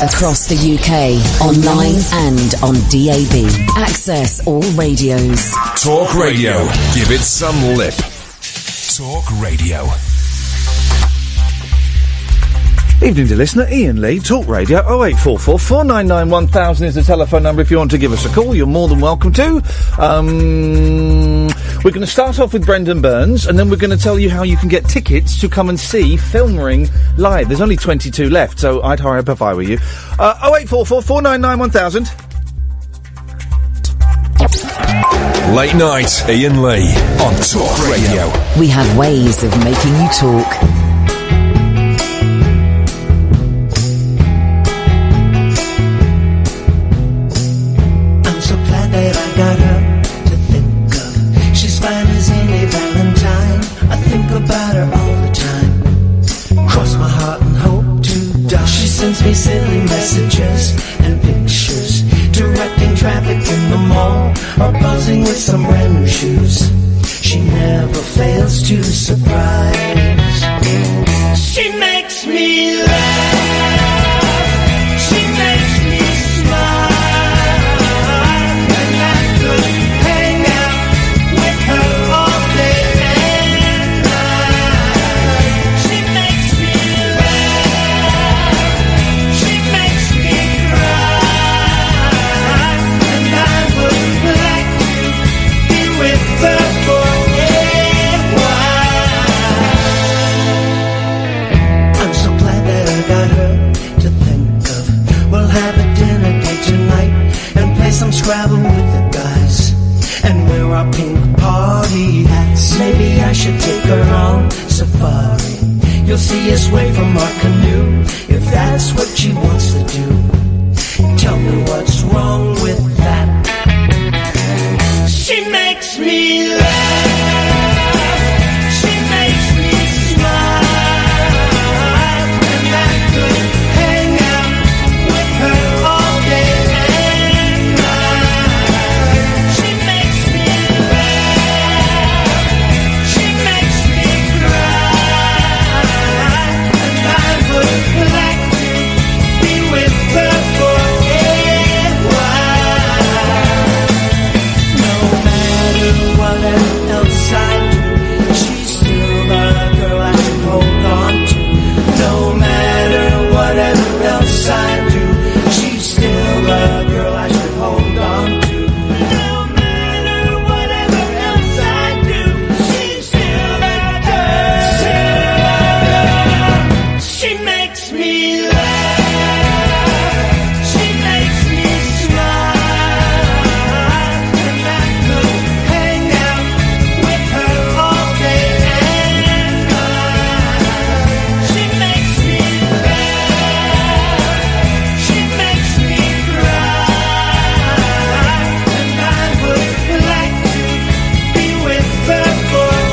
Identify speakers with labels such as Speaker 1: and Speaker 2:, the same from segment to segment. Speaker 1: Across the UK, online and on DAB. Access all radios.
Speaker 2: Talk Radio. Give it some lip. Talk Radio.
Speaker 3: Evening, dear listener. Ian Lee, Talk Radio 0844 499 1000 is the telephone number if you want to give us a call. You're more than welcome to. Um, we're going to start off with Brendan Burns and then we're going to tell you how you can get tickets to come and see Film Ring live. There's only 22 left, so I'd hurry up if I were you. Uh, 0844 499 1000.
Speaker 2: Late night, Ian Lee on Talk Radio.
Speaker 1: We have ways of making you talk.
Speaker 4: I'm so glad that I got her to think of. She's fine as any Valentine. I think about her all the time. Cross my heart and hope to die. She sends me silly messages and pictures. Directing traffic in the mall or buzzing with some brand new shoes. She never fails to surprise. She makes me laugh. She makes me smile. And I could hang out with her all day and night. She makes me laugh. She makes me cry. And I would like to be with her for a while. I'm so glad that I got her to think of. We'll have a dinner date tonight and play some Scrabble with the guys. And wear our pink party hats. Maybe I should take her on safari. You'll see us wave from our canoe if that's what she wants to do. Tell me what's wrong with that. She makes me laugh. She makes me smile. And I could hang out with her all day and night. She makes me laugh. She makes me cry. And I would like to be with her for a while. No matter what else I do, she's still the girl I can hold on to. No matter what else I do, she's still the girl I should hold on to. No matter whatever else I do, she's still the girl. She makes me laugh. She makes me smile. And I could hang out with her all day and night. She makes me laugh. She makes me cry. And I would like to be with her for a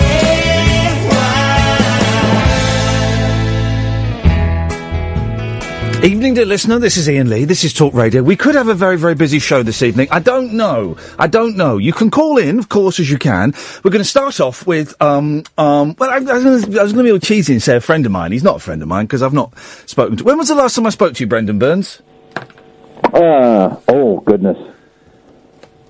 Speaker 4: while.
Speaker 3: Evening, dear listener. This is Ian Lee. This is Talk Radio. We could have a very, very busy show this evening. I don't know. I don't know. You can call in, of course, as you can. We're going to start off with, um, um, well, I, I was going to be all cheesy and say a friend of mine. He's not a friend of mine because I've not spoken to. When was the last time I spoke to you, Brendan Burns?
Speaker 5: Uh, oh, goodness.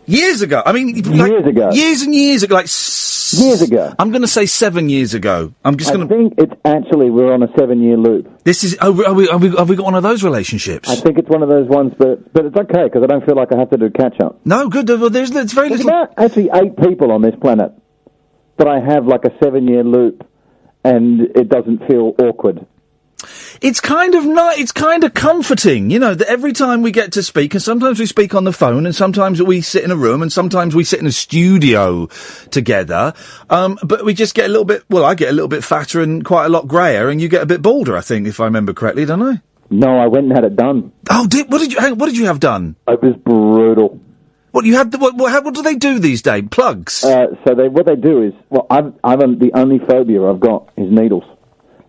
Speaker 3: Years ago. I mean, years ago. Years and years ago. Like s- years ago. I'm going to say seven years ago. I'm just going to.
Speaker 5: I think it's actually we're on a seven-year loop.
Speaker 3: This is. Oh, are we, are we, have we got one of those relationships?
Speaker 5: I think it's one of those ones, but but it's okay because I don't feel like I have to do catch-up.
Speaker 3: No, good. Well, there's, there's very
Speaker 5: There's
Speaker 3: little.
Speaker 5: about actually eight people on this planet that I have like a seven-year loop, and it doesn't feel awkward.
Speaker 3: It's kind of not. It's kind of comforting, you know, that every time we get to speak, and sometimes we speak on the phone, and sometimes we sit in a room, and sometimes we sit in a studio together. Um, but we just get a little bit. Well, I get a little bit fatter and quite a lot greyer, and you get a bit balder, I think, if I remember correctly, don't I?
Speaker 5: No, I went and had it done.
Speaker 3: Oh, did, what did you? Hang, on, what did you have done?
Speaker 5: It was brutal.
Speaker 3: What you had? the- What, what, how- what do they do these days? Plugs.
Speaker 5: Uh, so they what they do is well, I've, I've um, the only phobia I've got is needles,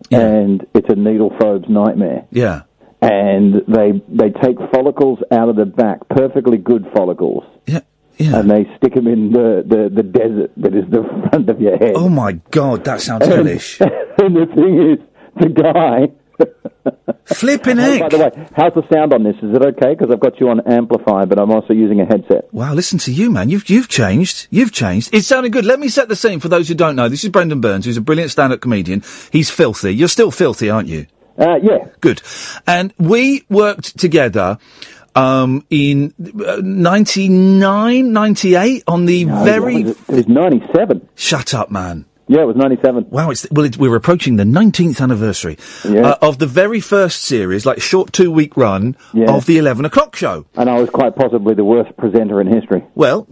Speaker 5: and it's a needle phobe's nightmare.
Speaker 3: yeah.
Speaker 5: and they they take follicles out of the back, perfectly good follicles.
Speaker 3: Yeah,
Speaker 5: And they stick them in the, the, the desert that is the front of your head.
Speaker 3: Oh my god, that sounds
Speaker 5: And-
Speaker 3: hellish.
Speaker 5: And the thing is, the guy
Speaker 3: Flipping
Speaker 5: Oh, by
Speaker 3: heck.
Speaker 5: the way, how's the sound on this? Is it okay? Because I've got you on amplifier, but I'm also using a headset.
Speaker 3: Wow, listen to you, man. You've you've changed. You've changed. It's sounding good. Let me set the scene for those who don't know. This is Brendan Burns, who's a brilliant stand-up comedian. He's filthy. You're still filthy, aren't you?
Speaker 5: Uh, yeah.
Speaker 3: Good. And we worked together um, in uh, 99, 98 on the
Speaker 5: No,
Speaker 3: very.
Speaker 5: It was, it was 97.
Speaker 3: Shut up, man.
Speaker 5: Yeah, it was 97.
Speaker 3: Wow, it's well. It, we're approaching the nineteenth anniversary
Speaker 5: Yeah.
Speaker 3: uh, of the very first series, like short two-week run
Speaker 5: Yeah.
Speaker 3: of the eleven o'clock show.
Speaker 5: And I was quite possibly the worst presenter in history.
Speaker 3: Well,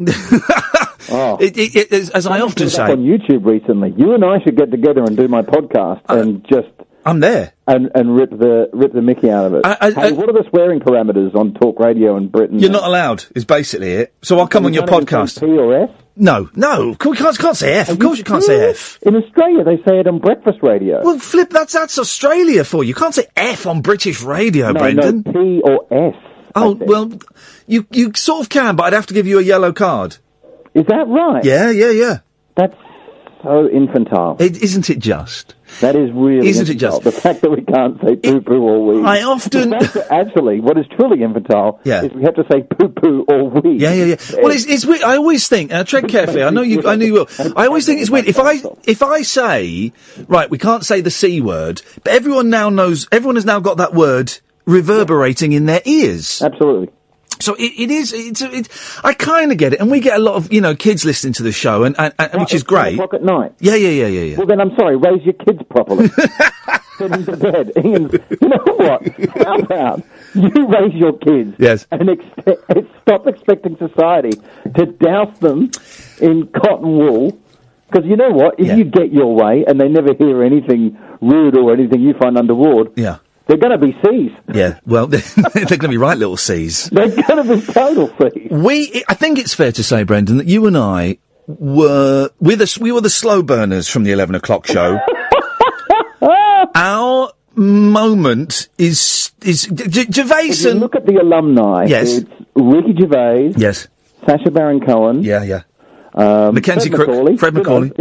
Speaker 5: Oh.
Speaker 3: it, it, it, as, as I often
Speaker 5: It's up on
Speaker 3: say,
Speaker 5: YouTube recently. You and I should get together and do my podcast and just
Speaker 3: I'm there.
Speaker 5: and, and rip the rip the Mickey out of it.
Speaker 3: I- I-
Speaker 5: hey,
Speaker 3: I-
Speaker 5: what are the swearing parameters on talk radio in Britain?
Speaker 3: You're not allowed. Is basically it. So I'll come on
Speaker 5: You
Speaker 3: your
Speaker 5: can't even say
Speaker 3: podcast.
Speaker 5: P or F.
Speaker 3: No, no, of course you can't, can't say F. Of course you can't say F.
Speaker 5: In Australia, they say it on breakfast radio.
Speaker 3: Well, flip. That's that's Australia for you. You Can't say F on British radio,
Speaker 5: no,
Speaker 3: Brendan.
Speaker 5: no, P or S. I
Speaker 3: Oh
Speaker 5: think.
Speaker 3: well, you you sort of can, but I'd have to give you a yellow card.
Speaker 5: is that right?
Speaker 3: Yeah, yeah, yeah.
Speaker 5: That's so infantile.
Speaker 3: It, isn't it just?
Speaker 5: That is really
Speaker 3: Isn't it
Speaker 5: infantile.
Speaker 3: just-
Speaker 5: the fact that we can't say poo poo or wee?
Speaker 3: I often-
Speaker 5: The fact that actually what is truly infantile
Speaker 3: Yeah.
Speaker 5: is we have to say poo poo or wee.
Speaker 3: Yeah, yeah, yeah. Well, it's, it's weird. I always think, and I tread carefully. I know you. I know you will. I always think it's weird. If I if I say right, we can't say the c word, but everyone now knows. Everyone has now got that word reverberating in their ears.
Speaker 5: absolutely.
Speaker 3: So it, it is. It's. It, I kind of get it, and we get a lot of you know kids listening to the show, and, and, and which
Speaker 5: It's
Speaker 3: is
Speaker 5: ten
Speaker 3: great.
Speaker 5: O'clock at night.
Speaker 3: Yeah, yeah, yeah, yeah, yeah.
Speaker 5: Well, then I'm sorry. Raise your kids properly. Put them to bed. Ian, you know what? How about you raise your kids
Speaker 3: Yes.
Speaker 5: and expe- and stop expecting society to douse them in cotton wool? Because you know what? If
Speaker 3: Yeah.
Speaker 5: you get your way and they never hear anything rude or anything you find underward,
Speaker 3: Yeah.
Speaker 5: they're going to be C's.
Speaker 3: Yeah. Well, they're going to be right little C's.
Speaker 5: They're going to be total C's.
Speaker 3: We, I think it's fair to say, Brendan, that you and I were with us. We were the slow burners from the eleven o'clock show. Our moment is is G-
Speaker 5: If you
Speaker 3: Gervais and
Speaker 5: look at the alumni.
Speaker 3: Yes.
Speaker 5: It's Ricky Gervais,
Speaker 3: yes,
Speaker 5: Sacha Baron Cohen,
Speaker 3: yeah, yeah,
Speaker 5: um,
Speaker 3: Mackenzie
Speaker 5: Fred
Speaker 3: Crook-
Speaker 5: McCauley.
Speaker 3: Fred
Speaker 5: You know,
Speaker 3: McCauley.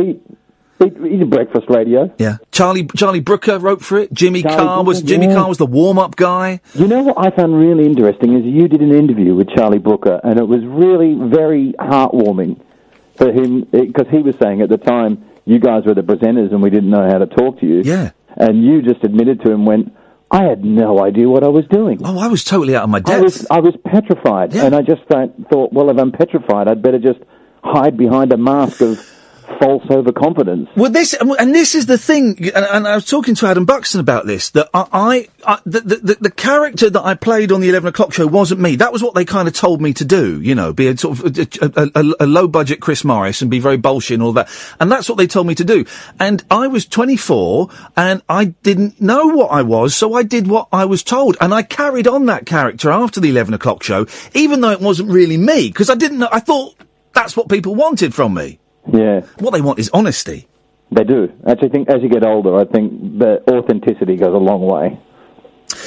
Speaker 5: he, he, he's in breakfast radio.
Speaker 3: yeah. Charlie Charlie Brooker wrote for it. Jimmy
Speaker 5: Charlie
Speaker 3: Carr was
Speaker 5: Brooker,
Speaker 3: Jimmy
Speaker 5: Um, yeah.
Speaker 3: Carr was the warm up guy.
Speaker 5: You know what I found really interesting is you did an interview with Charlie Brooker, and it was really very heartwarming for him because he was saying at the time you guys were the presenters and we didn't know how to talk to you.
Speaker 3: Yeah.
Speaker 5: and you just admitted to him when I had no idea what I was doing.
Speaker 3: Oh, I was totally out of my
Speaker 5: I was
Speaker 3: depth.
Speaker 5: I was petrified,
Speaker 3: Yeah.
Speaker 5: and I just thought, thought, well, if I'm petrified, I'd better just hide behind a mask of false overconfidence.
Speaker 3: Well, this and this is the thing, and, and I was talking to Adam Buxton about this. That I, I, I the, the- the the character that I played on the eleven o'clock show wasn't me. That was what they kind of told me to do. You know, be a sort of a, low budget Chris Morris and be very bullshit and all that. And that's what they told me to do. And I was twenty four, and I didn't know what I was, so I did what I was told, and I carried on that character after the eleven o'clock show, even though it wasn't really me, because I didn't know. I thought that's what people wanted from me.
Speaker 5: Yeah,
Speaker 3: What they want is honesty.
Speaker 5: they do. Actually, I think as you get older, I think the authenticity goes a long way.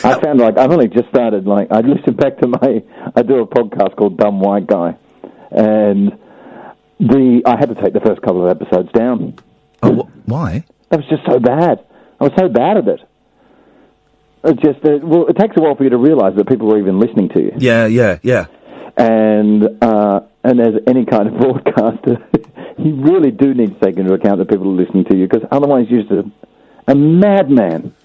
Speaker 5: I found like I've only just started. Like I listen back to my, I do a podcast called Dumb White Guy, and the I had to take the first couple of episodes down.
Speaker 3: Oh, wh- why?
Speaker 5: That was just so bad. I was so bad at it. It just uh, well, it takes a while for you to realise that people were even listening to you.
Speaker 3: Yeah, yeah, yeah.
Speaker 5: and uh, and as any kind of broadcaster, you really do need to take into account the people listening to you, because otherwise you're just a, a madman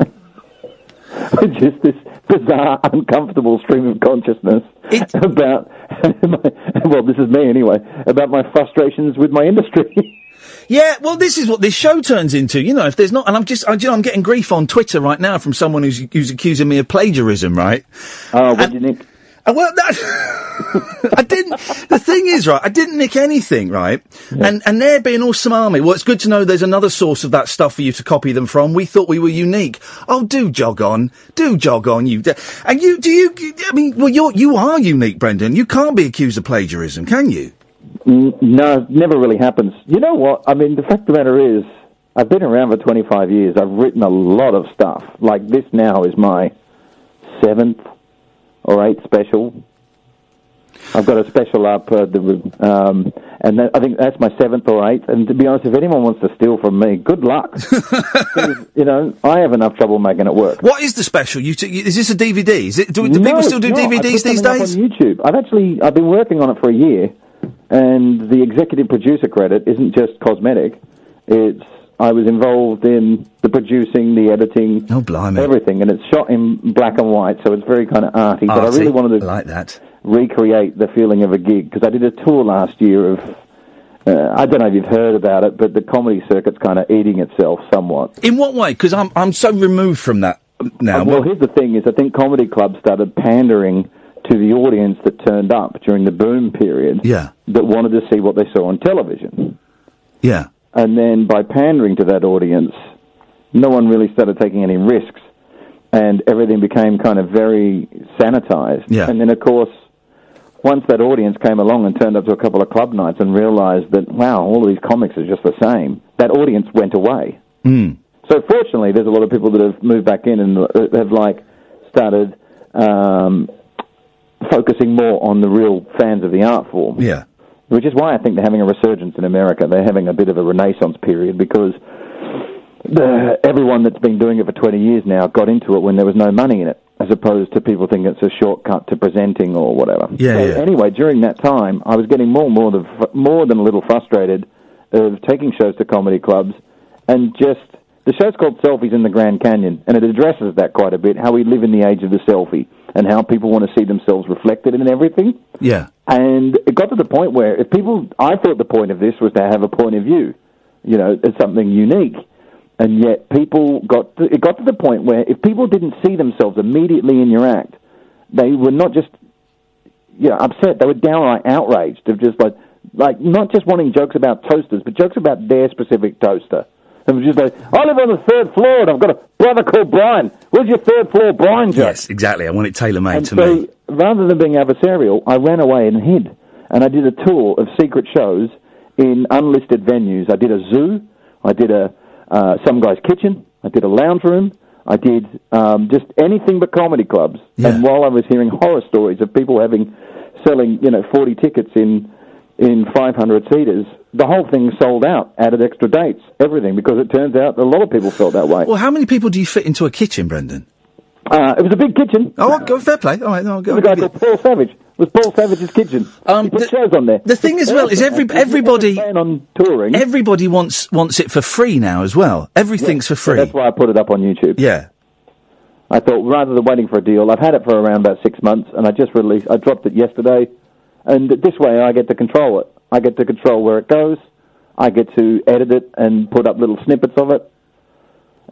Speaker 5: with just this bizarre, uncomfortable stream of consciousness
Speaker 3: It-
Speaker 5: about my, well, this is me anyway, about my frustrations with my industry.
Speaker 3: Yeah, well, this is what this show turns into. You know, if there's not, and I'm just, I, you know, I'm getting grief on Twitter right now from someone who's, who's accusing me of plagiarism, right?
Speaker 5: oh, what do you think?
Speaker 3: And Uh, well, that, I didn't, the thing is, right, I didn't nick anything, right? And, and they're being all smarmy. Well, it's good to know there's another source of that stuff for you to copy them from. We thought we were unique. Oh, do jog on. Do jog on, you. d- And you, do you, I mean, well, you're, you are unique, Brendan. You can't be accused of plagiarism, can you?
Speaker 5: N- No, it never really happens. You know what? I mean, the fact of the matter is, I've been around for 25 years. I've written a lot of stuff. Like, this now is my seventh or eighth special. I've got a special up uh, the room, um, and that, I think that's my seventh or eighth. And to be honest, if anyone wants to steal from me, good luck. 'Cause, you know, I have enough trouble making it work.
Speaker 3: What is the special? You t- you- is this a DVD? Is it? Do, do people still do DVDs these days?
Speaker 5: on YouTube. I've actually I've been working on it for a year, and the executive producer credit isn't just cosmetic. It's I was involved in the producing, the editing,
Speaker 3: oh blimey,
Speaker 5: everything, and it's shot in black and white, so it's very kind of arty. But I
Speaker 3: Arty.
Speaker 5: really wanted to
Speaker 3: like that.
Speaker 5: recreate the feeling of a gig because I did a tour last year of. Uh, I don't know if you've heard about it, but the comedy circuit's kind of eating itself somewhat.
Speaker 3: In what way? Because I'm I'm so removed from that now.
Speaker 5: well, here's the thing: is I think comedy clubs started pandering to the audience that turned up during the boom period.
Speaker 3: Yeah.
Speaker 5: That wanted to see what they saw on television,
Speaker 3: Yeah.
Speaker 5: and then by pandering to that audience, no one really started taking any risks, and everything became kind of very sanitized.
Speaker 6: Yeah.
Speaker 5: And then, of course, once that audience came along and turned up to a couple of club nights and realized that wow, all of these comics are just the same, that audience went away.
Speaker 4: Mm.
Speaker 5: So fortunately, there's a lot of people that have moved back in and uh, have like started um, focusing more on the real fans of the art form.
Speaker 3: Yeah.
Speaker 5: Which is why I think they're having a resurgence in America. They're having a bit of a renaissance period because the, everyone that's been doing it for 20 years now got into it when there was no money in it, as opposed to people think it's a shortcut to presenting or whatever.
Speaker 7: Yeah,
Speaker 5: So
Speaker 7: yeah.
Speaker 5: Anyway, during that time, I was getting more and more than, more than a little frustrated of taking shows to comedy clubs and just. The show's called Selfies in the Grand Canyon, and it addresses that quite a bit how we live in the age of the selfie and how people want to see themselves reflected in everything.
Speaker 3: Yeah.
Speaker 5: And it got to the point where if people, I thought the point of this was to have a point of view, you know, as something unique. And yet people got, to, it got to the point where if people didn't see themselves immediately in your act, they were not just, you know, upset, they were downright outraged of just like, like not just wanting jokes about toasters, but jokes about their specific toaster. It was just like, I live on the third floor and I've got a brother called Brian. Where's your third floor Brian joke?
Speaker 3: Yes, exactly. I want it tailor made
Speaker 5: And
Speaker 3: to
Speaker 5: so,
Speaker 3: me.
Speaker 5: rather than being adversarial, I ran away and hid. And I did a tour of secret shows in unlisted venues. I did a zoo. I did a uh, some guy's kitchen. I did a lounge room. I did um, just anything but comedy clubs. And while I was hearing horror stories of people having selling, you know, forty tickets in in five hundred seaters, the whole thing sold out. Added extra dates, everything, because it turns out a lot of people felt that way.
Speaker 3: Well, how many people do you fit into a kitchen, Brendan?
Speaker 5: Uh, it was a big kitchen.
Speaker 3: Oh, go fair play. All right, no, I'll go.
Speaker 5: The guy called Paul Savage It was Paul Savage's kitchen. Um, he put shows on there.
Speaker 3: The thing as well is every everybody
Speaker 5: on touring.
Speaker 3: Everybody wants wants it for free now as well. Everything's for free. That's
Speaker 5: why I put it up on YouTube.
Speaker 3: Yeah.
Speaker 5: I thought rather than waiting for a deal, I've had it for around about six months, and I just released. I dropped it yesterday, and this way I get to control it. I get to control where it goes. I get to edit it and put up little snippets of it.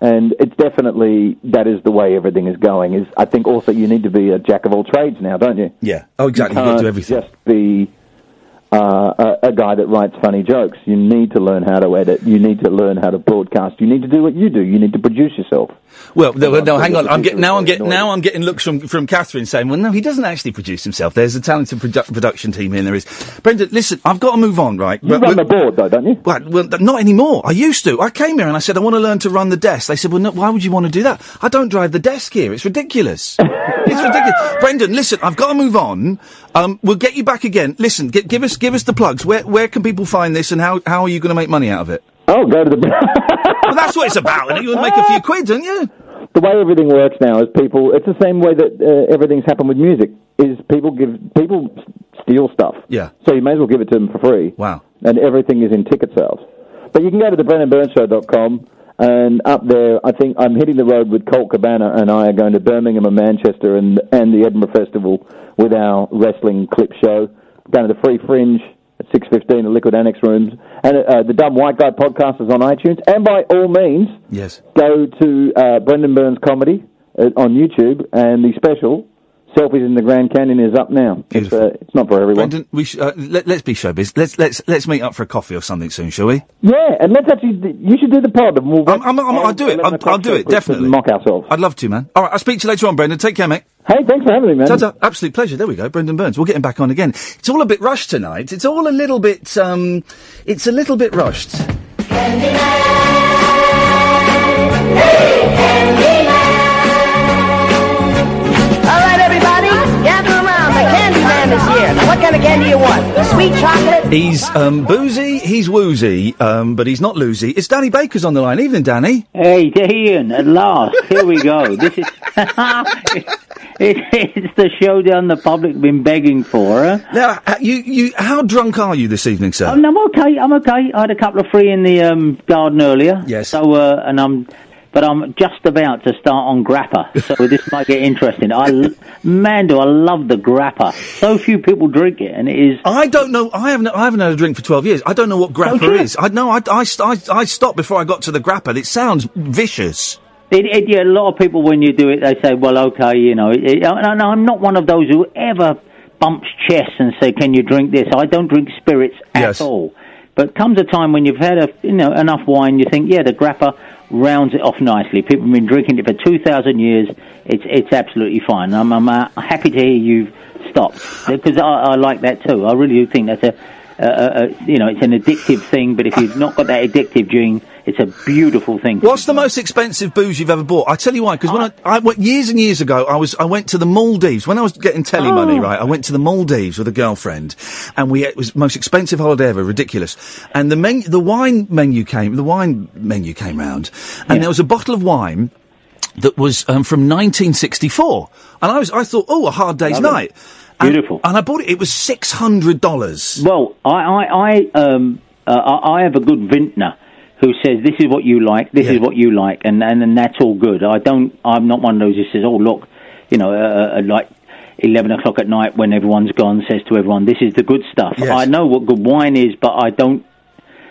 Speaker 5: And it's definitely that is the way everything is going. Is I think also you need to be a jack of all trades now, don't you?
Speaker 3: Yeah. Oh, exactly.
Speaker 5: You
Speaker 3: You've got to
Speaker 5: can't
Speaker 3: do everything.
Speaker 5: Just be uh, a, a guy that writes funny jokes. You need to learn how to edit. You need to learn how to broadcast. You need to do what you do. You need to produce yourself.
Speaker 3: Well, no, no, hang on. I'm getting now. I'm getting now. I'm getting looks from from Catherine saying, "Well, no, he doesn't actually produce himself. There's a talented produ- production team here. and There is." Brendan, listen, I've got to move on, right?
Speaker 5: You run the board, though, don't you?
Speaker 3: Well, well, th- not anymore. I used to. I came here and I said, "I want to learn to run the desk." They said, "Well, no, why would you want to do that? I don't drive the desk here. It's ridiculous. it's ridiculous." Brendan, listen, I've got to move on. Um, we'll get you back again. Listen, gi- give us give us the plugs. Where where can people find this, and how how are you going to make money out of it?
Speaker 5: Oh, go to the.
Speaker 3: well, that's what it's about, and you would make a few quid, don't you?
Speaker 5: The way everything works now is people. It's the same way that uh, everything's happened with music. Is people give people s- steal stuff.
Speaker 3: Yeah.
Speaker 5: So you may as well give it to them for free.
Speaker 3: Wow.
Speaker 5: And everything is in ticket sales. But you can go to thebrendanburnshow.com and up there, I think I'm hitting the road with Colt Cabana and I are going to Birmingham and Manchester and, and the Edinburgh Festival with our wrestling clip show. Going to the Free Fringe at 6.15 at Liquid Annex Rooms. And uh, the Dumb White Guy podcast is on iTunes. And by all means,
Speaker 3: Yes.
Speaker 5: go to uh, Brendan Burns Comedy uh, on YouTube and the special, Selfies in the Grand Canyon, is up now. It's, uh, it's not for everyone.
Speaker 3: Brendan, we sh- uh, let, let's be showbiz. Let's let's let's meet up for a coffee or something soon, shall we?
Speaker 5: Yeah, and let's actually. You should do the pod, and we'll.
Speaker 3: I'm, I'm, I'm, I'll do it. I'll, I'll do it. Definitely.
Speaker 5: Mock ourselves.
Speaker 3: I'd love to, man. All right, I'll speak to you later on, Brendan. Take care, mate.
Speaker 5: Hey, thanks for having me, man.
Speaker 3: Ta-ta. Absolute pleasure. There we go, Brendan Burns. We'll get him back on again. It's all a bit rushed tonight. It's all a little bit. Um, it's a little bit rushed.
Speaker 8: All right, everybody, gather around. The Candyman is here. Now, what kind of
Speaker 4: sweet chocolate.
Speaker 3: He's um, boozy, he's woozy, um, but he's not loozy. It's Danny Baker's on the line. Evening, Danny.
Speaker 6: Hey, Ian, at last, here we go. This is it, it's the showdown the public been begging for. Huh?
Speaker 3: Now, h- you, you, how drunk are you this evening, sir?
Speaker 6: Oh, no, I'm okay. I'm okay. I had a couple of free in the um, garden earlier. Yes. So, uh, and I'm, but I'm just about to start on grappa. So this might get interesting. I, l- man, do I love the grappa. So few people drink it, and it is.
Speaker 3: I don't know. I haven't. I haven't had a drink for twelve years. I don't know what
Speaker 6: you?
Speaker 3: grappa is. I know. I, I, st- I, I stopped before I got to the grappa. It sounds vicious.
Speaker 6: It, it, yeah, a lot of people when you do it, they say, "Well, okay, you know." It, it, and I- I'm not one of those who ever bumps chests and say, "Can you drink this?" I don't drink spirits at all. But comes a time when you've had a, you know enough wine, you think, "Yeah, the grappa rounds it off nicely." People have been drinking it for two thousand years. It's it's absolutely fine. I'm, I'm uh, happy to hear you've stopped because I, I like that too. I really do think that's a, a, a, a you know it's an addictive thing. But if you've not got that addictive gene, it's a beautiful thing.
Speaker 3: What's the most expensive booze you've ever bought? I tell you why, because
Speaker 6: Oh.
Speaker 3: when I, I went years and years ago, I was I went to the Maldives when I was getting telly
Speaker 6: Oh.
Speaker 3: money. Right, I went to the Maldives with a girlfriend, and we it was the most expensive holiday ever, ridiculous. And the men, the wine menu came, the wine menu came round, and there was a bottle of wine that was um, from 1964, and I was I thought, oh, a hard day's
Speaker 6: Lovely.
Speaker 3: night. And-
Speaker 6: Beautiful.
Speaker 3: And I bought it. It was six hundred dollars.
Speaker 6: Well, I, I, I, um, uh, I I have a good vintner who says this is what you like, this is what you like, and, and and that's all good. I don't. I'm not one of those who says, oh look, you know, uh, uh, like. 11 o'clock at night when everyone's gone says to everyone this is the good stuff i know what good wine is but i don't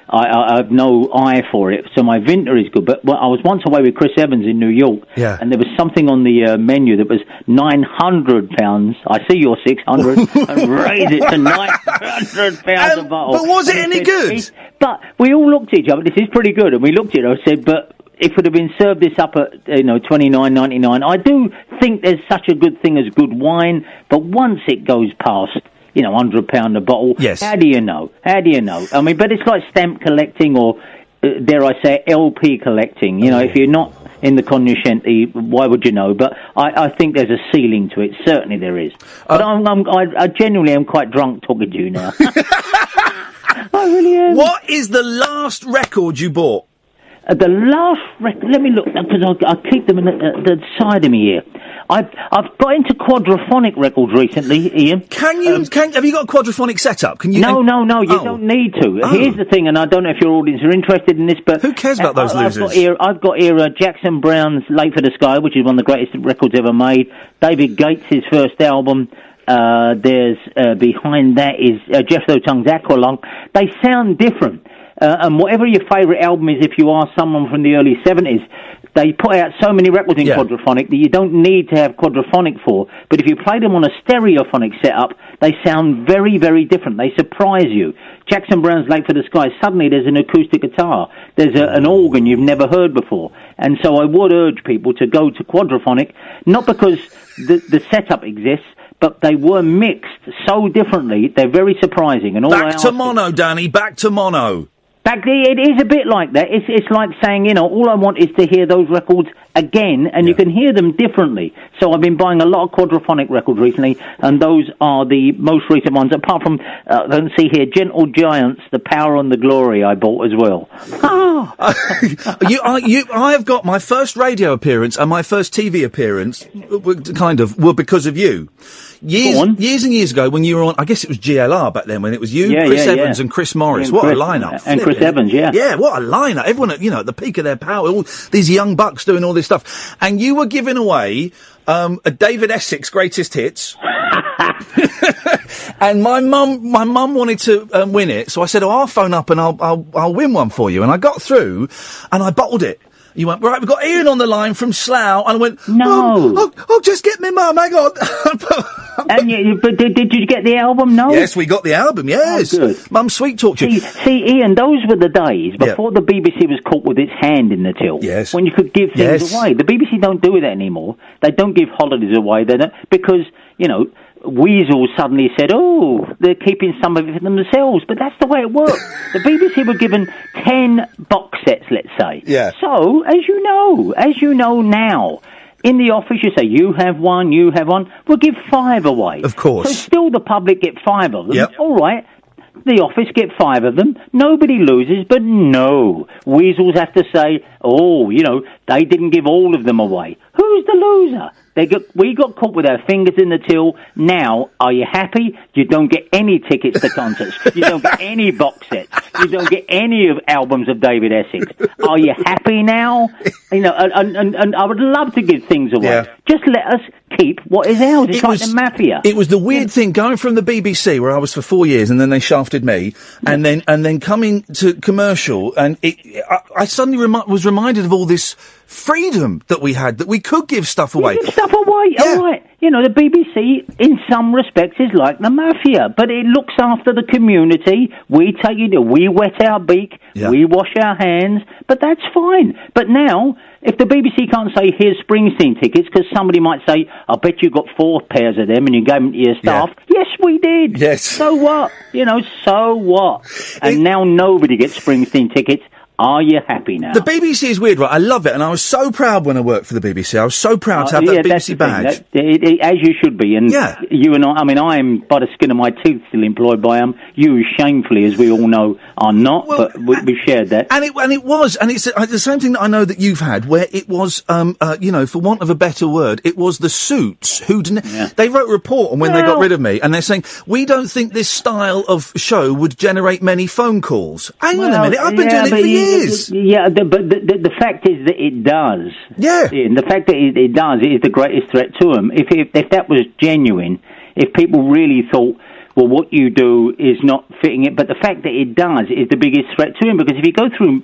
Speaker 6: I, I, I have no eye for it, so my Vinter is good. But well, I was once away with Chris Evans in New York,
Speaker 4: Yeah.
Speaker 6: and there was something on the uh, menu that was nine hundred pounds. I see your six hundred, and raise it to nine hundred pounds a bottle.
Speaker 4: but was it
Speaker 6: And I
Speaker 4: any
Speaker 6: said,
Speaker 4: good?
Speaker 6: "It's- But we all looked at each other. This is pretty good, and we looked at it. I said, but. If it would have been served this up at you know twenty nine ninety nine, I do think there's such a good thing as good wine. But once it goes past you know hundred pound a bottle,
Speaker 7: Yes.
Speaker 6: how do you know? How do you know? I mean, but it's like stamp collecting or, uh, dare I say, LP collecting. You know, if you're not in the cognoscenti, why would you know? But I, I think there's a ceiling to it. Certainly there is.
Speaker 4: Uh,
Speaker 6: But I'm, I'm, I, I genuinely am quite drunk talking to you now. I really am.
Speaker 3: What is the last record you bought?
Speaker 6: Uh, the last record. Let me look because I, I keep them in the, uh, the, the side of me here. I've I've got into quadrophonic records recently, Ian. Um,
Speaker 3: Can you? can have you got a quadrophonic setup? Can you?
Speaker 6: No, no, no. You
Speaker 3: Oh.
Speaker 6: don't need to.
Speaker 3: Oh.
Speaker 6: Here's the thing, and I don't know if your audience are interested in this, but who cares
Speaker 3: about those
Speaker 6: I've got
Speaker 3: losers?
Speaker 6: here. I've got here uh, Jackson Brown's "Late for the Sky," which is one of the greatest records ever made. David Gates' first album. Uh, there's uh, behind that is uh, Jethro Tull's Aqualung. They sound different, uh, and whatever your favourite album is, if you are someone from the early seventies. They put out so many records in quadrophonic that you don't need to have quadrophonic for. But if you play them on a stereophonic setup, they sound very, very different. They surprise you. Jackson Brown's Lake for the Sky, suddenly there's an acoustic guitar. There's a, an organ you've never heard before. And so I would urge people to go to quadrophonic, not because the, the setup exists, but they were mixed so differently, they're very surprising. And all I
Speaker 3: Back
Speaker 6: ask
Speaker 3: to mono, Danny. Back to mono.
Speaker 6: Back there, it is a bit like that. It's it's like saying, you know, all I want is to hear those records again, and you can hear them differently. So I've been buying a lot of quadrophonic records recently, and those are the most recent ones. Apart from, uh, I can see here, Gentle Giants, The Power and the Glory, I bought as well.
Speaker 3: Oh, you, I, you, I have got my first radio appearance and my first TV appearance, w- w- kind of, were because of you. Years, years and years ago, when you were on, I guess it was GLR back then, when it was you,
Speaker 6: Yeah,
Speaker 3: Chris
Speaker 6: yeah, yeah.
Speaker 3: Evans, and Chris Morris.
Speaker 6: And
Speaker 3: what
Speaker 6: Chris-
Speaker 3: a lineup!
Speaker 6: and Chris
Speaker 3: Flippin'.
Speaker 6: Evans, yeah.
Speaker 3: yeah, what a lineup! Everyone, at, you know, at the peak of their power, all these young bucks doing all this stuff, and you were giving away um, a David Essex greatest hits. And my mum, my mum wanted to um, win it, so I said, "Oh, I'll phone up and I'll, I'll I'll win one for you." And I got through, and I bottled it. You went right. We've got Ian on the line from Slough, and I went, "No, oh, oh, just get me mum. Hang on."
Speaker 6: and you, you, but did, did you get the album? No.
Speaker 3: Yes, we got the album. Yes, mum, sweet talk to
Speaker 6: See, see, Ian, those were the days before the BBC was caught with its hand in the till. Yes. When you could give things
Speaker 8: Yes.
Speaker 6: away. The BBC don't do it anymore. They don't give holidays away. They don't, because, you know, Weasel suddenly said, oh, they're keeping some of it for themselves. But that's the way it worked. the BBC were given 10 box sets, let's say.
Speaker 4: Yeah.
Speaker 6: So, as you know, as you know now, in the office, you say you have one, you have one. We'll give five away. Of
Speaker 3: course.
Speaker 6: So still, the public get five of them.
Speaker 3: Yep.
Speaker 6: All right. the office, get five of them. Nobody loses, but no. Weasels have to say, oh, you know, they didn't give all of them away. Who's the loser? They got, we got caught with our fingers in the till. Now, are you happy? You don't get any tickets to concerts. You don't get any box sets. You don't get any of albums of David Essex. Are you happy now? You know, and- and, and, and I would love to give things away.
Speaker 3: Yeah.
Speaker 6: Just let us keep what is ours. It's like the mafia.
Speaker 3: It was the weird thing going from the BBC where I was for four years, and then they shafted me, and then and then coming to commercial, and it, I, I suddenly remi- was reminded of all this freedom that we had that we could give stuff away.
Speaker 6: stuff away. All right. You know, the BBC, in some respects, is like the mafia, but it looks after the community. We take it, we wet our beak, we wash our hands, but that's fine. But now, if the BBC can't say, here's Springsteen tickets, because somebody might say, I bet you got four pairs of them and you gave them to your staff. Yes, we did. Yes. So what? You know, so what? And now nobody gets Springsteen tickets. Are you happy now?
Speaker 3: The BBC is weird, right? I love it, and I was so proud when I worked for the BBC. I was so proud to have
Speaker 6: Uh,
Speaker 3: that
Speaker 6: yeah, that's the
Speaker 3: BBC
Speaker 6: thing.
Speaker 3: badge.
Speaker 6: That- it- it- as you should be, and
Speaker 3: Yeah.
Speaker 6: you and I. I mean, I'm by the skin of my teeth still employed by 'em. You, shamefully, as we all know, are not. but we, we shared that.
Speaker 3: And it and it was and it's uh, the same thing that I know that you've had where it was um uh, you know for want of a better word it was the suits who didn't they wrote a report on when they got
Speaker 7: Well-
Speaker 3: rid of me and they're saying we don't think this style of show would generate many phone calls. Hang on
Speaker 6: Well,
Speaker 3: a minute, I've been
Speaker 6: yeah,
Speaker 3: doing it
Speaker 6: but
Speaker 3: for
Speaker 6: you-
Speaker 3: years.
Speaker 6: Yeah, the, but the, the, the fact is that it does.
Speaker 3: Yeah.
Speaker 6: And the fact that it, it does is the greatest threat to them. If, if if that was genuine, if people really thought, well, what you do is not fitting it, but the fact that it does is the biggest threat to him because if you go through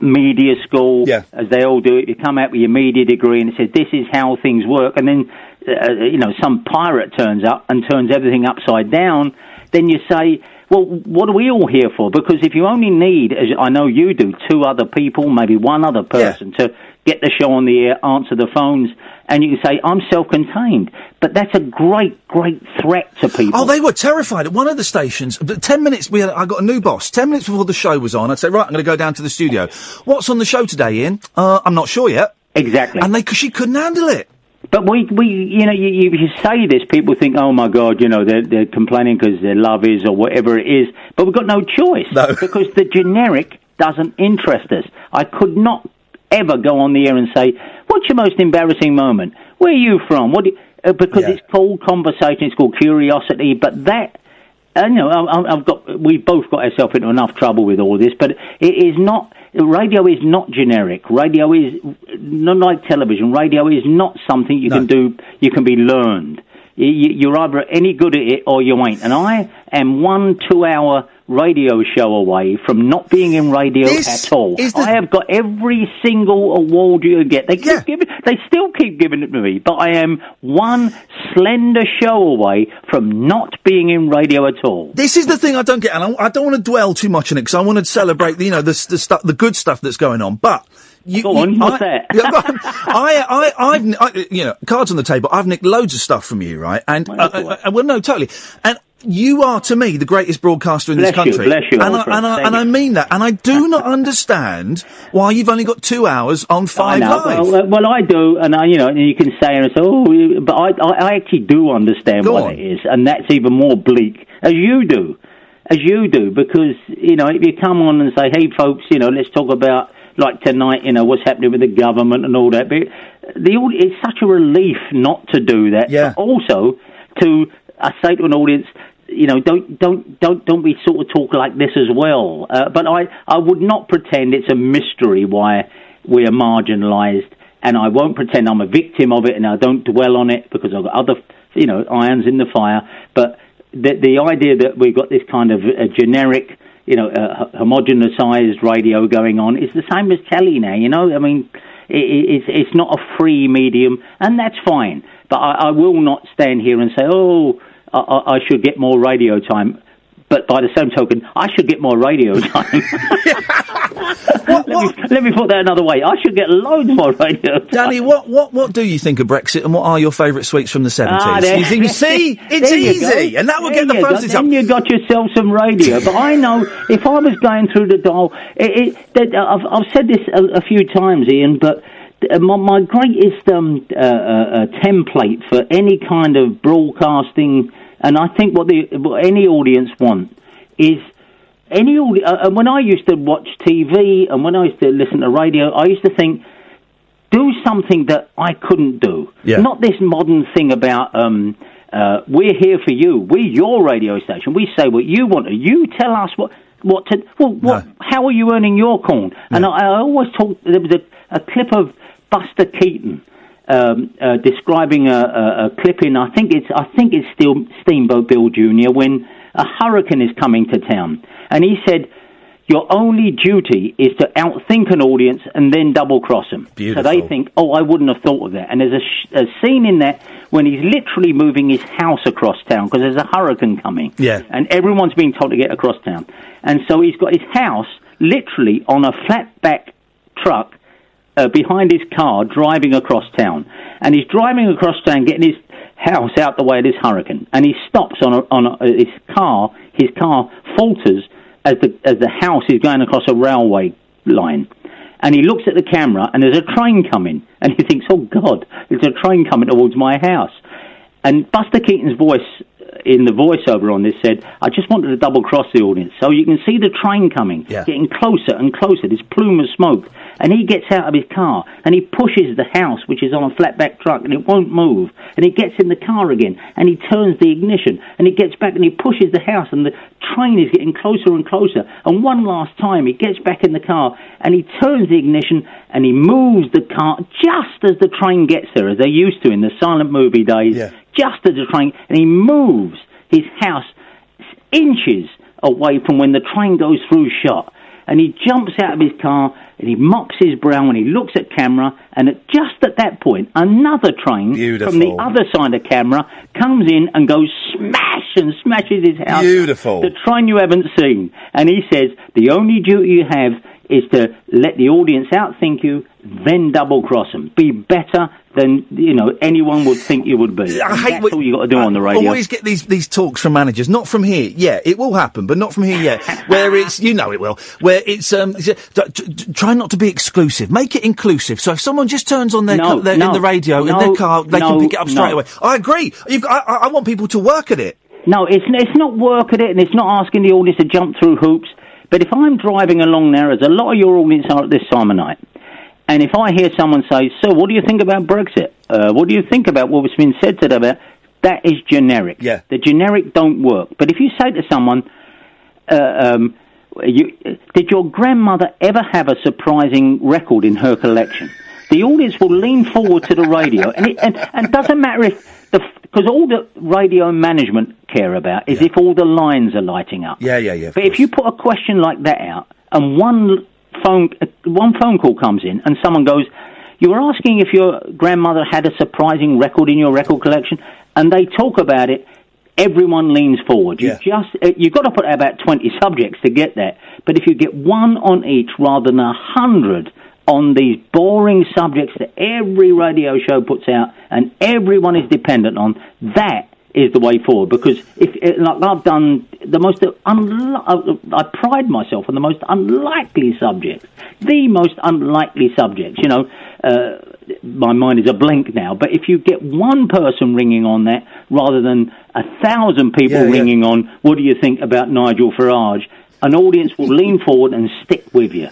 Speaker 6: media school, as they all do, it, you come out with your media degree and it says this is how things work, and then uh, you know some pirate turns up and turns everything upside down, then you say. Well, what are we all here for? Because if you only need, as I know you do, two other people, maybe one other person to get the show on the air, answer the phones, and you can say, I'm self contained. But that's a great, great threat to people.
Speaker 3: Oh, they were terrified at one of the stations. but Ten minutes, we had, I got a new boss. Ten minutes before the show was on, I'd say, right, I'm going to go down to the studio. What's on the show today, Ian? Uh, I'm not sure yet.
Speaker 6: Exactly.
Speaker 3: And they, cause she couldn't handle it.
Speaker 6: But we, we, you know, you, you, you say this, people think, oh my God, you know, they're, they're complaining because their love is or whatever it is. But we've got no choice. No. Because the generic doesn't interest us. I could not ever go on the air and say, what's your most embarrassing moment? Where are you from? What do you, uh, because it's called conversation, it's called curiosity, but that I know I- I- Uh, I've got. We've both got ourselves into enough trouble with all this, but it is not. Radio is not generic. Radio is not like television. Radio is not something you can do. You can be learned. You- you- You're either any good at it or you ain't. And I am one two-hour radio show away from not being in radio at all. I have got every single award you get. They keep giving. They still keep giving it to me, but I am one slender show away from not being in radio at all.
Speaker 3: This is the thing I don't get, and I, I don't want to dwell too much on it because I want to celebrate, you know, the, s- the stuff, the good stuff that's going on. But you,
Speaker 6: Go on,
Speaker 3: you-
Speaker 6: what's
Speaker 3: I,
Speaker 6: that?
Speaker 3: Yeah, I, I, I've, I, you know, cards on the table. I've nicked loads of stuff from you, right? And uh, uh, uh, well, no, totally. And you are to me the greatest broadcaster in this
Speaker 6: Bless you,
Speaker 3: country,
Speaker 6: bless you,
Speaker 3: and I,
Speaker 6: Alfred,
Speaker 3: and, I,
Speaker 6: thank
Speaker 3: and I mean that. And I do not understand why you've only got two hours on Five
Speaker 6: I know.
Speaker 3: Live.
Speaker 6: Well, uh, well, I do, and I, you know, and you can say and say, oh, you- but I, I, I actually do understand what it is, and that's even more bleak as you do, as you do, because you know, if you come on and say, hey, folks, you know, let's talk about like tonight, you know, what's happening with the government and all that, but the aud- it's such a relief not to do that. Yeah. also, to I say to an audience. You know, don't don't don't don't we sort of talk like this as well? Uh, but I I would not pretend it's a mystery why we are marginalised, and I won't pretend I'm a victim of it, and I don't dwell on it because I've got other, you know, irons in the fire. But the the idea that we've got this kind of uh, generic, you know, uh, homogenised radio going on is the same as telly now. You know, I mean, i i- it's it's not a free medium, and that's fine. But I, I will not stand here and say, oh, I- I, I should get more radio time. But by the same token, I should get more radio time. Let, me, let me put that another way. I should get loads more radio.
Speaker 3: Danny, what, what, what do you think of Brexit and what are your favourite sweets from the 70s?
Speaker 6: Ah, there-
Speaker 3: you, think- you see, it's
Speaker 6: There you
Speaker 3: easy,
Speaker 6: go.
Speaker 3: and that will
Speaker 6: There
Speaker 3: get the
Speaker 6: you go.
Speaker 3: phones up.
Speaker 6: Then you got yourself some radio. But I know if I was going through the dial, it, it, that, uh, I've, I've said this a, a few times, Ian, but uh, my, my greatest um, uh, uh, uh, template for any kind of broadcasting, and I think what the what any audience want is any audi- uh, and when I used to watch TV and when I used to listen to radio, I used to think, do something that I couldn't do.
Speaker 7: Yeah.
Speaker 6: Not this modern thing about um, uh, we're here for you. We're your radio station. We say what you want. You tell us what what to. Well, what, how are you earning your corn? And I, I always talk. There was a, a clip of Buster Keaton um, uh, describing a, a, a clip in. I think it's I think it's still Steamboat Bill Jr. when a hurricane is coming to town, and he said. Your only duty is to outthink an audience and then double cross them. So they
Speaker 8: Beautiful.
Speaker 6: think, oh, I wouldn't have thought of that. And there's a, sh- a scene in that when he's literally moving his house across town because there's a hurricane coming.
Speaker 3: Yeah.
Speaker 6: And everyone's being told to get across town. And so he's got his house literally on a flatback truck uh, behind his car driving across town. And he's driving across town getting his house out the way of this hurricane. And he stops on, a, on a, his car. His car falters as the, as the house is going across a railway line. And he looks at the camera and there's a train coming. And he thinks, oh God, there's a train coming towards my house. And Buster Keaton's voice uh, in the voiceover on this said, I just wanted to double cross the audience. So you can see the train coming,
Speaker 9: Yeah.
Speaker 6: getting closer and closer, this plume of smoke. And he gets out of his car and he pushes the house, which is on a flatback truck, and it won't move. And he gets in the car again and he turns the ignition and he gets back and he pushes the house, and the train is getting closer and closer. And one last time, he gets back in the car and he turns the ignition and he moves the car just as the train gets there, as they used to in the silent movie days just as the train, and he moves his house inches away from when the train goes through shot. And he jumps out of his car and he mops his brow and he looks at camera. And at, just at that point, another train from the
Speaker 10: Beautiful.
Speaker 6: other side of camera comes in and goes smash and smashes his house.
Speaker 3: Beautiful.
Speaker 6: The train you haven't seen. And he says, The only duty you have is to let the audience outthink you, then double cross them. Be better than you know anyone would think you would be.
Speaker 3: I
Speaker 6: And
Speaker 3: hate
Speaker 6: that's
Speaker 3: what-
Speaker 6: all you got to do on the radio.
Speaker 3: Always get these, these talks from managers, not from here. Yeah, it will happen, but not from here yet. Where it's, you know, it will. Where it's, um, it's, uh, t- t- t- try not to be exclusive. Make it inclusive. So if someone just turns on their,
Speaker 6: No,
Speaker 3: co- their
Speaker 6: no,
Speaker 3: in the radio in their
Speaker 6: no,
Speaker 3: car, they
Speaker 6: no,
Speaker 3: can pick it up straight
Speaker 6: no.
Speaker 3: away. I agree. You've, got- I, I- I want people to work at it.
Speaker 6: No, it's it's not work at it, and it's not asking the audience to jump through hoops. But if I'm driving along there, as a lot of your audience are at this time of night, and if I hear someone say, "So, what do you think about Brexit? Uh, what do you think about what's been said today?" About that is generic. Yeah, the generic don't work. But if you say to someone, uh, um, you, "Did your grandmother ever have a surprising record in her collection?" The audience will lean forward to the radio, and it and, and doesn't matter if the because all the radio management care about is if all the lines are lighting up.
Speaker 3: Yeah, yeah, yeah.
Speaker 6: But if you put a question like that out, and one phone uh, one phone call comes in, and someone goes, "You were asking if your grandmother had a surprising record in your record collection," and they talk about it. Everyone leans forward. You just uh, you've got to put out about twenty subjects to get that. But if you get one on each rather than a hundred on these boring subjects that every radio show puts out and everyone is dependent on, that is the way forward. Because if eh, like I've done the most, unli- uh, I pride myself on the most unlikely subjects, the most unlikely subjects. You know, uh, my mind is a blank now. But if you get one person ringing on that rather than a thousand people ringing on, what do you think about Nigel Farage? An audience will lean forward and stick with you.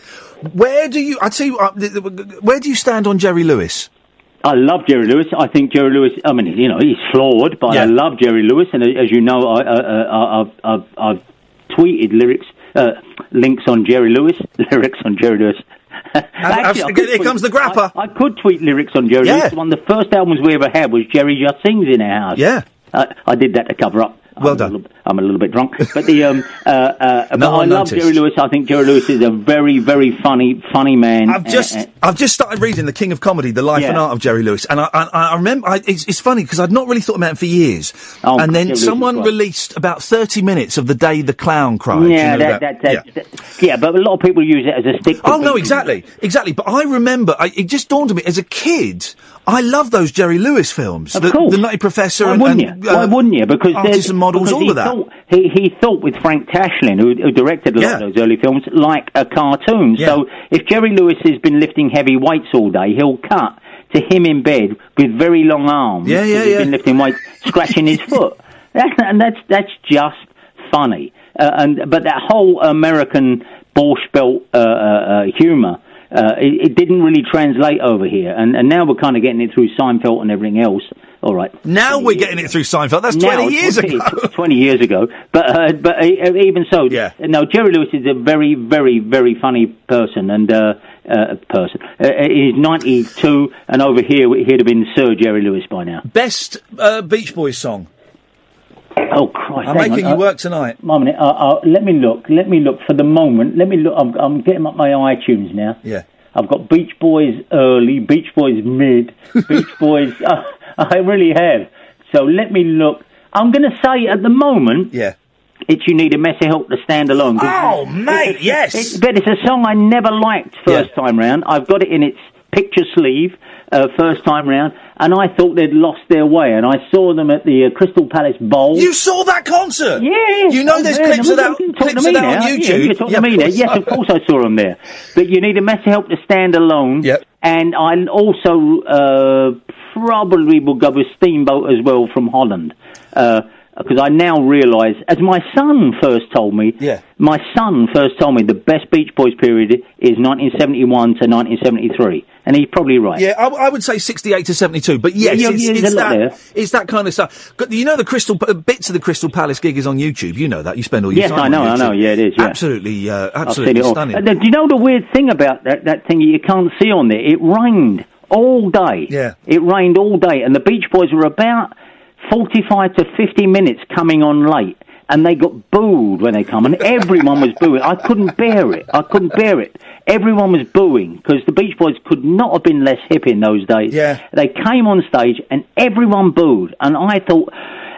Speaker 3: Where do you, I tell you, uh, th- th- where do you stand on Jerry Lewis?
Speaker 6: I love Jerry Lewis. I think Jerry Lewis. I mean, you know, he's flawed, but I love Jerry Lewis. And uh, as you know, I, I, I, I've, I've, I've tweeted lyrics, uh, links on Jerry Lewis, lyrics on Jerry Lewis. Actually, I
Speaker 3: I've-
Speaker 6: could
Speaker 3: here comes the grapper.
Speaker 6: I, I could tweet lyrics on Jerry
Speaker 3: Yeah.
Speaker 6: Lewis. One of the first albums we ever had was Jerry Just Sings in our house.
Speaker 3: Yeah.
Speaker 6: I, I did that to cover up. Well I'm done. A little, I'm a little bit drunk, but the um uh, uh
Speaker 3: No
Speaker 6: but I
Speaker 3: one
Speaker 6: love
Speaker 3: noticed.
Speaker 6: Jerry Lewis. I think Jerry Lewis is a very very funny funny man.
Speaker 3: I've
Speaker 6: Uh,
Speaker 3: just
Speaker 6: uh,
Speaker 3: I've just started reading The King of Comedy: The Life and
Speaker 6: Yeah.
Speaker 3: Art of Jerry Lewis, and I I, I remember I, it's, it's funny because I'd not really thought about it for years,
Speaker 6: Oh,
Speaker 3: and then
Speaker 6: Jerry Lewis is
Speaker 3: someone
Speaker 6: great.
Speaker 3: released about thirty minutes of the day the clown cried.
Speaker 6: Yeah,
Speaker 3: you know,
Speaker 6: that, that, that, that- yeah. but a lot of people use it as a stick.
Speaker 3: Oh no, exactly, exactly. But I remember I, it just dawned on me as a kid. I love those Jerry Lewis films,
Speaker 6: Of
Speaker 3: the,
Speaker 6: course.
Speaker 3: the Nutty Professor,
Speaker 6: Why
Speaker 3: and,
Speaker 6: wouldn't
Speaker 3: and,
Speaker 6: you? Why
Speaker 3: uh,
Speaker 6: wouldn't you? Because
Speaker 3: artists
Speaker 6: there's
Speaker 3: and models,
Speaker 6: because
Speaker 3: all
Speaker 6: he
Speaker 3: of that.
Speaker 6: Thought, he he thought with Frank Tashlin, who, who directed a lot of those early films, like a cartoon. So if Jerry Lewis has been lifting heavy weights all day, he'll cut to him in bed with very long arms.
Speaker 11: Yeah, yeah,
Speaker 6: because he's
Speaker 11: yeah.
Speaker 6: Been lifting weights, scratching his foot, That's- and that's that's just funny. uh, and but that whole American Borscht Belt uh, uh, humor. Uh, it, it didn't really translate over here, and, and now we're kind of getting it through Seinfeld and everything else. All right,
Speaker 3: Now we're getting it through Seinfeld. That's
Speaker 6: now,
Speaker 3: 20 years ago.
Speaker 6: 20 years ago. But uh, but uh, even so, yeah. No, Jerry Lewis is a very very very funny person and uh, uh, person. Uh, he's 92, and over here he'd have been Sir Jerry Lewis by now.
Speaker 3: Best uh, Beach Boys song.
Speaker 6: Oh Christ!
Speaker 3: I'm
Speaker 6: hang
Speaker 3: making
Speaker 6: on.
Speaker 3: you
Speaker 6: Uh,
Speaker 3: work tonight.
Speaker 6: One minute. Uh, uh, let me look. Let me look for the moment. Let me look. I'm, I'm getting up my iTunes now.
Speaker 3: Yeah.
Speaker 6: I've got Beach Boys early, Beach Boys mid, Beach Boys. Uh, I really have. So let me look. I'm going to say at the moment.
Speaker 3: Yeah.
Speaker 6: It's you need a mess of help to stand alone.
Speaker 3: Oh, mate, yes.
Speaker 6: It's, but it's a song I never liked first time round. I've got it in its picture sleeve uh, first time round, and I thought they'd lost their way. And I saw them at the uh, Crystal Palace Bowl.
Speaker 3: You saw that concert?
Speaker 6: Yeah.
Speaker 3: You know there's
Speaker 6: I was
Speaker 3: clips of
Speaker 6: there.
Speaker 3: that,
Speaker 6: You can talk
Speaker 3: clips
Speaker 6: to
Speaker 3: of
Speaker 6: me
Speaker 3: that on
Speaker 6: now. Yeah,
Speaker 3: YouTube.
Speaker 6: you can talk to me now. Yes, of course I saw them there. But you need a mess of help to stand alone. Yep. And I also uh, probably will go with Steamboat as well from Holland. Because I now realise, as my son first told me,
Speaker 3: Yeah.
Speaker 6: my son first told me the best Beach Boys period is 1971 to 1973. And he's probably right.
Speaker 3: Yeah, I, I would say 68 to 72, but yes,
Speaker 6: Yeah, yeah,
Speaker 3: it's,
Speaker 6: yeah,
Speaker 3: it's
Speaker 6: there's a lot there.
Speaker 3: that, it's that kind of stuff. But You know the Crystal, Pa- bits of the Crystal Palace gig is on YouTube. You know that. You spend all your
Speaker 6: Yes,
Speaker 3: time
Speaker 6: I
Speaker 3: on
Speaker 6: know, I
Speaker 3: YouTube.
Speaker 6: know. Yeah, it is, yeah.
Speaker 3: Absolutely, uh,
Speaker 6: I've
Speaker 3: absolutely
Speaker 6: seen it all.
Speaker 3: stunning.
Speaker 6: And then, do you know the weird thing about that, that thing you can't see on there? It rained all day.
Speaker 3: Yeah.
Speaker 6: It rained all day, and the Beach Boys were about 45 to 50 minutes coming on late. And they got booed when they come, and everyone was booing. I couldn't bear it. I couldn't bear it. Everyone was booing because the Beach Boys could not have been less hip in those days.
Speaker 3: Yeah.
Speaker 6: They came on stage and everyone booed, and I thought.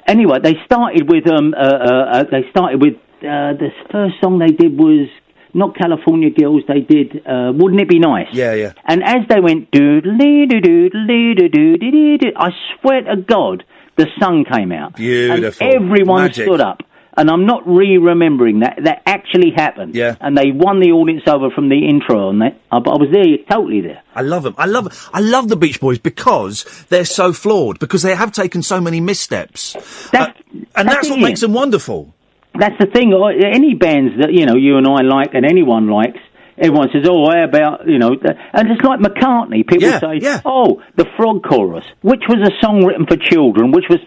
Speaker 6: Anyway, they started with um, uh, uh, uh, they started with uh, the first song they did was not California Girls. They did uh, Wouldn't It Be Nice?
Speaker 3: Yeah, yeah.
Speaker 6: And as they went doodly doodly doodly doo, I swear to God, the sun came out.
Speaker 3: Beautiful.
Speaker 6: And everyone
Speaker 3: Magic.
Speaker 6: stood up. And I'm not re-remembering that. That actually happened.
Speaker 3: Yeah.
Speaker 6: And they won the audience over from the intro on that. I, I was there, totally there.
Speaker 3: I love them. I love I love the Beach Boys because they're so flawed because they have taken so many missteps,
Speaker 6: That's,
Speaker 3: and that's what
Speaker 6: it.
Speaker 3: makes them wonderful.
Speaker 6: That's the thing. or Any bands that you know you and I like, and anyone likes, everyone says, "Oh, how about you know?" th-" And it's like McCartney. People
Speaker 3: Yeah,
Speaker 6: say, "Oh, the Frog Chorus," which was a song written for children, which was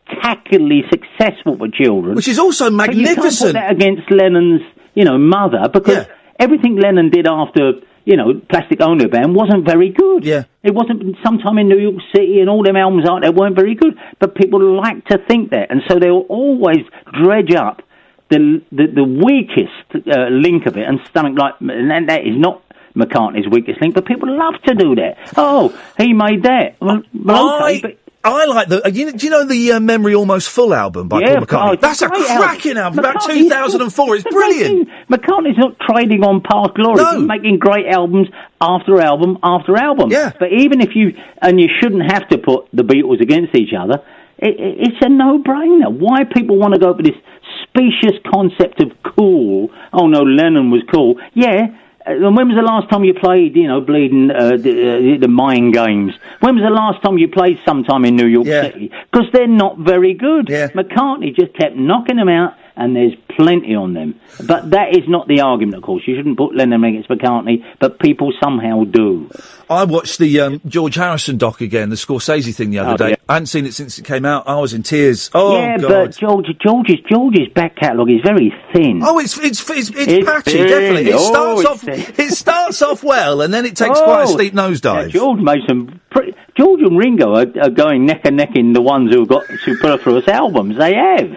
Speaker 6: spectacularly successful for children,
Speaker 3: Which is also
Speaker 6: But you can't put
Speaker 3: magnificent.
Speaker 6: that against Lennon's, you know, mother, because everything Lennon did after. You know, Plastic Ono Band wasn't very good. Yeah, it wasn't. Sometime in New York City and all them albums out there weren't very good, but people like to think that, and so they will always dredge up the the, the weakest uh, link of it and something like and that is not McCartney's weakest link, but people love to do that. Oh, he made that. Well, well, okay,
Speaker 3: I, I like the. uh, You, know- do you know the uh, Memory Almost Full album by
Speaker 6: Yeah,
Speaker 3: Paul
Speaker 6: oh,
Speaker 3: McCartney?
Speaker 6: it's
Speaker 3: That's a
Speaker 6: great album.
Speaker 3: cracking album. About
Speaker 6: McCartney's-
Speaker 3: 2004. It's brilliant.
Speaker 6: McCartney's not trading on past glory. He's making great albums after album after album. Yeah. But even if you and you shouldn't have to put the Beatles against each other, it, it, it's a no-brainer. Why people want to go for this specious concept of cool? Oh no, Lennon was cool. Yeah. Uh, And when was the last time you played, you know, bleeding uh, the, uh, the mind games? When was the last time you played sometime in New York City? Because they're not very good. McCartney just kept knocking them out, and there's plenty on them. But that is not the argument, of course. You shouldn't put Lennon against McCartney, but people somehow do.
Speaker 3: I watched the um, George Harrison doc again, the Scorsese thing the other
Speaker 6: Oh,
Speaker 3: day.
Speaker 6: yeah.
Speaker 3: I hadn't seen it since it came out. I was in tears. Oh
Speaker 6: yeah,
Speaker 3: God.
Speaker 6: but George, George's George's back catalogue is very thin.
Speaker 3: Oh, it's it's it's, it's,
Speaker 6: It's
Speaker 3: patchy,
Speaker 6: thin.
Speaker 3: definitely. It
Speaker 6: Oh,
Speaker 3: starts
Speaker 6: it's
Speaker 3: off it starts off well, and then it takes quite a
Speaker 6: Oh,
Speaker 3: steep
Speaker 6: yeah,
Speaker 3: nosedive.
Speaker 6: George made some. Pre- George and Ringo are, are going neck and neck in the ones who've got superfluous albums. They have.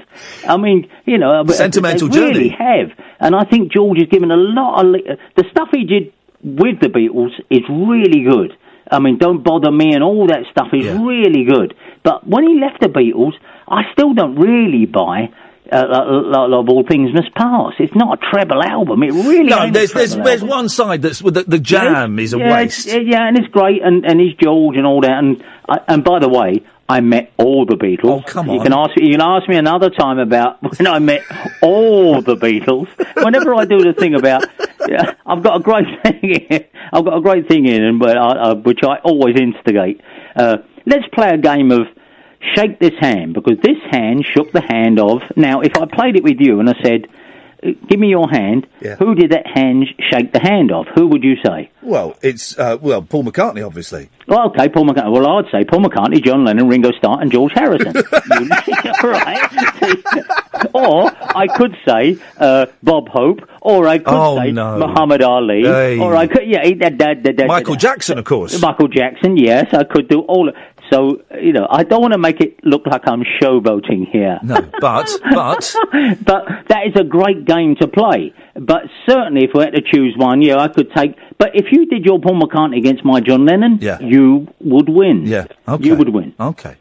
Speaker 6: I mean, you know, uh,
Speaker 3: Sentimental
Speaker 6: they really
Speaker 3: Journey.
Speaker 6: have. And I think George has given a lot of li- the stuff he did with the Beatles is really good. I mean, don't bother me and all that stuff is really good. But when he left the Beatles, I still don't really buy. Uh, lo- lo- of all things must pass. It's not a treble album. It really
Speaker 3: no,
Speaker 6: ain't a
Speaker 3: there's there's,
Speaker 6: treble
Speaker 3: there's
Speaker 6: album.
Speaker 3: one side that's the, the jam is a
Speaker 6: Yeah,
Speaker 3: waste.
Speaker 6: it's- yeah, and it's great, and, and he's George and all that. And I, and by the way, I met all the Beatles. Oh, come You
Speaker 3: on.
Speaker 6: can ask you can ask me another time about when I met all the Beatles. Whenever I do the thing about, yeah, I've got a great thing. Here. I've got a great thing in, and but I, I, which I always instigate. Uh, let's play a game of shake this hand because this hand shook the hand of. Now, if I played it with you and I said, "Uh, "Give me your hand," who did that hand sh- shake the hand of? Who would you say?
Speaker 3: Well, it's uh, well Paul McCartney, obviously.
Speaker 6: Well, okay, Paul McCartney. Well, I'd say Paul McCartney, John Lennon, Ringo Starr, and George Harrison. right? or I could say uh, Bob Hope, or I could
Speaker 3: Oh,
Speaker 6: say
Speaker 3: no.
Speaker 6: Muhammad Ali,
Speaker 3: Hey.
Speaker 6: or I could yeah, eh, da, da, da, da,
Speaker 3: Michael
Speaker 6: da,
Speaker 3: Jackson, of course.
Speaker 6: Michael Jackson. Yes, I could do all. Of, so you know, I don't want to make it look like I'm showboating here.
Speaker 3: No, but but
Speaker 6: but that is a great game to play. But certainly, if we had to choose one, yeah, I could take. But if you did your Paul McCartney against my John Lennon,
Speaker 3: Yeah.
Speaker 6: you would win.
Speaker 3: Yeah, okay.
Speaker 6: you would win.
Speaker 3: Okay.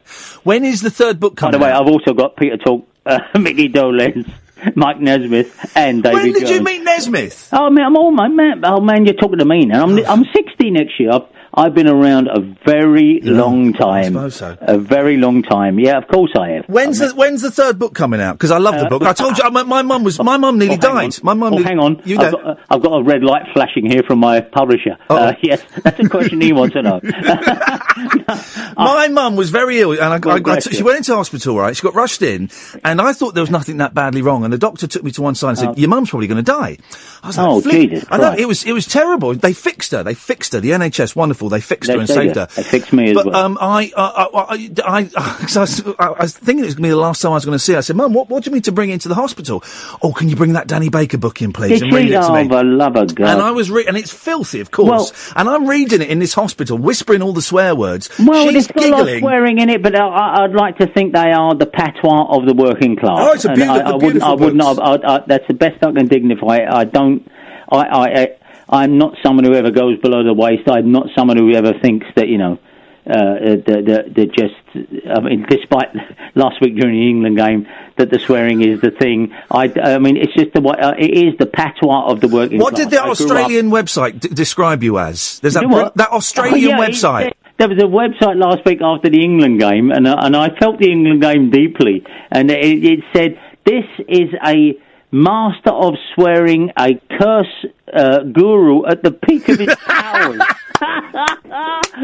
Speaker 3: When is the third book coming?
Speaker 6: By the way,
Speaker 3: out?
Speaker 6: I've also got Peter Talk, uh, Mickey Dolenz, Mike Nesmith, and David.
Speaker 3: When did you
Speaker 6: Jones.
Speaker 3: meet Nesmith?
Speaker 6: Oh man, I'm all my man. Oh man, you're talking to me now. I'm I'm 60 next year. I've, I've been around a very long time.
Speaker 3: suppose so.
Speaker 6: A very long time. Yeah, of course I have.
Speaker 3: When's the When's the third book coming out? Because I love the
Speaker 6: Uh,
Speaker 3: book. I told you, I- my, my mum was my mum nearly died. My mum.
Speaker 6: Oh,
Speaker 3: nearly-
Speaker 6: hang on.
Speaker 3: You
Speaker 6: I've,
Speaker 3: know.
Speaker 6: got, uh, I've got a red light flashing here from my publisher. Uh, yes, that's a question he wants to know. Ah.
Speaker 3: My mum was very ill, and I, I- I-
Speaker 6: bless
Speaker 3: she
Speaker 6: you.
Speaker 3: went into hospital. Right, she got rushed in, and I thought there was nothing that badly wrong. And the doctor took me to one side and said,
Speaker 6: Oh.
Speaker 3: "Your mum's probably going to die." I was like,
Speaker 6: Oh,
Speaker 3: "Flip."
Speaker 6: Jesus
Speaker 3: I know
Speaker 6: Christ.
Speaker 3: it was it was terrible. They fixed her. They fixed her. The NHS, wonderful. They fixed
Speaker 6: They
Speaker 3: her and
Speaker 6: say
Speaker 3: saved her.
Speaker 6: that. They fixed me as
Speaker 3: but,
Speaker 6: well.
Speaker 3: Um, I, uh, I, I, I, 'cause I, was, I was thinking it was going to be the last time I was going to see. her. I said, "Mum, what, what do you mean to bring into the hospital? Oh, can you bring that Danny Baker book in, please,
Speaker 6: Did
Speaker 3: and read
Speaker 6: she?
Speaker 3: it to me?"
Speaker 6: Oh, the love of God.
Speaker 3: And I was re- and it's filthy, of course.
Speaker 6: Well-
Speaker 3: and I'm reading it in this hospital, whispering all the swear words.
Speaker 6: well,
Speaker 3: She's
Speaker 6: there's got a lot of
Speaker 3: giggling.
Speaker 6: swearing in it, but I- I, I'd like to think they are the patois of the working class.
Speaker 3: Oh, it's a
Speaker 6: And I-
Speaker 3: beautiful-
Speaker 6: I, wouldn't. I
Speaker 3: beautiful
Speaker 6: wouldn't.
Speaker 3: books.
Speaker 6: I, I, I, that's the best I can dignify. it. I don't. I. I, I I'm not someone who ever goes below the waist. I'm not someone who ever thinks that you know. Uh, that that that just, I mean, despite last week during the England game, that the swearing is the thing. I, I mean, it's just the way uh, it is the patois of the working
Speaker 3: What
Speaker 6: class.
Speaker 3: did the
Speaker 6: I grew up-
Speaker 3: Australian website d- describe you as? There's that,
Speaker 6: you know what?
Speaker 3: that Australian
Speaker 6: Oh, yeah,
Speaker 3: website.
Speaker 6: it- There was a website last week after the England game, and I- and I felt the England game deeply. And it, it said, "This is a master of swearing, a curse uh, guru at the peak of his powers." and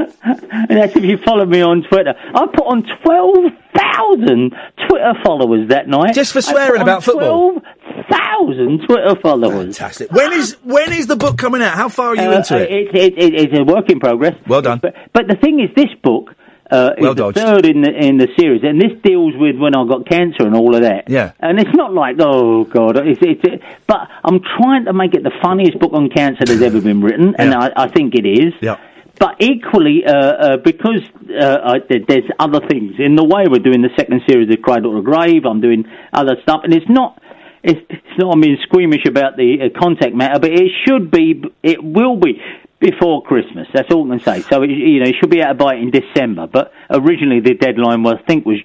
Speaker 6: that's if you follow me on Twitter. I put on twelve thousand Twitter followers that night
Speaker 3: Just for swearing about football?
Speaker 6: Twelve thousand Twitter followers.
Speaker 3: Fantastic. When is when is the book coming out? How far are you
Speaker 6: Uh,
Speaker 3: into it?
Speaker 6: It, it, it- It's a work in progress.
Speaker 3: Well done.
Speaker 6: But, but the thing is, this book uh,
Speaker 3: Well
Speaker 6: is the
Speaker 3: dodged.
Speaker 6: third in the in the series, and this deals with when I got cancer and all of that.
Speaker 3: Yeah.
Speaker 6: And it's not like oh god, it's, it's it, but I'm trying to make it the funniest book on cancer that's ever been written, and
Speaker 3: Yeah.
Speaker 6: I, I think it is.
Speaker 3: Yeah.
Speaker 6: But equally, uh, uh, because uh, I, there- there's other things in the way we're doing the second series of Cradle to Grave. I'm doing other stuff, and it's not. It's, it's not. I'm being squeamish about the uh, contact matter, but it should be. It will be before Christmas. That's all I can say. So it, you know, it should be out by in December. But originally, the deadline was I think was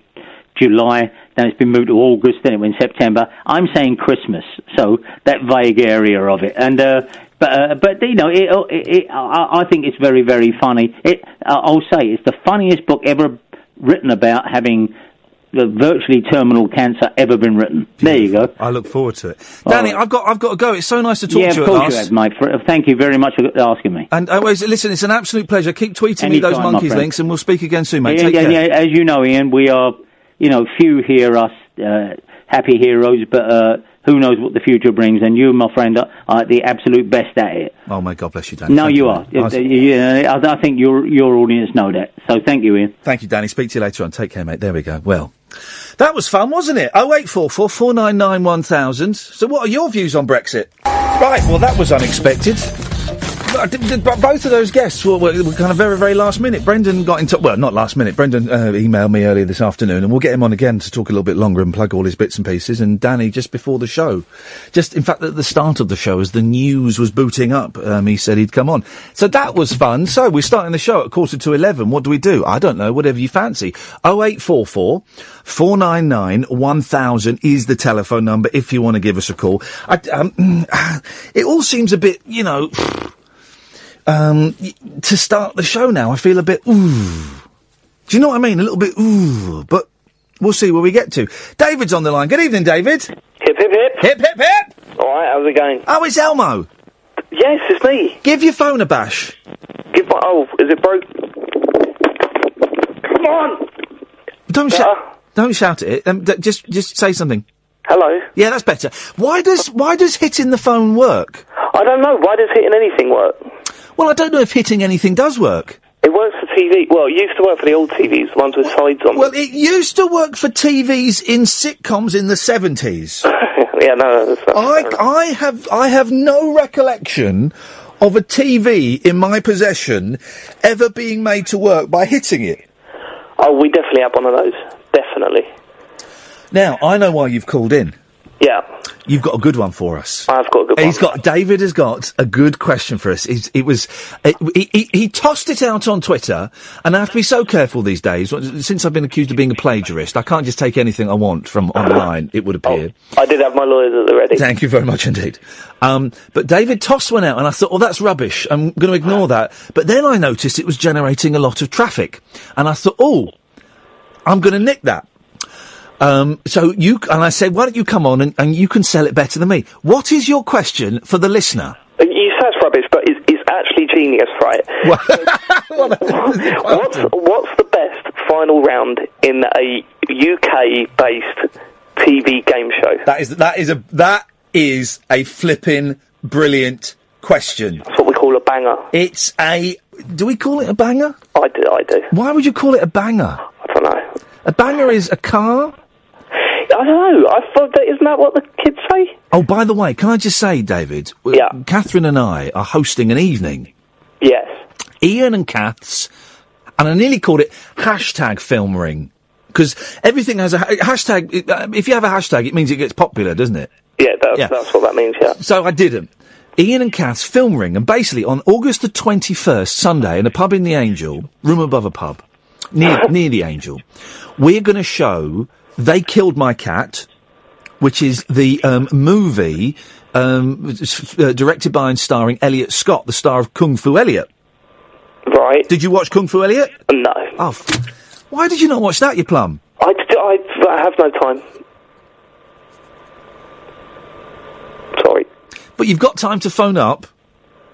Speaker 6: July. Then it's been moved to August. Then it went September. I'm saying Christmas. So that vague area of it, and uh, but uh, but you know, it, it, it, I, I think it's very very funny. It, I- I'll say it's the funniest book ever written about having the virtually terminal cancer ever been written. There you go. Oh,
Speaker 3: I look forward to it. Danny, I've got I've got to go. It's so nice to talk
Speaker 6: yeah,
Speaker 3: to you
Speaker 6: of
Speaker 3: at
Speaker 6: course
Speaker 3: last.
Speaker 6: you have, Mike. For- Thank you very much for asking me.
Speaker 3: And always listen, it's an absolute pleasure. Keep tweeting me
Speaker 6: Anytime,
Speaker 3: those
Speaker 6: my
Speaker 3: monkeys
Speaker 6: friend.
Speaker 3: links, and we'll speak again soon, mate.
Speaker 6: Yeah,
Speaker 3: Take
Speaker 6: yeah,
Speaker 3: care.
Speaker 6: yeah, as you know, Ian, we are you know few here us uh, happy heroes, but uh, who knows what the future brings? And you, my friend, are, are the absolute best at it.
Speaker 3: Oh my God, bless you, Danny.
Speaker 6: No,
Speaker 3: Thank
Speaker 6: you are.
Speaker 3: mate. I-
Speaker 6: Yeah, I I think your your audience know that. So thank you, Ian.
Speaker 3: Thank you, Danny. Speak to you later on. Take care, mate. There we go. Well, that was fun, wasn't it? 0844 499 1000. So, what are your views on Brexit? Right, well, that was unexpected. But uh, d- d- but Both of those guests were, were, were kind of very, very last minute. Brendan got in touch. Well, not last minute. Brendan uh, emailed me earlier this afternoon, and we'll get him on again to talk a little bit longer and plug all his bits and pieces. And Danny, just before the show, just in fact at the start of the show, as the news was booting up, um, he said he'd come on. So that was fun. So we're starting the show at quarter to eleven. What do we do? I don't know. Whatever you fancy. 0844 499 1000 is the telephone number if you want to give us a call. I, um, it all seems a bit, you know. um, y- to start the show now, I feel a bit ooh. Do you know what I mean? A little bit ooh, but we'll see where we get to. David's on the line. Good evening, David.
Speaker 7: Hip, hip, hip.
Speaker 3: Hip, hip, hip.
Speaker 7: All right, how's it going?
Speaker 3: Oh, it's Elmo.
Speaker 7: Yes, it's me.
Speaker 3: Give your phone a bash.
Speaker 7: Give my. Oh, is it broke? Come on!
Speaker 3: don't shout. Don't shout at it. Um, d- just just say something.
Speaker 7: Hello.
Speaker 3: Yeah, that's better. Why does why does hitting the phone work?
Speaker 7: I don't know. Why does hitting anything work?
Speaker 3: Well, I don't know if hitting anything does work.
Speaker 7: It works for TV. Well, it used to work for the old TVs, the ones with sides on.
Speaker 3: Well, it used to work for TVs in sitcoms in the seventies.
Speaker 7: yeah, no, that's not
Speaker 3: I, I have I have no recollection of a TV in my possession ever being made to work by hitting it.
Speaker 7: Oh, we definitely have one of those. Definitely.
Speaker 3: Now I know why you've called in.
Speaker 7: Yeah.
Speaker 3: You've got a good one for us.
Speaker 7: I've got a good
Speaker 3: He's got David has got a good question for us. He's, it was it, he, he, he tossed it out on Twitter, and I have to be so careful these days. Since I've been accused of being a plagiarist, I can't just take anything I want from online. It would appear.
Speaker 7: Oh, I did have my lawyers at the ready.
Speaker 3: Thank you very much indeed. Um, but David tossed one out, and I thought, well, that's rubbish. I'm going to ignore that. But then I noticed it was generating a lot of traffic, and I thought, oh, I'm going to nick that. Um, so you and I said, why don't you come on and, and you can sell it better than me? What is your question for the listener?
Speaker 7: Uh, You say it's rubbish, but it's, it's actually genius, right? what's, what's the best final round in a UK-based TV game show?
Speaker 3: That is that is a that is a flipping brilliant question. That's
Speaker 7: what we call a banger.
Speaker 3: It's a do we call it a banger?
Speaker 7: I do. I do.
Speaker 3: Why would you call it a banger?
Speaker 7: I don't know.
Speaker 3: A banger is a car.
Speaker 7: I don't know. I thought that isn't that what the kids say?
Speaker 3: Oh, by the way, can I just say, David? w- Catherine and I are hosting an evening.
Speaker 7: Yes.
Speaker 3: Ian and Kath's, and I nearly called it hashtag film ring because everything has a ha- hashtag. it- uh, If you have a hashtag, it means it gets popular, doesn't it?
Speaker 7: Yeah, that's, that's what that means. Yeah.
Speaker 3: So I didn't. Ian and Kath's film ring, and basically on August the 21st, Sunday, in a pub in the Angel, room above a pub, near, near the Angel, we're going to show They Killed My Cat, which is the um, movie um, s- uh, directed by and starring Elliot Scott, the star of Kung Fu Elliot.
Speaker 7: Right.
Speaker 3: Did you watch Kung Fu Elliot?
Speaker 7: No.
Speaker 3: Oh, f- why did you not watch that, you plum?
Speaker 7: I, d- I, I have no time. Sorry.
Speaker 3: But you've got time to phone up.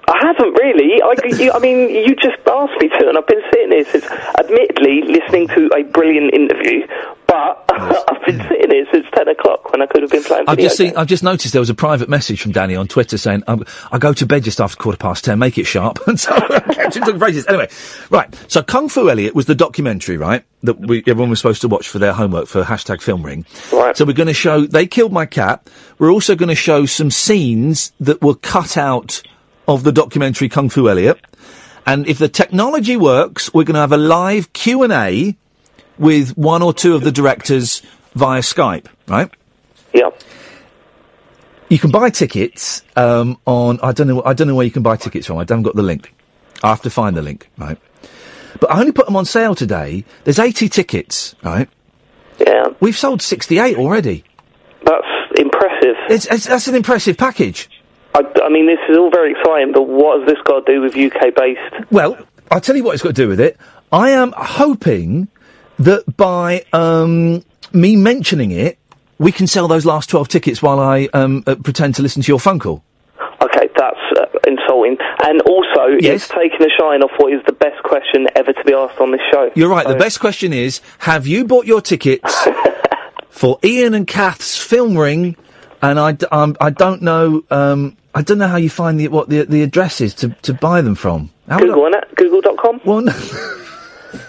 Speaker 7: I haven't really. I, you, I mean, you just asked me to, and I've been sitting here since, admittedly, listening to a brilliant interview, but I've been sitting here since 10 o'clock when I could have been playing
Speaker 3: I've
Speaker 7: video
Speaker 3: just seen. I've just noticed there was a private message from Danny on Twitter saying, "Um, "I go to bed just after quarter past ten. Make it sharp." And so I kept him talking phrases. Anyway, right. So Kung Fu Elliot was the documentary, right? That we, everyone was supposed to watch for their homework for hashtag Film Ring. Right. So we're going to show. They killed my cat. We're also going to show some scenes that were cut out of the documentary Kung Fu Elliot. And if the technology works, we're going to have a live Q and A with one or two of the directors via Skype, right?
Speaker 7: Yeah.
Speaker 3: You can buy tickets um, on. I don't know. I don't know where you can buy tickets from. I haven't got the link. I have to find the link, right? But I only put them on sale today. There's 80 tickets, right?
Speaker 7: Yeah.
Speaker 3: We've sold 68 already.
Speaker 7: That's impressive.
Speaker 3: It's, it's that's an impressive package.
Speaker 7: I, I mean, this is all very exciting, but what has this got to do with UK based?
Speaker 3: Well, I'll tell you what it's got to do with it. I am hoping that by um, me mentioning it, we can sell those last 12 tickets while I um, uh, pretend to listen to your phone call.
Speaker 7: Okay, that's uh, insulting. And also, it's taking the shine off what is the best question ever to be asked on this show.
Speaker 3: You're right. The
Speaker 7: So-
Speaker 3: best question is: Have you bought your tickets for Ian and Kath's film ring? And I, d- um, I don't know. Um, I don't know how you find the what the the address is to, to buy them from. How would I-
Speaker 7: Google, innit? Google.com?
Speaker 3: Well, no.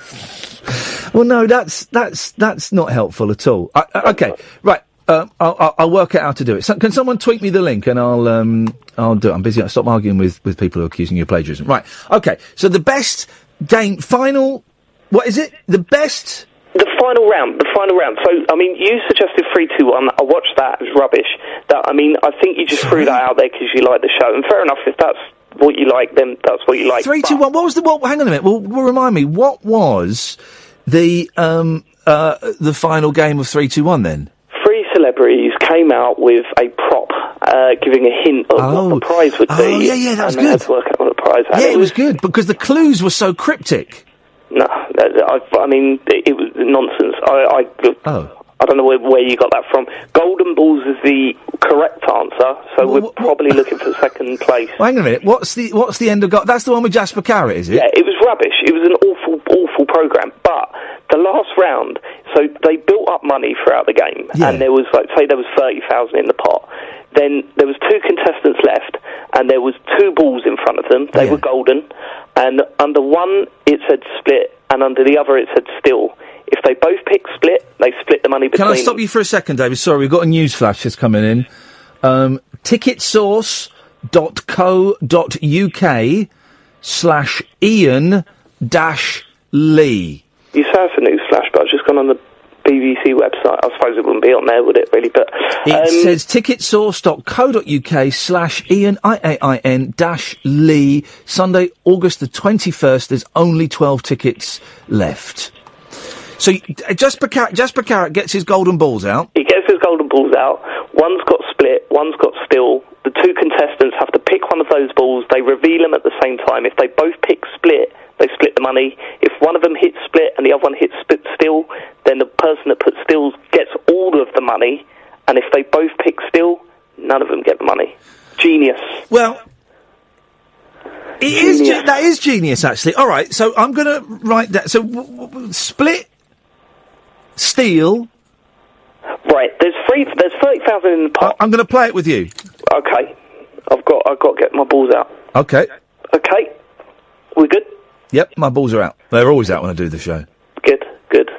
Speaker 3: well, no, that's that's that's not helpful at all. I, I, okay, right. Um, I'll, I'll- I'll work out how to do it. So, can someone tweet me the link and I'll um, I'll do it. I'm busy. Stop arguing with, with people who are accusing you of plagiarism. Right. Okay. So the best game final. What is it? The best.
Speaker 7: The final round, the final round. So, I mean, you suggested 3 2 1. I watched that. It was rubbish. That I mean, I think you just threw that out there because you like the show. And fair enough, if that's what you like, then that's what you like.
Speaker 3: Three, two, one. What was the? What, hang on a minute. Well, well, remind me. What was the um uh the final game of three, two, one? Then.
Speaker 7: Three celebrities came out with a prop uh, giving a hint of what the prize would be.
Speaker 3: Oh, yeah, yeah, that was
Speaker 7: and they had
Speaker 3: good.
Speaker 7: to work out what the prize and
Speaker 3: yeah, it was good because the clues were so cryptic.
Speaker 7: No, I, I mean, it, it was nonsense. I, I,
Speaker 3: Oh.
Speaker 7: I don't know where, where you got that from. Golden Balls is the correct answer, so we're probably looking for second place.
Speaker 3: Well, hang on a minute. What's the what's the end of God? That's the one with Jasper Carrot, is it?
Speaker 7: Yeah, it was rubbish. It was an awful, awful program. But the last round, so they built up money throughout the game, and there was like say there was thirty thousand in the pot. Then there was two contestants left, and there was two balls in front of them. They were golden, and under one it said split, and under the other it said still. If they both pick split, they split the money between.
Speaker 3: Can I stop you for a second, David? Sorry, we've got a news flash that's coming in. Um, ticketsource.co.uk slash Ian dash Lee.
Speaker 7: You say it's a news flash, but I've just gone on the BBC website. I suppose it wouldn't be on there, would it? Really, but um,
Speaker 3: It says ticketsource.co.uk slash Ian, I-A-I-N dash Lee, Sunday, August the 21st. There's only 12 tickets left. So y- uh, Jasper, Car- Jasper Carrot gets his golden balls out.
Speaker 7: He gets his golden balls out. One's got split, one's got still. The two contestants have to pick one of those balls. They reveal them at the same time. If they both pick split, they split the money. If one of them hits split and the other one hits split still, then the person that puts still gets all of the money. And if they both pick still, none of them get the money. Genius.
Speaker 3: Well, it is ge- that is genius actually. All right, so I'm going to write that. So w- w- w- split, steal.
Speaker 7: Right, there's three. There's thirty thousand in the pot.
Speaker 3: I'm going to play it with you.
Speaker 7: Okay, I've got I've got to get my balls out.
Speaker 3: Okay.
Speaker 7: Okay, we're good.
Speaker 3: Yep, my balls are out. They're always out when I do the show.
Speaker 7: Good, good.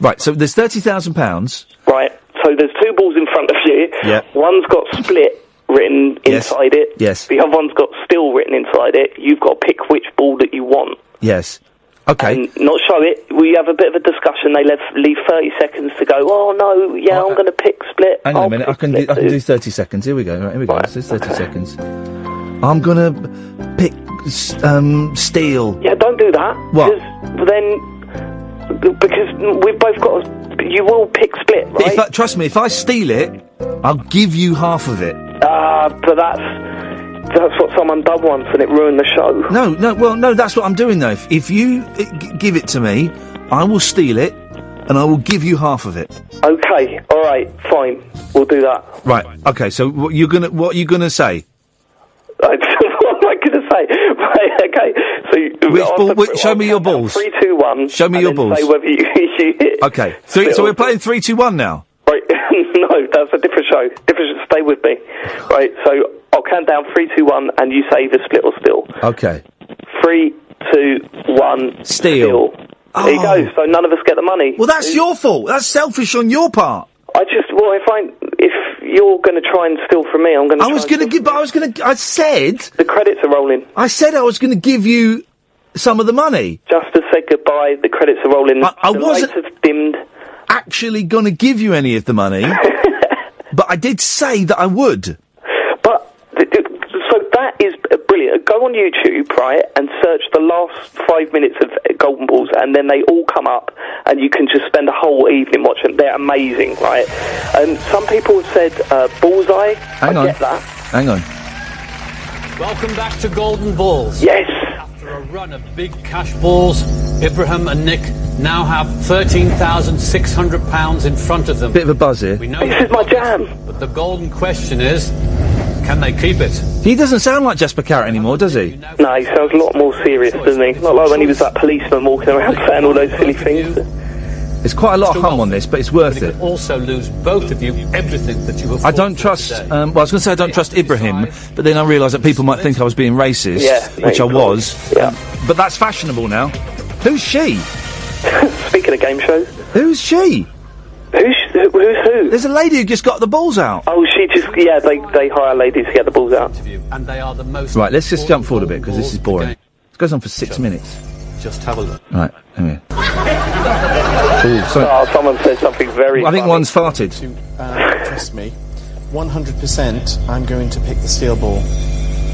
Speaker 3: Right, so there's thirty thousand pounds.
Speaker 7: Right, so there's two balls in front of you.
Speaker 3: Yeah.
Speaker 7: One's got split written inside it.
Speaker 3: Yes.
Speaker 7: The other one's got still written inside it. You've got to pick which ball that you want.
Speaker 3: Yes. Okay.
Speaker 7: And not show it. We have a bit of a discussion. They leave, leave 30 seconds to go, oh no, yeah, I'm going to pick split.
Speaker 3: Hang on
Speaker 7: I'll
Speaker 3: a minute. I
Speaker 7: pick
Speaker 3: can do, I
Speaker 7: split
Speaker 3: can
Speaker 7: too."
Speaker 3: do thirty seconds. Here we go. Right, here we go. This is thirty seconds. I'm gonna pick s- um, steal.
Speaker 7: Yeah, don't do that.
Speaker 3: What?
Speaker 7: Because then, because we've both got to, you will pick split, right?
Speaker 3: If I, trust me, if I steal it, I'll give you half of it.
Speaker 7: Ah, but that's that's what someone done once, and it ruined the show.
Speaker 3: No, no, well, no, that's what I'm doing though. If, if you uh, g- give it to me, I will steal it and I will give you half of it.
Speaker 7: Okay, all right, fine, we'll do that.
Speaker 3: Right. Okay, so what you're going to what are you going to say?
Speaker 7: what am I going to say? Right, okay. So you- after three-
Speaker 3: show me your balls.
Speaker 7: three, two, one.
Speaker 3: Show me
Speaker 7: and
Speaker 3: your
Speaker 7: then
Speaker 3: balls.
Speaker 7: Say whether you, you hit.
Speaker 3: Okay. Three, so we're playing 3 2 1 now.
Speaker 7: Right, no, that's a different show. Different. Stay with me. Right, so I'll count down three, two, one, and you say either split or still.
Speaker 3: Okay.
Speaker 7: Three, two, one.
Speaker 3: Steal.
Speaker 7: There you
Speaker 3: Oh.
Speaker 7: go. So none of us get the money.
Speaker 3: Well, that's your fault. That's selfish on your part.
Speaker 7: I just well, if I if you're going to try and steal from me, I'm going to.
Speaker 3: I was going to give but I was going to I said
Speaker 7: The credits are rolling.
Speaker 3: I said I was going to give you some of the money.
Speaker 7: Just to say goodbye, the credits are rolling. I, the
Speaker 3: wasn't-
Speaker 7: lights have dimmed.
Speaker 3: Actually going to give you any of the money. but I did say that I would.
Speaker 7: So that is uh, brilliant. Go on YouTube, right, and search the last five minutes of uh, Golden Balls, and then they all come up, and you can just spend a whole evening watching. them. They're amazing, right? Um, some people have said uh, bullseye.
Speaker 3: Hang
Speaker 7: I
Speaker 3: on.
Speaker 7: get that.
Speaker 3: Hang on.
Speaker 8: Welcome back to Golden Balls.
Speaker 7: Yes.
Speaker 8: After a run of big cash balls, Ibrahim and Nick now have £13,600 in front of them.
Speaker 3: Bit of a buzz here.
Speaker 8: We know
Speaker 7: This is my jam.
Speaker 8: but the golden question is, can they keep it?
Speaker 3: He doesn't sound like Jasper Carrot anymore, does he?
Speaker 7: No, he sounds a lot more serious, doesn't he? Not like when he was that policeman walking around saying all those silly things.
Speaker 3: There's quite a lot of hum on this, but it's worth it.
Speaker 8: Also lose both of you everything that you have
Speaker 3: I don't trust. Um, well, I was going to say I don't trust Ibrahim, but then I realised that people might think I was being racist,
Speaker 7: Yeah,
Speaker 3: which I
Speaker 7: of
Speaker 3: was. Um, But that's fashionable now. Who's she?
Speaker 7: Speaking of game shows,
Speaker 3: Who's she?
Speaker 7: who's who, who's who?
Speaker 3: There's a lady who just got the balls out.
Speaker 7: Oh, she just yeah. They they hire ladies to get the balls out.
Speaker 8: and they are the most
Speaker 3: Right, let's just jump forward a bit because this is boring. It goes on for six minutes.
Speaker 8: Just have a look.
Speaker 3: Right, anyway. Ooh, sorry.
Speaker 7: Oh, someone said something very.
Speaker 3: I think
Speaker 7: funny.
Speaker 3: one's farted.
Speaker 9: Uh, trust me, 100% I'm going to pick the steel ball.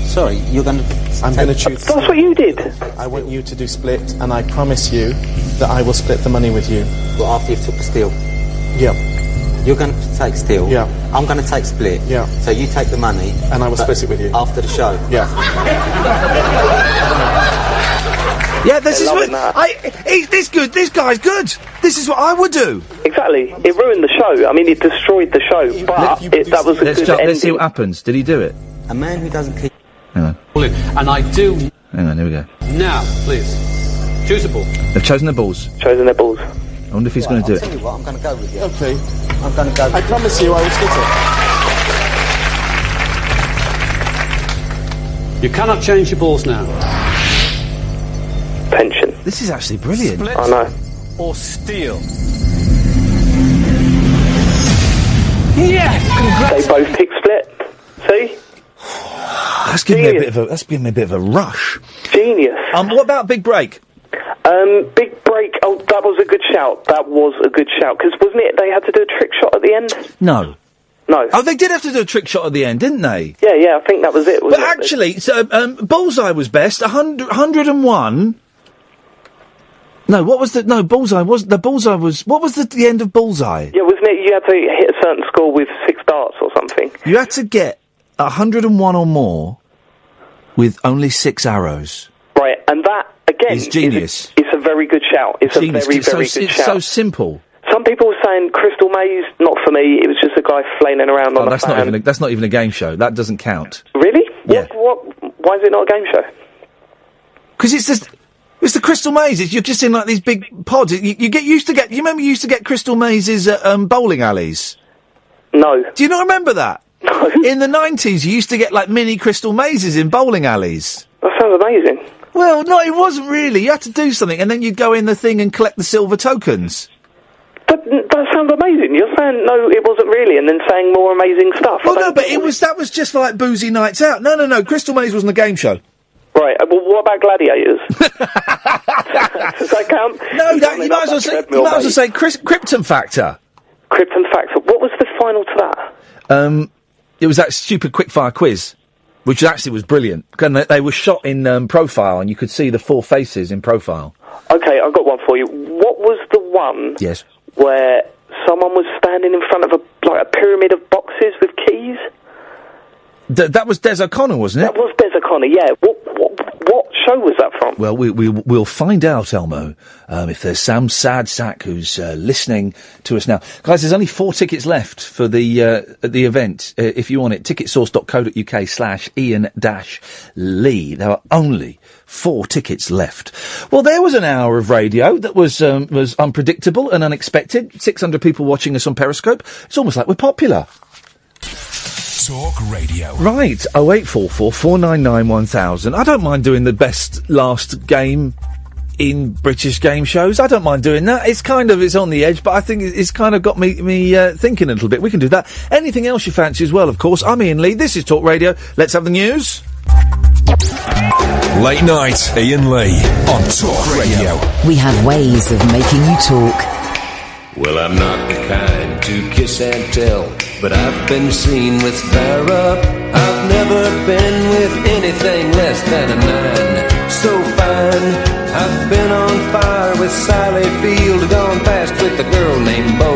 Speaker 9: Sorry, you're going to. I'm going to choose.
Speaker 7: That's what you did.
Speaker 9: I want you to do split, and I promise you that I will split the money with you.
Speaker 10: Well, after you've took steel,
Speaker 9: Yeah,
Speaker 10: you're going to take steel.
Speaker 9: Yeah.
Speaker 10: I'm going to take split.
Speaker 9: Yeah.
Speaker 10: So you take the money
Speaker 9: and I will
Speaker 10: but
Speaker 9: split it with you.
Speaker 10: after the show.
Speaker 9: Yeah.
Speaker 3: Yeah, this
Speaker 7: They're
Speaker 3: is what
Speaker 7: loving that.
Speaker 3: I. He's this good. This guy's good. This is what I would do.
Speaker 7: Exactly. It ruined the show. I mean, it destroyed the show, but it, that was a
Speaker 3: let's
Speaker 7: good
Speaker 3: ju-
Speaker 7: ending.
Speaker 3: let's see what happens. Did he do it?
Speaker 10: A man who doesn't keep.
Speaker 3: Hang on.
Speaker 8: And I do
Speaker 3: Hang on. Here we go.
Speaker 8: now, please. Choosable.
Speaker 3: They've chosen the balls.
Speaker 7: Chosen the balls.
Speaker 3: I wonder if he's going to do it.
Speaker 10: Tell you what, I'm going to go with you.
Speaker 9: Okay.
Speaker 10: I'm going to go.
Speaker 9: I promise you I will split it.
Speaker 8: You cannot change your balls now.
Speaker 7: Pension.
Speaker 3: This is actually brilliant.
Speaker 8: Split
Speaker 7: I know.
Speaker 8: or steal.
Speaker 7: They both picked split. See?
Speaker 3: That's giving me a bit
Speaker 7: Genius.
Speaker 3: of a. That's giving me a bit of a rush.
Speaker 7: Genius.
Speaker 3: Um, what about big break?
Speaker 7: Um, big break. Oh, that was a good shout. That was a good shout. Because wasn't it they had to do a trick shot at the end?
Speaker 3: No.
Speaker 7: No.
Speaker 3: Oh, they did have to do a trick shot at the end, didn't they?
Speaker 7: Yeah, yeah. I think that was it.
Speaker 3: But
Speaker 7: wasn't it?
Speaker 3: actually, so um, Bullseye was best. 100, 101. No, what was the no Bullseye was the Bullseye was what was the, the end of Bullseye?
Speaker 7: Yeah, wasn't it? You had to hit a certain score with six darts or something.
Speaker 3: You had to get 101 or more with only six arrows.
Speaker 7: Right, and that again
Speaker 3: It's genius.
Speaker 7: Is a, it's a very good shout. It's
Speaker 3: Genius,
Speaker 7: a very,
Speaker 3: 'cause it's
Speaker 7: very
Speaker 3: so,
Speaker 7: good
Speaker 3: it's
Speaker 7: shout.
Speaker 3: so simple.
Speaker 7: Some people were saying Crystal Maze, not for me. It was just a guy flailing around
Speaker 3: Oh,
Speaker 7: on
Speaker 3: that's
Speaker 7: a
Speaker 3: not
Speaker 7: fan.
Speaker 3: even a, that's not even a game show. That doesn't count
Speaker 7: really?
Speaker 3: Yeah.
Speaker 7: What, what? Why is it not a game show?
Speaker 3: because it's just it's the crystal mazes. You're just in like these big pods. You, you get used to get. You remember you used to get crystal mazes at um, bowling alleys.
Speaker 7: No.
Speaker 3: Do you not remember that? in the nineties, you used to get like mini crystal mazes in bowling alleys.
Speaker 7: That sounds amazing.
Speaker 3: Well, no, it wasn't really. You had to do something, and then you'd go in the thing and collect the silver tokens.
Speaker 7: But that sounds amazing. You're saying no, it wasn't really, and then saying more amazing stuff. I
Speaker 3: Well, no,
Speaker 7: don't-
Speaker 3: but it was that was just for like boozy nights out. No, no, no. Crystal Maze wasn't a game show.
Speaker 7: right. uh, Well, what about gladiators? Does that count?
Speaker 3: No, that,
Speaker 7: Something
Speaker 3: you might
Speaker 7: on
Speaker 3: as well
Speaker 7: that
Speaker 3: say, you
Speaker 7: treadmill,
Speaker 3: might as well
Speaker 7: mate.
Speaker 3: say Chris, Krypton Factor.
Speaker 7: Krypton Factor. What was the final to that?
Speaker 3: Um, it was that stupid quickfire quiz, which actually was brilliant. And they, they were shot in um, profile, and you could see the four faces in profile.
Speaker 7: Okay, I've got one for you. What was the one
Speaker 3: Yes.
Speaker 7: where someone was standing in front of a like a pyramid of boxes with keys?
Speaker 3: Th- that was Des O'Connor, wasn't it?
Speaker 7: That was Des O'Connor, yeah. What, what, what show was that from?
Speaker 3: Well, we, we, we'll find out, Elmo, um, if there's some sad sack who's uh, listening to us now. Guys, there's only four tickets left for the uh, the event. Uh, if you want it, ticketsource.co.uk slash Ian dash Lee. There are only four tickets left. Well, there was an hour of radio that was um, was unpredictable and unexpected. 600 people watching us on Periscope. It's almost like we're popular.
Speaker 2: Talk radio.
Speaker 3: Right, 0844 499 1000. I don't mind doing the best last game in British game shows. I don't mind doing that. It's kind of, it's on the edge, but I think it- it's kind of got me, me uh, thinking a little bit. We can do that. Anything else you fancy as well, of course. I'm Ian Lee. This is Talk Radio. Let's have the news.
Speaker 2: Late night, Ian Lee on Talk Radio.
Speaker 1: We have ways of making you talk.
Speaker 11: Well, I'm not the kind to kiss and tell, but I've been seen with fire up. I've never been with anything less than a nine. So fine, I've been on fire with Sally Field, gone fast with a girl named Bo.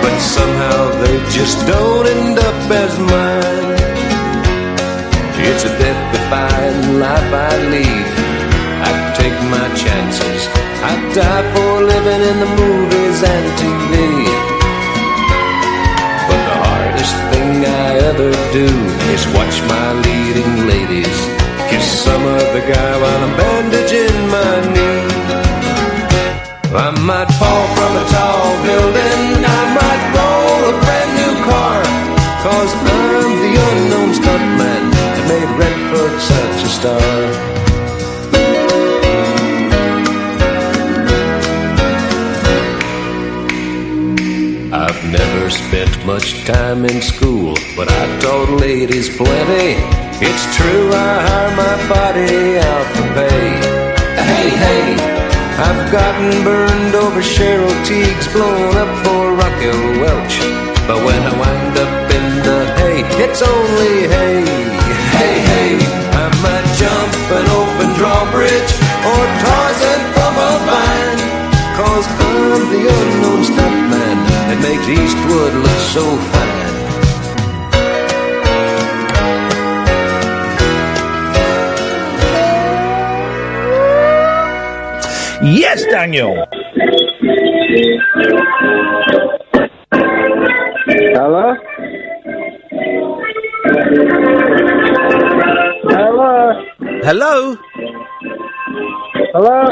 Speaker 11: But somehow they just don't end up as mine. It's a death-defying life I lead. I take my chances. I die for living in the movies and TV. But the hardest thing I ever do is watch my leading ladies kiss some other guy while I'm bandaging my knee. I might fall from a tall building. I might roll a brand new car. Cause I'm the unknown stuntman that made Redford such a star. I've never spent much time in school, but I taught ladies plenty. It's true, I hire my body out for pay. Hey, hey, I've gotten burned over Cheryl Teagues, blown up for Rocky Welch. But when I wind up in the hay, it's only hay. Hey, hey, I might jump an open drawbridge or Tarzan from a vine. Cause I'm the unknown stuntman that makes Eastwood look so fine.
Speaker 3: Yes, Daniel.
Speaker 4: Hello? Hello?
Speaker 3: Hello?
Speaker 4: Hello?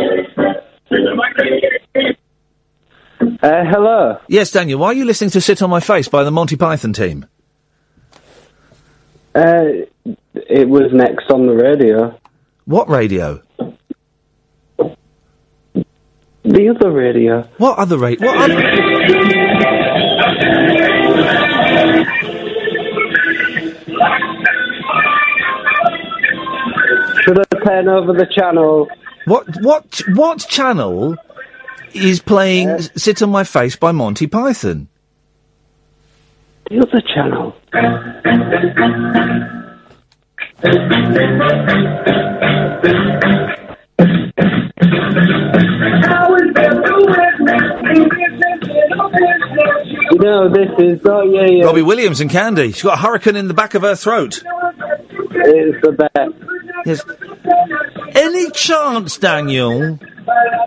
Speaker 3: Uh, hello. Yes, Daniel. Why are you listening to "Sit on My Face" by the Monty Python team?
Speaker 12: Uh, it was next on the radio.
Speaker 3: What radio?
Speaker 12: The other radio.
Speaker 3: What other radio? What
Speaker 12: Should I turn over the channel?
Speaker 3: What what ch- what channel is playing
Speaker 12: Uh,
Speaker 3: S- "Sit on My Face" by Monty Python?
Speaker 12: The other channel.
Speaker 4: You
Speaker 12: know, this is oh yeah, yeah.
Speaker 3: Robbie Williams and Candy. She's got a hurricane in the back of her throat.
Speaker 12: It's the best.
Speaker 3: Yes. Any chance, Daniel?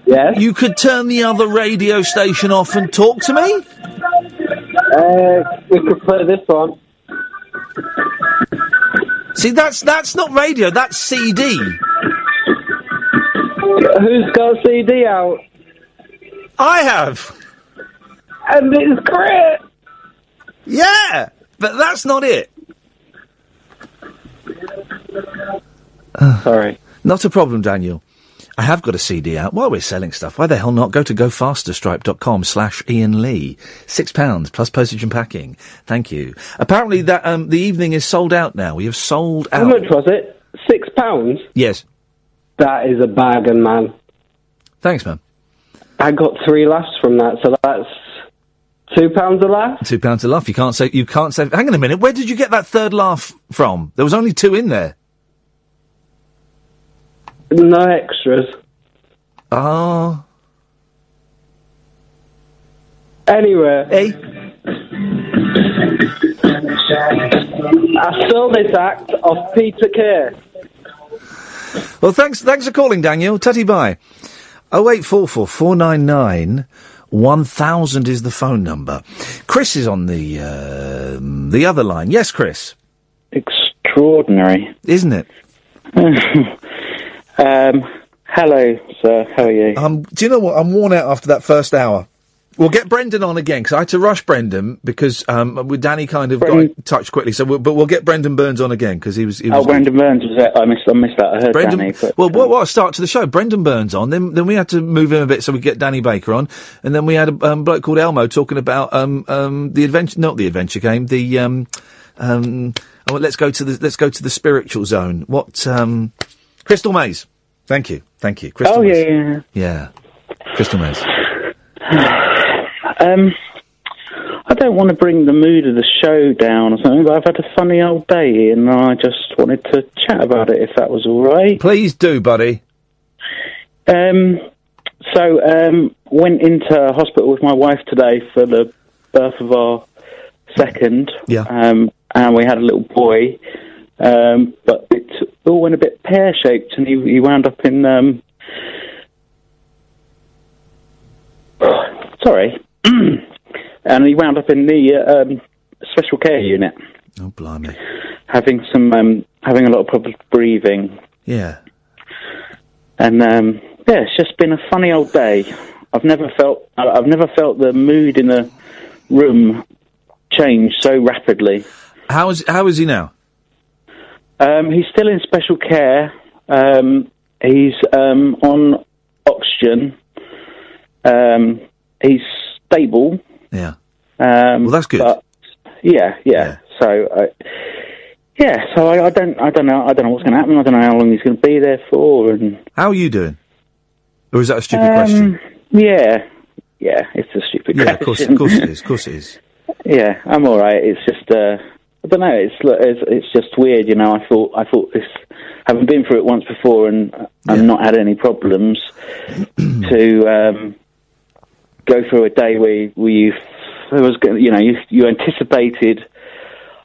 Speaker 12: Yes.
Speaker 3: You could turn the other radio station off and talk to me.
Speaker 12: Uh, we could play this one.
Speaker 3: See, that's that's not radio. That's CD.
Speaker 12: Who's got a CD out?
Speaker 3: I have.
Speaker 12: And it's great.
Speaker 3: Yeah, but that's not it. Ah.
Speaker 12: Sorry.
Speaker 3: Not a problem, Daniel. I have got a CD out. While we're selling stuff, why the hell not go to gofasterstripe.com slash Ian Lee. Six pounds plus postage and packing. Thank you. Apparently that, um, the evening is sold out now. We have sold out.
Speaker 12: How much was it? Six pounds.
Speaker 3: Yes.
Speaker 12: That is a bargain, man.
Speaker 3: Thanks, man.
Speaker 12: I got three laughs from that, so that's two pounds a laugh.
Speaker 3: Two pounds a laugh. You can't say, you can't say, hang on a minute. Where did you get that third laugh from? There was only two in there.
Speaker 12: No extras.
Speaker 3: Ah.
Speaker 12: Anyway.
Speaker 3: Hey.
Speaker 12: I stole this act off Peter Kerr.
Speaker 3: Well, thanks, thanks for calling, Daniel. Tutty bye. 0844 499 1000 is the phone number. Chris is on the, uh, the other line. Yes, Chris.
Speaker 13: Extraordinary.
Speaker 3: Isn't it?
Speaker 13: um, hello, sir. How are you?
Speaker 3: Um, do you know what? I'm worn out after that first hour. We'll get Brendan on again because I had to rush Brendan because um, with Danny kind of got in touch quickly. So, we'll, but we'll get Brendan Burns on again because he was. He was
Speaker 13: oh, Brendan Burns was that? I missed. I missed that. I heard
Speaker 3: Brendan,
Speaker 13: Danny. But,
Speaker 3: well, what, what a start to the show. Brendan Burns on, then then we had to move him a bit so we get Danny Baker on, and then we had a um, bloke called Elmo talking about um, um, the adventure, not the adventure game, the um, um, oh, let's go to the let's go to the spiritual zone. What um, Crystal Maze? Thank you, thank you, Crystal
Speaker 13: oh
Speaker 3: Maze.
Speaker 13: yeah, yeah,
Speaker 3: Yeah, Crystal Maze.
Speaker 13: yeah. Um, I don't want to bring the mood of the show down or something, but I've had a funny old day and I just wanted to chat about it if that was all right.
Speaker 3: Please do, buddy.
Speaker 13: Um, so um, went into hospital with my wife today for the birth of our second.
Speaker 3: Yeah.
Speaker 13: Um, and we had a little boy, um, but it all went a bit pear shaped, and he, he wound up in. Um, sorry, and he wound up in the uh, um, special care unit,
Speaker 3: Oh blimey!
Speaker 13: having some um, having a lot of problems breathing,
Speaker 3: Yeah.
Speaker 13: and um, yeah, it's just been a funny old day. I've never felt I- I've never felt the mood in the room change so rapidly.
Speaker 3: How is how is he now?
Speaker 13: Um, he's still in special care. Um, he's um, on oxygen. Um, he's stable.
Speaker 3: Yeah.
Speaker 13: Um,
Speaker 3: Well, that's good.
Speaker 13: but- yeah, yeah, So, uh, yeah. So I, I don't, I don't know, I don't know what's going to happen. I don't know how long he's going to be there for, and
Speaker 3: How are you doing? Or is that a stupid
Speaker 13: Um,
Speaker 3: question?
Speaker 13: Yeah, yeah, it's a stupid
Speaker 3: Yeah, of course,
Speaker 13: question.
Speaker 3: of course it is. Of course it is.
Speaker 13: yeah, I'm all right. It's just, uh, I don't know. It's, look, it's it's just weird, you know. I thought I thought this, having been through it once before and I've not had any problems, to um, go through a day where, where you there was go- you know you you anticipated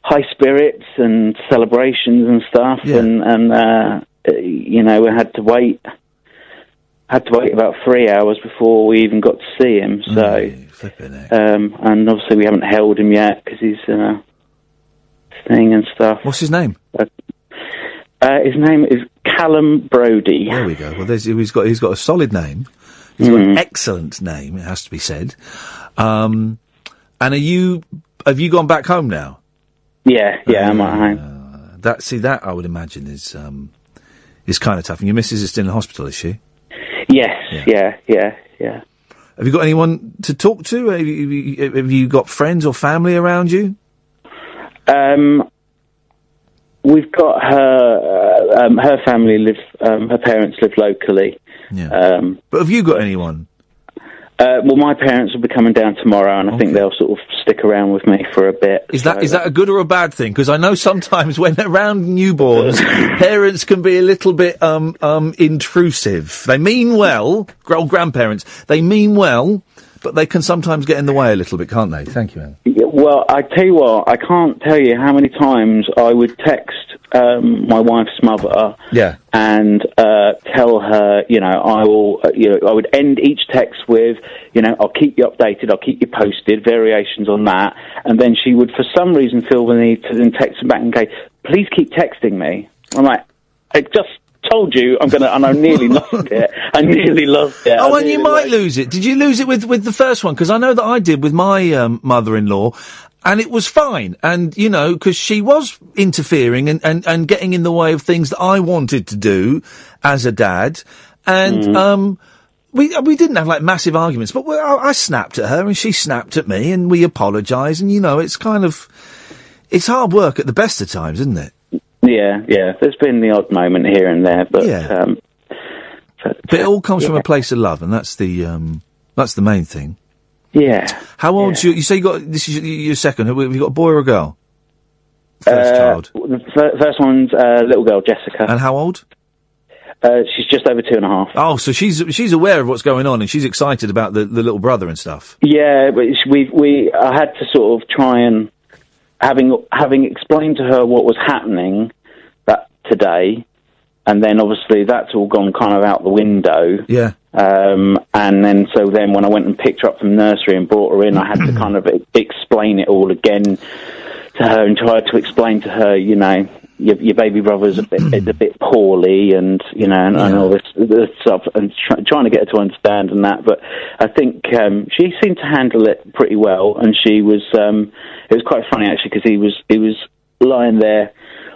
Speaker 13: high spirits and celebrations and stuff, and and uh, you know we had to wait had to wait about three hours before we even got to see him. So, um, and obviously we haven't held him yet because he's uh, thing and stuff.
Speaker 3: What's his name?
Speaker 13: Uh, uh, his name is Callum Brody.
Speaker 3: There we go. Well, there's, he's got he's got a solid name.
Speaker 14: Hmm.
Speaker 3: He's got
Speaker 13: Mm-hmm.
Speaker 3: an excellent name. It has to be said. Um, and are you have you gone back home now? Uh,
Speaker 13: Yeah, yeah, I'm at home.
Speaker 3: That see that I would imagine is um, is kind of tough. And your missus is still in the hospital, is she?
Speaker 13: Yes, yeah, yeah, yeah.
Speaker 3: Have you got anyone to talk to? Have you, have you- have you got friends or family around you?
Speaker 13: Um, we've got her. Uh, um, her family live. Um, her parents live locally. Um,
Speaker 3: but have you got anyone?
Speaker 13: Uh, well, my parents will be coming down tomorrow, and I think they'll sort of stick around with me for a bit.
Speaker 3: Is that is that a good or a bad thing? Because I know sometimes when around newborns, parents can be a little bit um, um, intrusive. They mean well, gr- old grandparents. They mean well, but they can sometimes get in the way a little bit, can't they? Thank you, Alan.
Speaker 13: Yeah, Well, I tell you what, I can't tell you how many times I would text um, my wife's mother
Speaker 3: Yeah.
Speaker 13: and uh, tell her, you know, I will, uh, you know, I would end each text with, you know, I'll keep you updated, I'll keep you posted, variations on that, and then she would, for some reason, feel the need to then text back and go, please keep texting me. I'm like, I just told you I'm gonna, and I nearly lost it. I nearly lost it.
Speaker 3: oh,
Speaker 13: I
Speaker 3: and you
Speaker 13: nearly
Speaker 3: might lose it. Did you lose it with, with the first one? Because I know that I did with my um, mother-in-law, and it was fine. And you know, because she was interfering and, and and getting in the way of things that I wanted to do as a dad, and
Speaker 13: Mm.
Speaker 3: um. We we didn't have like massive arguments, but we, I, I snapped at her and she snapped at me, and we apologised. And you know, it's kind of it's hard work at the best of times, isn't it?
Speaker 13: Yeah, yeah. There's been the odd moment here and there, but um,
Speaker 3: But it all comes from a place of love, and that's the um, that's the main thing.
Speaker 13: yeah.
Speaker 3: How old's you? You say you got this is your, your second. Have you got a boy or a girl?
Speaker 13: First child. uh, The fir- first one's uh, little girl Jessica.
Speaker 3: And how old?
Speaker 13: Uh, she's just over two and a half.
Speaker 3: Oh, so she's she's aware of what's going on, and she's excited about the, the little brother and stuff.
Speaker 13: Yeah, but it's- we we I had to sort of try and having having explained to her what was happening that today, and then obviously that's all gone kind of out the window.
Speaker 3: Yeah.
Speaker 13: Um, and then so then when I went and picked her up from nursery and brought her in, I had to kind of e- explain it all again to her and try to explain to her, you know, your, your baby brother's a bit is a bit poorly and you know and, and all this, this stuff and try, trying to get her to understand and that. But I think um, she seemed to handle it pretty well, and she was. Um, it was quite funny actually because he was he was lying there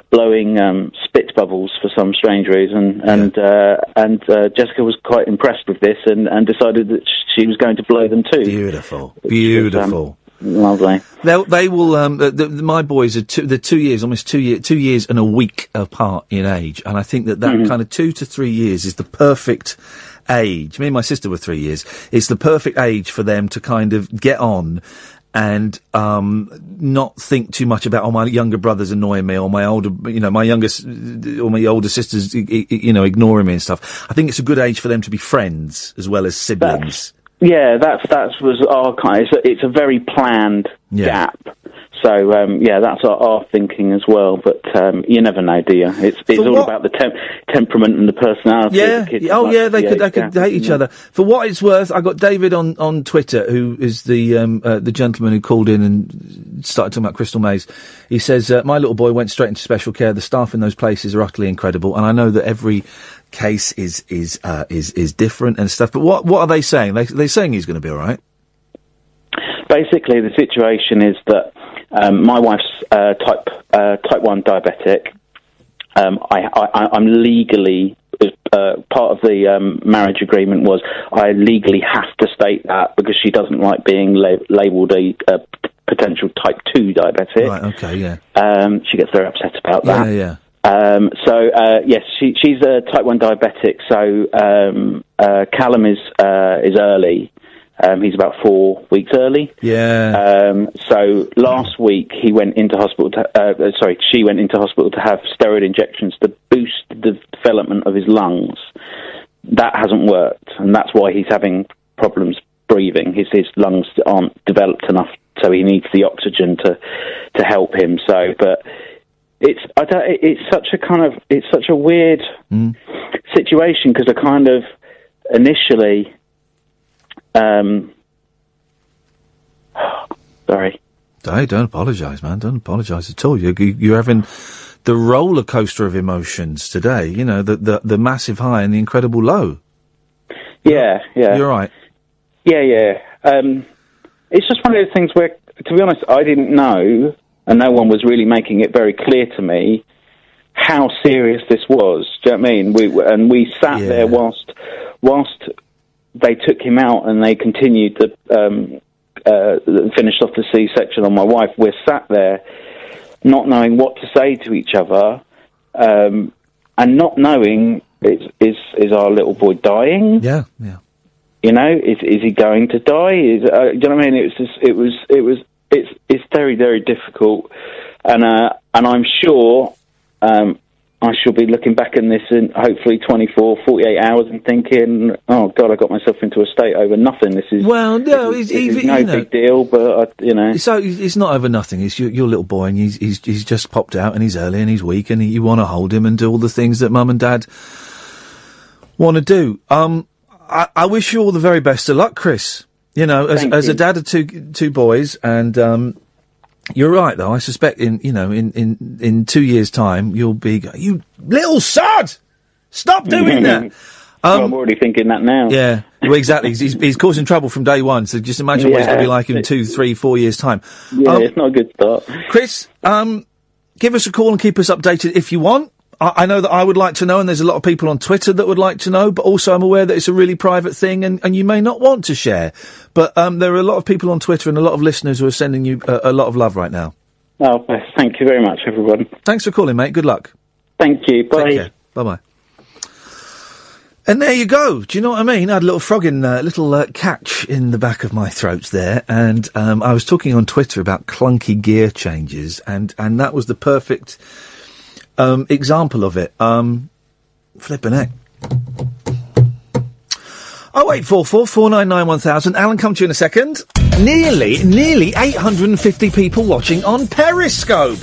Speaker 13: blowing um, spit bubbles for some strange reason, and uh, and uh, Jessica was quite impressed with this, and, and decided that sh- she was going to blow them too. um,
Speaker 3: Beautiful, beautiful,
Speaker 13: lovely.
Speaker 3: They'll, they will. Um, the, the, my boys are two. They're two years, almost two year, two years and a week apart in age, and I think that that kind of two to three years is the perfect age. Me and my sister were three years. It's the perfect age for them to kind of get on and um, not think too much about oh my younger brother's annoying me or my older you know my younger s- or my older sisters i- i- you know ignoring me and stuff. I think it's a good age for them to be friends as well as siblings.
Speaker 13: Yeah, that's that's was our kind. It's a, it's a very planned gap. So um, yeah, that's our, our thinking as well. But um, you never know, do you? It's it's
Speaker 3: For
Speaker 13: all
Speaker 3: what-
Speaker 13: about the temp- temperament and the personality.
Speaker 3: Yeah.
Speaker 13: Of the kids
Speaker 3: oh,
Speaker 13: Like,
Speaker 3: yeah. They could. They
Speaker 13: yeah,
Speaker 3: could hate each
Speaker 13: yeah.
Speaker 3: other. For what it's worth, I got David on, on Twitter, who is the um, uh, the gentleman who called in and started talking about Crystal Maze. He says, uh, "My little boy went straight into special care. The staff in those places are utterly incredible, and I know that every case is is uh, is is different and stuff. But what what are they saying? They they're saying he's going to be all right.
Speaker 13: basically the situation is that um, my wife's uh, type uh, type one diabetic. Um, I, I, I- I'm legally uh, part of the um, marriage agreement was I legally have to state that because she doesn't like being lab- labelled a, a p- potential type two diabetic.
Speaker 3: Right. Okay. Yeah.
Speaker 13: Um, she gets very upset about that.
Speaker 3: Yeah. Yeah.
Speaker 13: Um, so uh, yes, she, she's a type one diabetic. So um, uh, Callum is uh, is early. Um, he's about four weeks early.
Speaker 3: Yeah.
Speaker 13: Um, so last week he went into hospital. To, uh, uh, sorry, she went into hospital to have steroid injections to boost the development of his lungs. That hasn't worked, and that's why he's having problems breathing. His his lungs aren't developed enough, so he needs the oxygen to to help him. So, but it's I don't,
Speaker 3: Hmm.
Speaker 13: it- it's such a kind of it's such a weird situation because I kind of initially, um, sorry,
Speaker 3: Hey, don't apologise, man. Don't apologise at all. You're, you're having the roller coaster of emotions today. You know the, the the massive high and the incredible low.
Speaker 13: yeah, yeah,
Speaker 3: You're right.
Speaker 13: yeah, yeah. Um, it's just one of those things where, to be honest, I didn't know, and no one was really making it very clear to me how serious this was. Do you know what I mean? We and we sat there whilst whilst they took him out and they continued the um, uh, finished off the C section on my wife. We're sat there not knowing what to say to each other um, and not knowing is, is is our little boy dying?
Speaker 3: Yeah,
Speaker 13: yeah. You know, is is he going to die? Is uh, do you know what I mean? It was just, it was it was it's it's very very difficult, and uh, and I'm sure um, I shall be looking back on this in hopefully 24, 48 hours and thinking, oh God, I got myself into a state over nothing. This is
Speaker 3: well, no,
Speaker 13: this
Speaker 3: it's
Speaker 13: is, this is
Speaker 3: even-
Speaker 13: no
Speaker 3: you know-
Speaker 13: big deal, but I, you know,
Speaker 3: So it's it's not over nothing. It's your, your little boy, and he's, he's he's just popped out, and he's early, and he's weak, and you want to hold him and do all the things that mum and dad want to do. Um, I, I wish you all the very best of luck, Chris. You know, as
Speaker 14: Thank
Speaker 3: as a
Speaker 14: you.
Speaker 3: dad of two two boys, and um, you're right though. I suspect in you know in in in two years' time you'll be go- you little sod. Stop doing that. Um,
Speaker 13: Well, I'm already thinking that now.
Speaker 3: Yeah, well, exactly. He's, he's, he's causing trouble from day one. So just imagine what it's going to be
Speaker 13: Yeah.
Speaker 3: like in two, three, four years' time. Um,
Speaker 13: Yeah, it's not a good start.
Speaker 3: Chris, um, give us a call and keep us updated if you want. I, I know that I would like to know, and there's a lot of people on Twitter that would like to know, but also I'm aware that it's a really private thing and, and you may not want to share. But um, there are a lot of people on Twitter and a lot of listeners who are sending you a, a lot of love right now.
Speaker 13: Oh, bless. thank you very much, everyone.
Speaker 3: Thanks for calling, mate. Good luck.
Speaker 13: Thank you.
Speaker 3: Bye. Bye bye. And there you go. Do you know what I mean? I had a little frog in, uh, little uh, catch in the back of my throat there, and um, I was talking on Twitter about clunky gear changes, and and that was the perfect um, example of it. Um, flipping heck. Oh eight four four four nine nine one thousand. Alan, come to you in a second. Nearly, nearly eight hundred and fifty people watching on Periscope.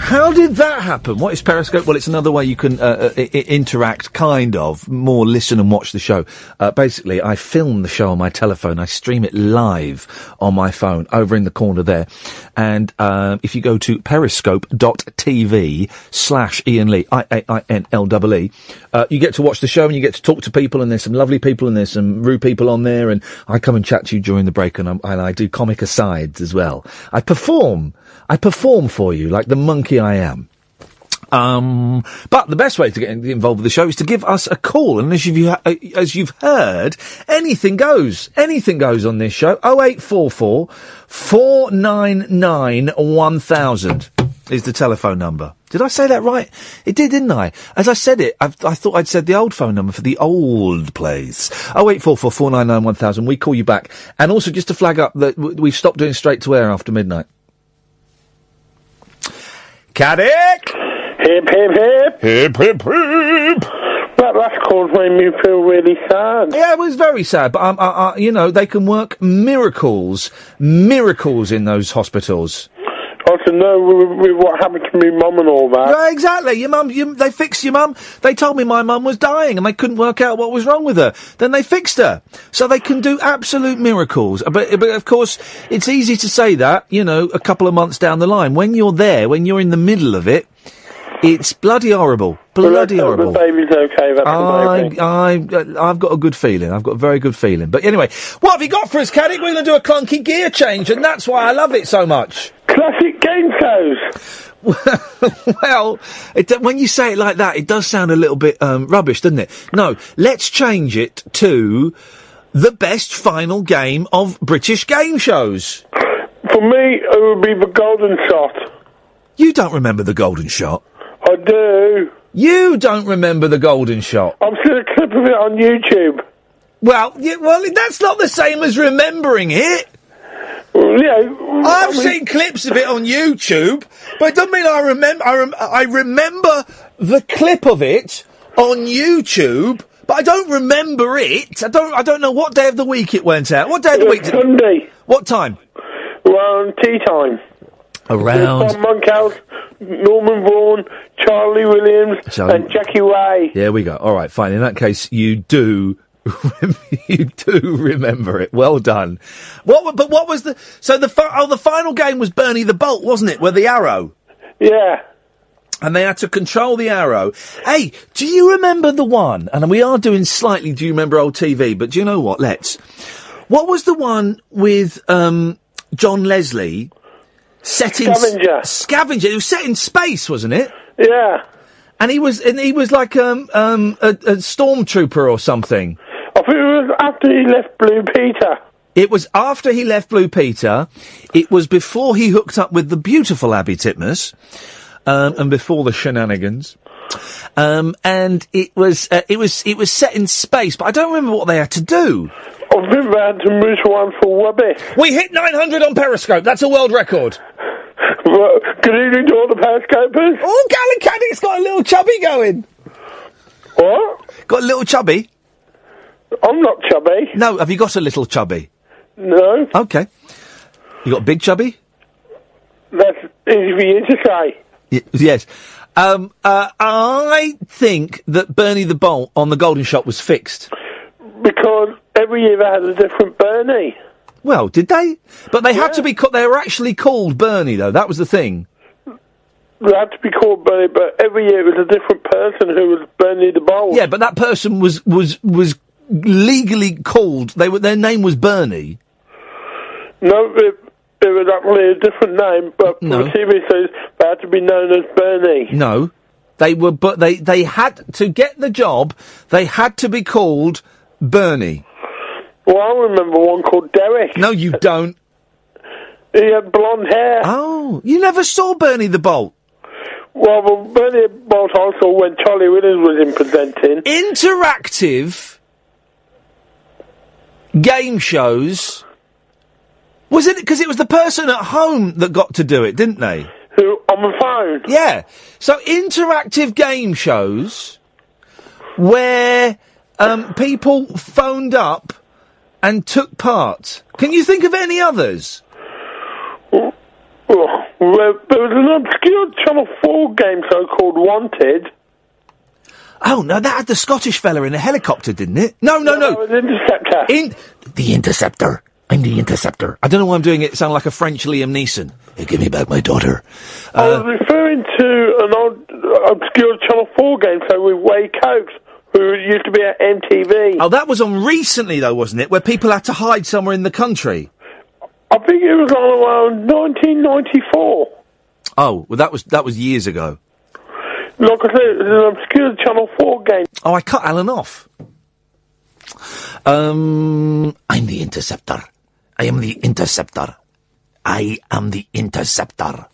Speaker 3: How did that happen? What is Periscope? Well, it's another way you can uh, uh, I- I- interact, kind of more listen and watch the show. Uh, basically, I film the show on my telephone. I stream it live on my phone over in the corner there. And um, if you go to periscope.tv slash Ian Lee, I A I N L E E, uh, you get to watch the show and you get to talk to people. And there's some lovely people and there's some rude people on there. And I come and chat to you during the break and, I'm, and I do comic asides as well. I perform. I perform for you like the monkey I am. Um, but the best way to get in- involved with the show is to give us a call. And as you've, uh, as you've heard, anything goes. Anything goes on this show. 0844 499 1000 is the telephone number. Did I say that right? It did, didn't I? As I said it, I've, I thought I'd said the old phone number for the old place. 0844 499 1000. We call you back. And also just to flag up that w- we've stopped doing straight to air after midnight. Caddick!
Speaker 15: Hip, hip, hip.
Speaker 3: Hip, hip, hip.
Speaker 15: That last call's made me feel really sad.
Speaker 3: Yeah, it was very sad, but um, I, I, you know they can work miracles, miracles in those hospitals.
Speaker 15: Also, no, with, with what happened to me mum and all that.
Speaker 3: Yeah, exactly. Your mum, you, they fixed your mum. They told me my mum was dying and they couldn't work out what was wrong with her. Then they fixed her. So they can do absolute miracles. Uh, But, but of course, it's easy to say that, you know, a couple of months down the line. When you're there, when you're in the middle of it, it's bloody horrible.
Speaker 15: Well, let's
Speaker 3: Bloody
Speaker 15: hope
Speaker 3: horrible.
Speaker 15: The baby's okay. That's the
Speaker 3: I,
Speaker 15: main thing.
Speaker 3: I, I've got a good feeling. I've got a very good feeling. But anyway, what have you got for us, Caddick? We're going to do a clunky gear change, and that's why I love it so much.
Speaker 15: Classic game
Speaker 3: shows. well, it, do- when you say it like that, it does sound a little bit um, rubbish, doesn't it? No, let's change it to the best final game of British game shows.
Speaker 15: For me, it would be the golden shot.
Speaker 3: You don't remember the golden shot.
Speaker 15: I do.
Speaker 3: You don't remember the golden shot.
Speaker 15: I've seen a clip of it on YouTube.
Speaker 3: Well, yeah, well, that's not the same as remembering it. I've seen clips of it on YouTube, but it doesn't mean I remember. I, rem- I remember the clip of it on YouTube, but I don't remember it. I don't. I don't know what day of the week it went out. What day of the week?
Speaker 15: Sunday.
Speaker 3: What time?
Speaker 15: Around tea time.
Speaker 3: Around.
Speaker 15: Tom Monkhouse, Norman Vaughan, Charlie Williams,
Speaker 3: Charlie-
Speaker 15: and Jackie Way.
Speaker 3: There we go. All right, fine. In that case, you do you do remember it. Well done. What? wa- But what was the? So the fi- oh, the final game was Bernie the Bolt, wasn't it? With the arrow.
Speaker 15: Yeah.
Speaker 3: And they had to control the arrow. Hey, do you remember the one? And we are doing slightly. Do you remember old TV? But do you know what? Let's. What was the one with um, John Leslie? Set in s-
Speaker 15: Scavenger.
Speaker 3: Scavenger. It was set in space, wasn't it?
Speaker 15: Yeah.
Speaker 3: And he was and he was like um, um, a, a stormtrooper or something.
Speaker 15: I think it was after he left Blue Peter.
Speaker 3: It was after he left Blue Peter. It was before he hooked up with the beautiful Abby Titmus, um, and before the shenanigans. Um, and it was uh, it was it was set in space, but I don't remember what they had to do.
Speaker 15: I think they had to move to one for Webby.
Speaker 3: We hit 900 on Periscope. That's a world record.
Speaker 15: Well, good evening to all the Periscopers.
Speaker 3: Oh, Galen Caddick's got a little chubby going.
Speaker 15: What?
Speaker 3: Got a little chubby?
Speaker 15: I'm not chubby.
Speaker 3: No, have you got a little chubby?
Speaker 15: No,
Speaker 3: Okay. You got a big chubby?
Speaker 15: that's easy for you to say.
Speaker 3: Y- yes. Um, uh, I think that Bernie the Bolt on the Golden Shot was fixed.
Speaker 15: Because every year they had a different Bernie.
Speaker 3: Well, did they? But they had to be. Ca- they were actually called Bernie, though. That was the thing.
Speaker 15: They had to be called Bernie, but every year it was a different person who was Bernie the Bold.
Speaker 3: Yeah, but that person was was was legally called. They were their name was Bernie.
Speaker 15: No, it, it was actually a different name, but
Speaker 3: No.
Speaker 15: for TV shows they had to be known as Bernie.
Speaker 3: No, they were. But they they had to get the job. They had to be called Bernie.
Speaker 15: Well, I remember one called Derek.
Speaker 3: No, you don't.
Speaker 15: He had blonde hair.
Speaker 3: Oh, you never saw Bernie the Bolt.
Speaker 15: Well, well Bernie the Bold also when Charlie Williams was in presenting.
Speaker 3: Interactive game shows. Was it because it was the person at home that got to do it, didn't they?
Speaker 15: Who on the phone?
Speaker 3: Yeah. So interactive game shows where um, people phoned up and took part. Can you think of any others?
Speaker 15: Oh, well, there was an obscure Channel 4 game show called Wanted.
Speaker 3: Oh no, that had the Scottish fella in a helicopter, didn't it? No, no, no.
Speaker 15: Interceptor.
Speaker 3: In the Interceptor. I'm the Interceptor. I don't know why I'm doing it. Sound like a French Liam Neeson. Oh, Hey, give me back my daughter. Uh,
Speaker 15: I was referring to an old, obscure Channel 4 game show with Way Cokes, who used to be at MTV.
Speaker 3: Oh, that was on recently though, wasn't it? Where people had to hide somewhere in the country.
Speaker 15: I think it was on around 1994.
Speaker 3: Oh, well, that was that was years ago.
Speaker 15: Like I said, it was an obscure Channel 4 game.
Speaker 3: Oh, I cut Alan off. Um, I'm the interceptor. I am the interceptor. I am the interceptor.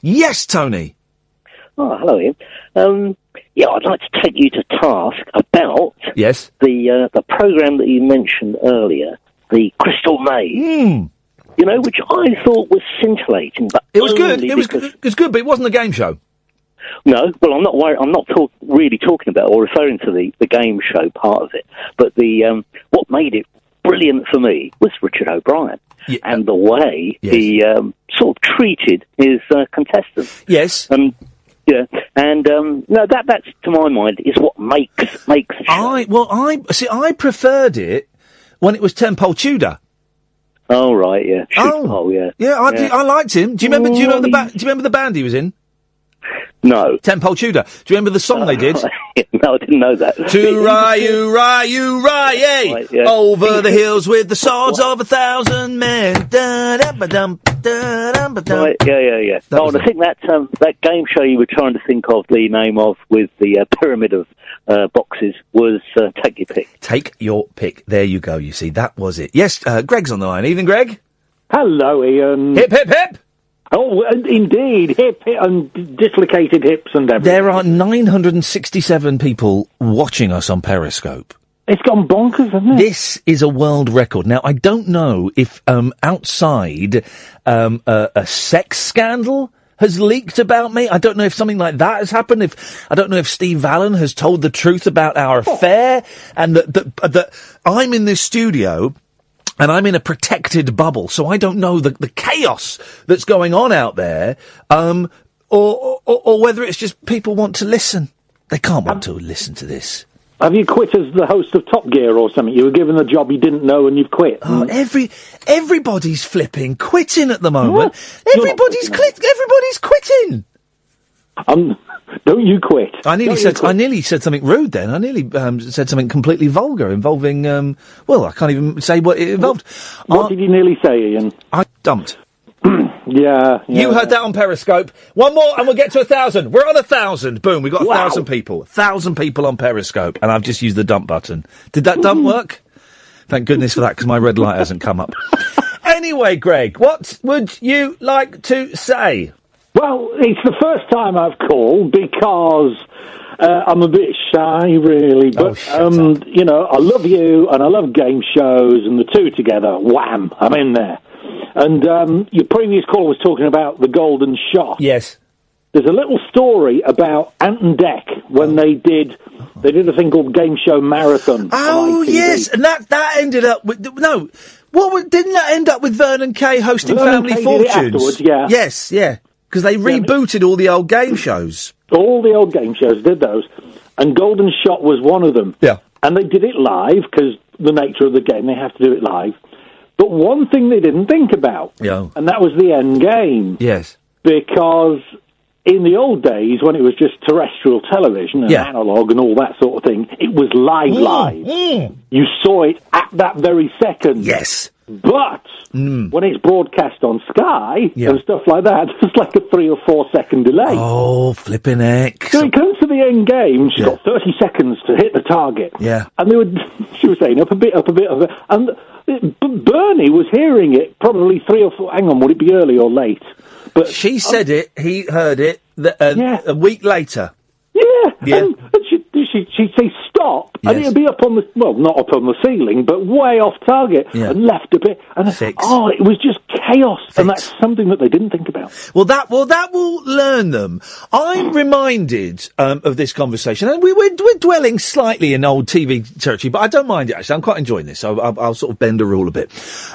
Speaker 3: Yes, Tony.
Speaker 14: Oh, hello, Ian. Um, yeah, I'd like to take you to task about
Speaker 3: yes
Speaker 14: the uh, the program that you mentioned earlier, the Crystal Maze.
Speaker 3: Hmm.
Speaker 14: You know, which I thought was scintillating, but
Speaker 3: It was good.
Speaker 14: only
Speaker 3: It was,
Speaker 14: because-
Speaker 3: it was good, but it wasn't a game show.
Speaker 14: No, well, I'm not worried. I'm not talk- really talking about uh, or referring to the, the game show part of it. But the um, what made it brilliant for me was Richard O'Brien and the way he um, sort of treated his uh, contestants.
Speaker 3: Yes.
Speaker 14: Um, yeah, and um, no, that that's to my mind is what makes makes. a show.
Speaker 3: I well, I see. I preferred it when it was Temple Tudor.
Speaker 14: Oh right, yeah.
Speaker 3: Oh,
Speaker 14: yeah.
Speaker 3: Yeah, I, did-
Speaker 14: Yeah.
Speaker 3: I liked him. Do you remember? Do you know the ba- Do you remember the band he was in?
Speaker 14: No.
Speaker 3: Temple Tudor. Do you remember the song they did?
Speaker 14: no, I didn't know that.
Speaker 3: To Ryu, Ryu, Ryu,
Speaker 14: yeah.
Speaker 3: over the hills with the swords of a thousand men. Da-da-ba-dum, da-dum-ba-dum.
Speaker 14: Right, yeah, yeah, yeah. No, and I think that um, that game show you were trying to think of the name of with the uh, pyramid of uh, boxes was uh, Take Your Pick.
Speaker 3: Take your pick. There you go. You see, that was it. Yes, uh, Greg's on the line. Evening, Greg.
Speaker 16: Hello, Ian.
Speaker 3: Hip, hip, hip.
Speaker 16: Oh, uh, indeed, hip, hip, and d- dislocated hips and everything.
Speaker 3: There are 967 people watching us on Periscope.
Speaker 16: It's gone bonkers, hasn't it?
Speaker 3: This is a world record. Now, I don't know if um, outside um, a, a sex scandal has leaked about me. I don't know if something like that has happened. If I don't know if Steve Allen has told the truth about our affair, and that that, that I'm in this studio. And I'm in a protected bubble, so I don't know the, the chaos that's going on out there, um, or, or, or whether it's just people want to listen. They can't want to listen to this.
Speaker 16: Have you quit as the host of Top Gear or something? You were given a job you didn't know and you've quit. Mm.
Speaker 3: Oh, every everybody's flipping quitting at the moment. Everybody's quit. Everybody's quitting.
Speaker 16: Um, don't you quit?
Speaker 3: I nearly
Speaker 16: Don't you
Speaker 3: said I nearly said something rude. Then I nearly um, said something completely vulgar involving. Um, well, I can't even say what it involved. What did
Speaker 16: you nearly say, Ian?
Speaker 3: I dumped.
Speaker 16: yeah,
Speaker 3: You heard that on Periscope. One more, and we'll get to a thousand. We're on a thousand. Boom! We've got a thousand people. Thousand people on Periscope, and I've just used the dump button. Did that dump work? Thank goodness for that, because my red light hasn't come up. anyway, Greg, what would you like to say?
Speaker 16: Well, it's the first time I've called because uh, I'm a bit shy, really.
Speaker 3: Oh,
Speaker 16: But um, you know, I love you and I love game shows, and the two together, wham, I'm in there. And um, your previous caller was talking about the golden shot.
Speaker 3: Yes.
Speaker 16: There's a little story about Ant and Deck when they did they did a thing called Game Show Marathon.
Speaker 3: Oh yes, and that that ended up with no. What wa- didn't that end up with Vernon Kay hosting
Speaker 16: Vernon
Speaker 3: Family
Speaker 16: Kay did it
Speaker 3: Fortunes?
Speaker 16: afterwards, yeah.
Speaker 3: Yes, yeah, because they rebooted all the old game shows.
Speaker 16: All the old game shows did those, and Golden Shot was one of them.
Speaker 3: Yeah.
Speaker 16: And they did it live because the nature of the game, they have to do it live. But one thing they didn't think about,
Speaker 3: Yeah.
Speaker 16: and that was the end game,
Speaker 3: Yes.
Speaker 16: because in the old days when it was just terrestrial television and
Speaker 3: Yeah.
Speaker 16: analog and all that sort of thing, it was live, live. You saw it at that very second.
Speaker 3: Yes. Mm.
Speaker 16: But when it's broadcast on Sky
Speaker 3: Yeah.
Speaker 16: and stuff like that, there's like a three or four second delay.
Speaker 3: Oh, flipping heck!
Speaker 16: So it comes to the end game. She's got 30 seconds to hit the target.
Speaker 3: Yeah.
Speaker 16: And they were, she was saying, up a bit, up a bit, up a bit. And B- Bernie was hearing it probably three or four. Hang on, would it be early or late? But um,
Speaker 3: She said it. He heard it. The, uh, A week later.
Speaker 16: Yeah.
Speaker 3: Yeah.
Speaker 16: And, and she, she, she'd say stop, and it'd be up on the, well, not up on the ceiling, but way off target
Speaker 3: Yeah.
Speaker 16: and left a bit. And oh, it was just chaos. And that's something that they didn't think about. Hmm.
Speaker 3: Well, that well that will learn them. I'm reminded um, of this conversation, and we, we're we're dwelling slightly in old TV territory, but I don't mind it actually. I'm quite enjoying this. I'll, I'll, I'll sort of bend the rule a bit.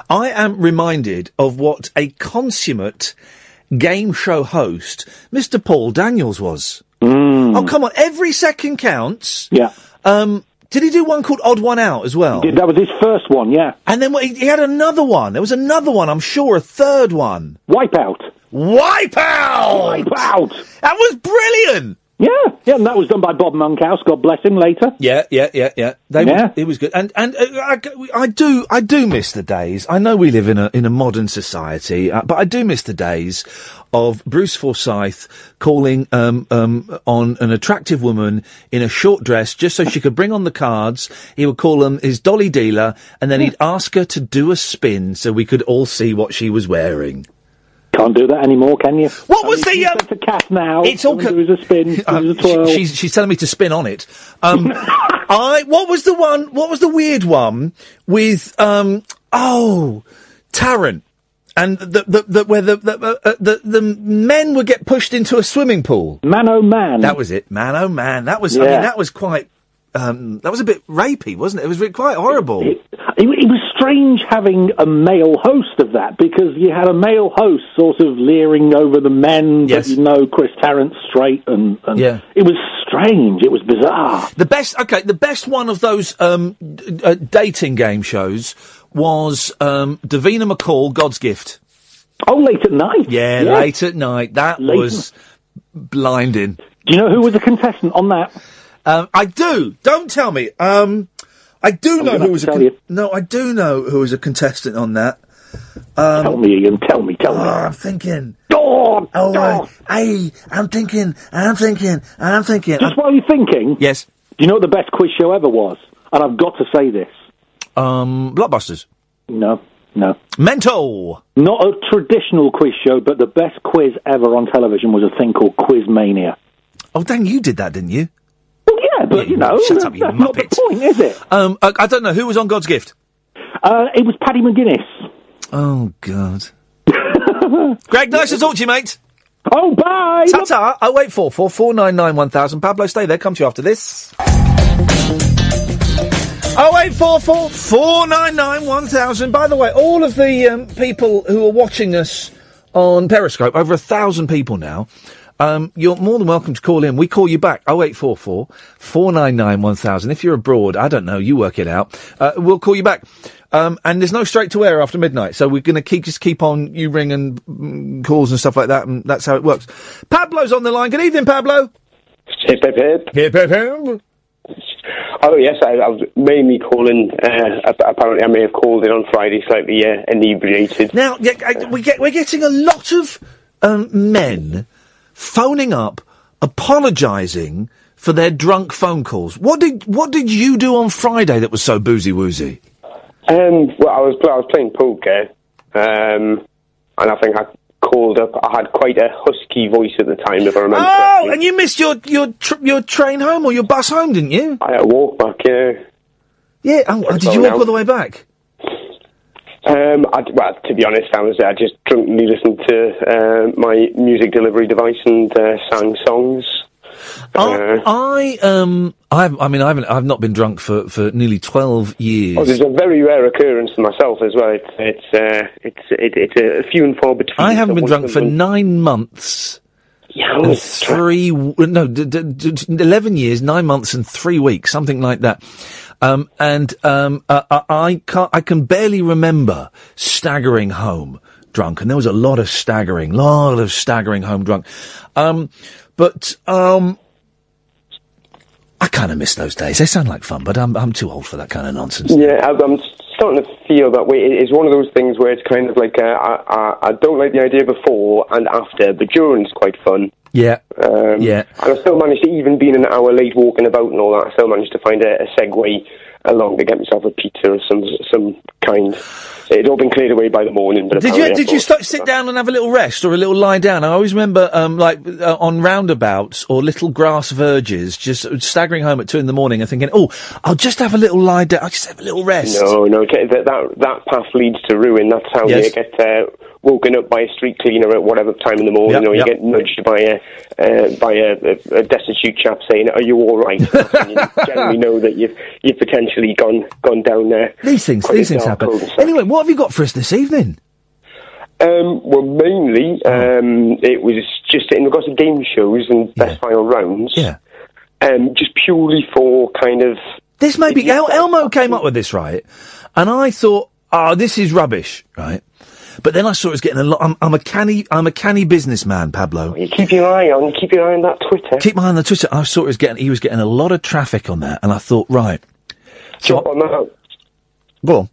Speaker 3: I am reminded of what a consummate game show host Mr. Paul Daniels was. Oh come on! Every second counts.
Speaker 16: Mm. Yeah.
Speaker 3: Um, did he do one called Odd One Out as well?
Speaker 16: That was his first one, yeah.
Speaker 3: And then what, he, he had another one. There was another one, I'm sure, a third one.
Speaker 16: Wipeout.
Speaker 3: Wipeout!
Speaker 16: Wipeout!
Speaker 3: That was brilliant!
Speaker 16: Yeah, yeah, and that was done by Bob Monkhouse. God bless him. Later,
Speaker 3: Yeah, yeah, yeah, yeah. They were-
Speaker 16: Yeah.
Speaker 3: it was good, and and uh, I, I do I do miss the days. I know we live in a in a modern society, uh, but I do miss the days of Bruce Forsyth calling um, um, on an attractive woman in a short dress just so she could bring on the cards. He would call them his dolly dealer, and then he'd ask her to do a spin so we could all see what she was wearing.
Speaker 16: can't do that anymore, can you?
Speaker 3: What was the? Um,
Speaker 16: it's a cat now.
Speaker 3: It's all. Uh,
Speaker 16: There was a spin. There was a twirl.
Speaker 3: She- she's, she's telling me to spin on it. Um, I what was the one? What was the weird one with um, oh Tarrant and the the, the where the the, uh, the the men would get pushed into a swimming pool.
Speaker 16: Man oh man.
Speaker 3: That was it. Man oh man. That was. I
Speaker 16: Yeah.
Speaker 3: mean, that was quite. Um, that was a bit rapey, wasn't it? It was re- quite horrible.
Speaker 16: It, it was strange having a male host of that because you had a male host sort of leering over the men
Speaker 3: Yes.
Speaker 16: that you know, Chris Tarrant straight, and, and
Speaker 3: Yeah.
Speaker 16: it was strange. It was bizarre.
Speaker 3: The best, okay, the best one of those um, d- uh, dating game shows was um, Davina McCall, God's Gift.
Speaker 16: Oh, late at night.
Speaker 3: Yeah,
Speaker 16: Yeah.
Speaker 3: late at night. That
Speaker 16: Late
Speaker 3: was blinding.
Speaker 16: Do you know who was a contestant on that?
Speaker 3: Um, I do. Don't tell me. Um, I do know
Speaker 16: gonna
Speaker 3: who
Speaker 16: have
Speaker 3: was a
Speaker 16: to tell
Speaker 3: con-
Speaker 16: you.
Speaker 3: no. I do know who was a contestant on that. Um, Ah,
Speaker 16: Tell me, Ian. Tell me. Tell me.
Speaker 3: I'm thinking.
Speaker 16: Oh,
Speaker 3: I, I, I'm thinking. I'm thinking. I'm thinking.
Speaker 16: Just while you're thinking,
Speaker 3: yes.
Speaker 16: Do you know what the best quiz show ever was? And I've got to say this.
Speaker 3: Um, Blockbusters.
Speaker 16: No, no.
Speaker 3: Mental.
Speaker 16: Not a traditional quiz show, but the best quiz ever on television was a thing called Quiz Mania.
Speaker 3: Oh, dang! You did that, didn't you?
Speaker 16: Well, yeah, but you know,
Speaker 3: shut up, you
Speaker 16: that's not the point, is it?
Speaker 3: Um, I, I don't know who was on God's Gift.
Speaker 16: Uh, it was Paddy McGuinness.
Speaker 3: Oh God. Greg, nice to talk to you, mate.
Speaker 16: Oh, bye.
Speaker 3: Ta ta. Oh wait, four four four nine nine one thousand. Pablo, stay there. Come to you after this. Oh eight four four four nine nine one thousand. By the way, all of the um, people who are watching us on Periscope, over a thousand people now. Um, you're more than welcome to call in. We call you back 0844 499 1000. If you're abroad, I don't know, you work it out. Uh, we'll call you back. Um, and there's no straight to air after midnight, so we're going to keep just keep on you ring and mm, calls and stuff like that, and that's how it works. Pablo's on the line. Good evening, Pablo.
Speaker 17: Hip hip hip.
Speaker 3: Hip hip hip.
Speaker 17: Oh yes, I, I was mainly calling. Uh, ap- apparently, I may have called in on Friday, slightly uh, inebriated.
Speaker 3: Now, yeah, I, we get, we're getting a lot of um, men phoning up, apologising for their drunk phone calls. What did what did you do on Friday that was so boozy woozy?
Speaker 17: Um, well, I was pl- I was playing poker, um, and I think I called up. I had quite a husky voice at the time, if I remember.
Speaker 3: Oh, and you missed your your tr- your train home or your bus home, didn't you?
Speaker 17: I had to walk back. Yeah.
Speaker 3: Yeah. Oh, and did
Speaker 17: Well,
Speaker 3: you walk
Speaker 17: now-
Speaker 3: all the way back?
Speaker 17: Um, I, well, to be honest, I was I just drunkenly listened to uh, my music delivery device and uh, sang songs.
Speaker 3: Oh,
Speaker 17: Uh,
Speaker 3: I um I have, I mean I haven't I've not been drunk for for nearly twelve years.
Speaker 17: Oh, there's a very rare occurrence to myself as well. It's it's uh, it's it, it's a few and far between.
Speaker 3: I haven't been drunk for
Speaker 17: nothing.
Speaker 3: nine months.
Speaker 17: Yeah,
Speaker 3: and three w- no d- d- d- d- eleven years, nine months and three weeks, something like that. Um, and um, uh, I- I can't, I can barely remember staggering home drunk, and there was a lot of staggering, lot of staggering home drunk. Um, but um, I kind of miss those days. They sound like fun, but I'm I'm too old for that kind of nonsense.
Speaker 17: Yeah, I, I'm starting to feel that way. It- It's one of those things where it's kind of like uh, I, I I don't like the idea before and after, but during's quite fun.
Speaker 3: Yeah.
Speaker 17: Um,
Speaker 3: Yeah.
Speaker 17: And I still managed to, even being an hour late walking about and all that, I still managed to find a, a segue along to get myself a pizza of some some kind. It'd all been cleared away by the morning. But
Speaker 3: Did you
Speaker 17: apparently I
Speaker 3: did you
Speaker 17: thought-
Speaker 3: st- sit down and have a little rest or a little lie down? I always remember, um, like uh, on roundabouts or little grass verges, just staggering home at two in the morning and thinking, "Oh, I'll just have a little lie down. I'll just have a little rest."
Speaker 17: No, no, t- that that, that path leads to ruin. That's how
Speaker 3: Yes.
Speaker 17: you get uh, woken up by a street cleaner at whatever time in the morning,
Speaker 3: Yep,
Speaker 17: or you
Speaker 3: yep.
Speaker 17: get nudged by a uh, by a, a, a destitute chap saying, "Are you all right?" and you generally know that you've you've potentially gone gone down there.
Speaker 3: These things,
Speaker 17: Quite a
Speaker 3: these things
Speaker 17: dark
Speaker 3: happen.
Speaker 17: road, so-
Speaker 3: Anyway, what have you got for us this evening?
Speaker 17: Um, well, mainly
Speaker 3: Oh.
Speaker 17: um, it was just in regards to game shows and best final rounds.
Speaker 3: Yeah.
Speaker 17: Um, just purely for kind of
Speaker 3: This may be El- Elmo came up with this, right? And I thought, "Oh, this is rubbish," right? But then I saw it's getting a lot. I'm, I'm a canny, I'm a canny businessman, Pablo.
Speaker 17: keep your eye on keep your eye on that Twitter.
Speaker 3: Keep my eye on the Twitter. I saw it was getting, he was getting a lot of traffic on that, and I thought, right,
Speaker 17: Jump on that.
Speaker 3: go on.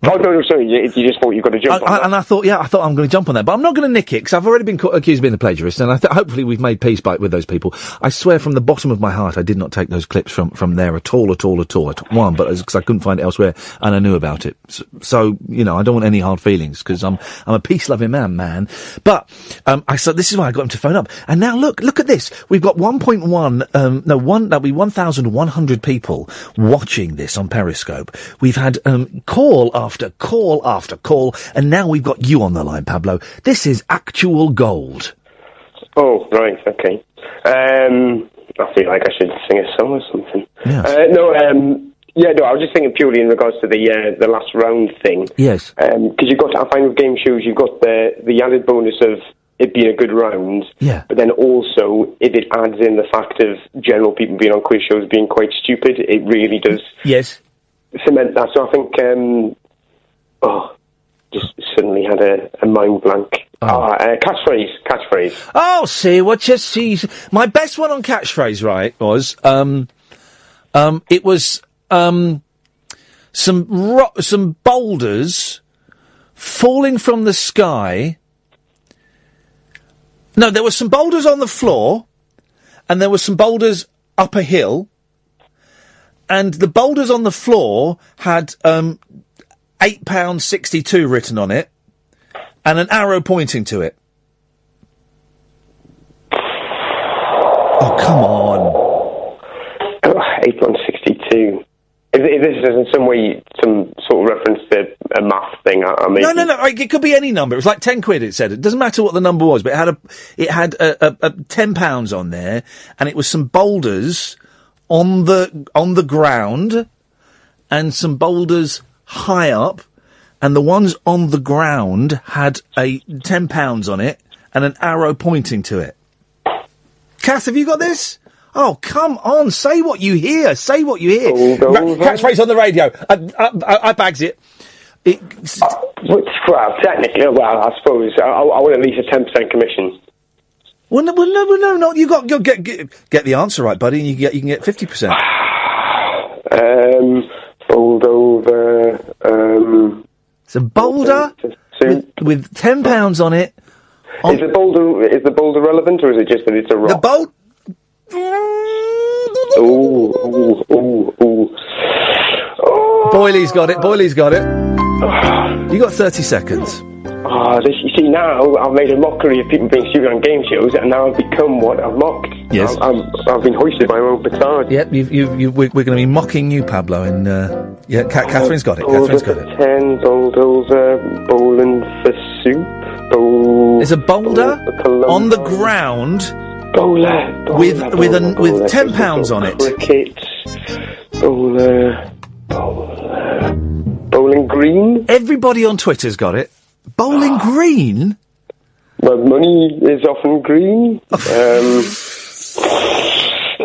Speaker 17: Oh no, no, sorry. You, you just thought you got to jump on
Speaker 3: I, and I thought, yeah, I thought I'm going to jump on that, but I'm not going to nick it because I've already been ca- accused of being a plagiarist, and I th- hopefully we've made peace by with those people. I swear from the bottom of my heart, I did not take those clips from from there at all, at all, at all. I took one, but because I couldn't find it elsewhere, and I knew about it. So, so you know, I don't want any hard feelings because I'm I'm a peace loving man, man. But um, I so this is why I got him to phone up, and now look, look at this. We've got 1.1, um, no one, that'll be 1,100 people watching this on Periscope. We've had um, call after call after call, and now we've got you on the line, Pablo. This is actual gold.
Speaker 17: Oh, right, okay. Um, I feel like I should sing a song or something. Uh, no, um, yeah, no, I was just thinking purely in regards to the uh, the last round thing.
Speaker 3: Yes.
Speaker 17: Because you've got, I find with game shows, you've got the, the added bonus of it being a good round.
Speaker 3: Yeah.
Speaker 17: But then also, if it adds in the fact of general people being on quiz shows being quite stupid, it really does
Speaker 3: Yes.
Speaker 17: cement that. So I think, um, oh, just suddenly had a, a mind blank. Ah, uh, catchphrase, catchphrase.
Speaker 3: Oh, see what you see. My best one on catchphrase, right, was um, um, it was um, some ro- some boulders falling from the sky. No, there were some boulders on the floor, and there were some boulders up a hill, and the boulders on the floor had um, eight pound sixty two written on it, and an arrow pointing to it. Oh, come on.
Speaker 17: Eight pound sixty-two. If, if this is in some way some sort of reference to a math thing, I, I mean,
Speaker 3: No, no, no. like, It could be any number. It was like ten quid. It said it doesn't matter what the number was, but it had a it had a, a, a ten pounds on there, and it was some boulders on the on the ground, and some boulders high up, and the ones on the ground had a ten pounds on it and an arrow pointing to it. Cass, have you got this? Oh, come on, say what you hear, say what you hear. Ra- catchphrase on the radio. I, I, I, I bags it. it
Speaker 18: Which, well, technically, well, I suppose I, I I want at least a ten percent commission.
Speaker 3: well, no, well, no, well, no, no, you got, you get, get, get the answer right, buddy, and you can get, you can get 50%.
Speaker 18: Um, fold over. Um,
Speaker 3: it's a boulder with, with ten pounds on it.
Speaker 18: Is the boulder is the boulder relevant, or is it just that it's a rock? The
Speaker 3: bolt.
Speaker 18: Ooh, ooh, ooh, ooh. Oh.
Speaker 3: Boyley's got it, Boyley's got it. You got 30 seconds.
Speaker 18: Ah, this, you see now I've made a mockery of people being stupid on game shows, and now I've become what I've mocked.
Speaker 3: Yes.
Speaker 18: i have I've been hoisted by my own petard.
Speaker 3: Yep, you've, you've, you we're, we're going to be mocking you, Pablo, and uh, yeah, Ca- Catherine's got it.
Speaker 18: Bowl
Speaker 3: Catherine's
Speaker 18: over
Speaker 3: got it.
Speaker 18: Ten bowled over, bowling for soup. Bowl.
Speaker 3: There's a boulder on the ground
Speaker 18: bowler, bowler
Speaker 3: with
Speaker 18: bowler,
Speaker 3: with an,
Speaker 18: bowler,
Speaker 3: with ten pounds on it.
Speaker 18: Cricket. Bowler. Bowler. Bowling green. Ah.
Speaker 3: Everybody on Twitter's got it. Bowling green.
Speaker 18: Well, money is often green. um,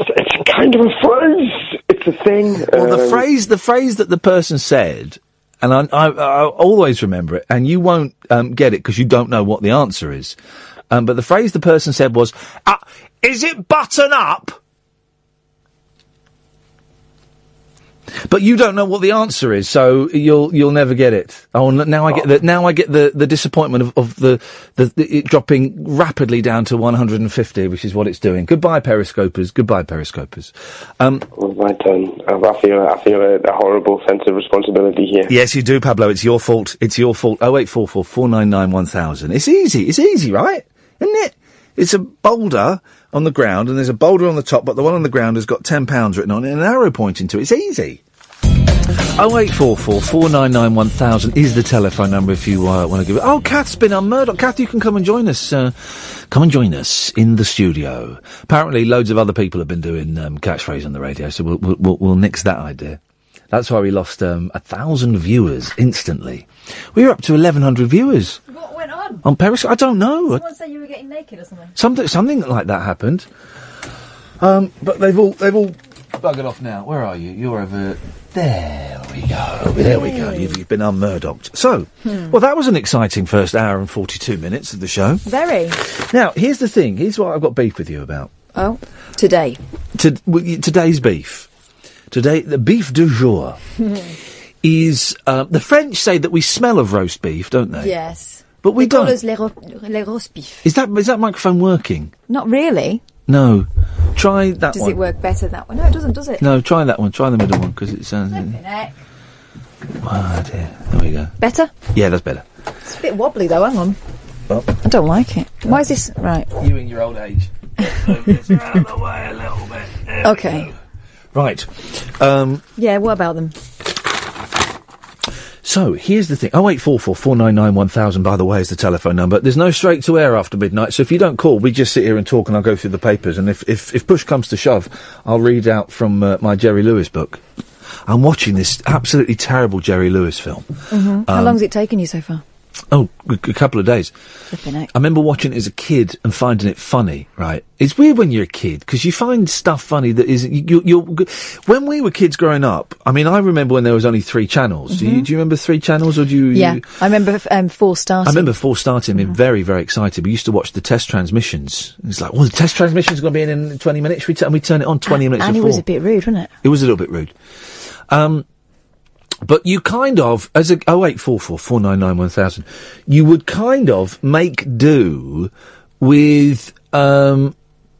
Speaker 18: it's kind of a phrase. It's a thing.
Speaker 3: Well, the
Speaker 18: Um,
Speaker 3: phrase the phrase that the person said, and I, I, I always remember it, and you won't um, get it because you don't know what the answer is. Um, but the phrase the person said was, uh, "Is it button up?" But you don't know what the answer is, so you'll you'll never get it. Oh, n- now I get the now I get the, the disappointment of, of the, the, the it dropping rapidly down to 150, which is what it's doing. Goodbye, periscopers. Goodbye, periscopers. Um,
Speaker 18: Well, I done. I I feel, I feel a, a horrible sense of responsibility here.
Speaker 3: Yes, you do, Pablo. It's your fault. It's your fault. Oh eight four four four nine nine one thousand. It's easy. It's easy, right? Isn't it? It's a boulder on the ground, and there's a boulder on the top, but the one on the ground has got ten pounds written on it, and an arrow pointing to it. It's easy. Oh eight four four four nine nine one thousand is the telephone number if you uh, want to give it. Oh, Kath's been on Murdoch. Kath, you can come and join us. Uh, come and join us in the studio. Apparently, loads of other people have been doing um, catchphrase on the radio, so we'll, we'll, we'll, we'll nix that idea. That's why we lost um, a thousand viewers instantly. We were up to eleven hundred viewers
Speaker 19: What went on?
Speaker 3: on Periscope. I don't know.
Speaker 19: Someone said you were getting naked or something.
Speaker 3: Something something like that happened. Um, but they've all they've all buggered off now. Where are you? You're over there. We go. There we go. You've, you've been unmurdocked. So,
Speaker 19: Hmm.
Speaker 3: well, that was an exciting first hour and forty-two minutes of the show.
Speaker 19: Very.
Speaker 3: Now, here's the thing. Here's what I've got beef with you about.
Speaker 19: Oh, today.
Speaker 3: To, well, y- today's beef. Today, the beef du jour is uh, the French say that we smell of roast beef, don't they?
Speaker 19: yes.
Speaker 3: But we
Speaker 19: They call
Speaker 3: don't.
Speaker 19: us les, ro- les roast beef.
Speaker 3: Is that is that microphone working?
Speaker 19: Not really.
Speaker 3: No. Try that
Speaker 19: does
Speaker 3: one.
Speaker 19: it work better that one? No, it doesn't, does it?
Speaker 3: No, try that one. Try the middle one because it sounds.
Speaker 19: Heck.
Speaker 3: Oh dear. There we go.
Speaker 19: Better?
Speaker 3: Yeah, that's better.
Speaker 19: It's a bit wobbly though, hang on.
Speaker 3: Well.
Speaker 19: I don't like it. Why is this right?
Speaker 3: You in your old age.
Speaker 19: Okay.
Speaker 3: Right. Um,
Speaker 19: Yeah, what about them?
Speaker 3: so here's the thing. Oh eight four four four nine nine one thousand. By the way, is the telephone number. There's no straight to air after midnight. So if you don't call, we just sit here and talk, and I'll go through the papers. And if if, if push comes to shove, I'll read out from uh, my Jerry Lewis book. I'm watching this absolutely terrible Jerry Lewis film.
Speaker 19: hmm How
Speaker 3: Um,
Speaker 19: long's it taken you so far?
Speaker 3: Oh, a, a couple of days.
Speaker 19: Flipping heck.
Speaker 3: I remember watching it as a kid and finding it funny. Right? It's weird when you're a kid because you find stuff funny that isn't. You, you, you're, when we were kids growing up, I mean, I remember when there was only three channels. Do, you,
Speaker 19: Mhm.
Speaker 3: do you remember three channels or do you?
Speaker 19: Yeah, Mm-hmm.
Speaker 3: you-
Speaker 19: I remember um, four stars.
Speaker 3: I remember four starting being very, very excited. We used to watch the test transmissions. It's like, well, the test transmission's going to be in in 20 minutes. Should We t-? And we turn it on 20 minutes
Speaker 19: and it
Speaker 3: before.
Speaker 19: was a bit rude, wasn't it?
Speaker 3: It was a little bit rude. Um, but you kind of, as a oh, 0844 499 1000, you would kind of make do with um,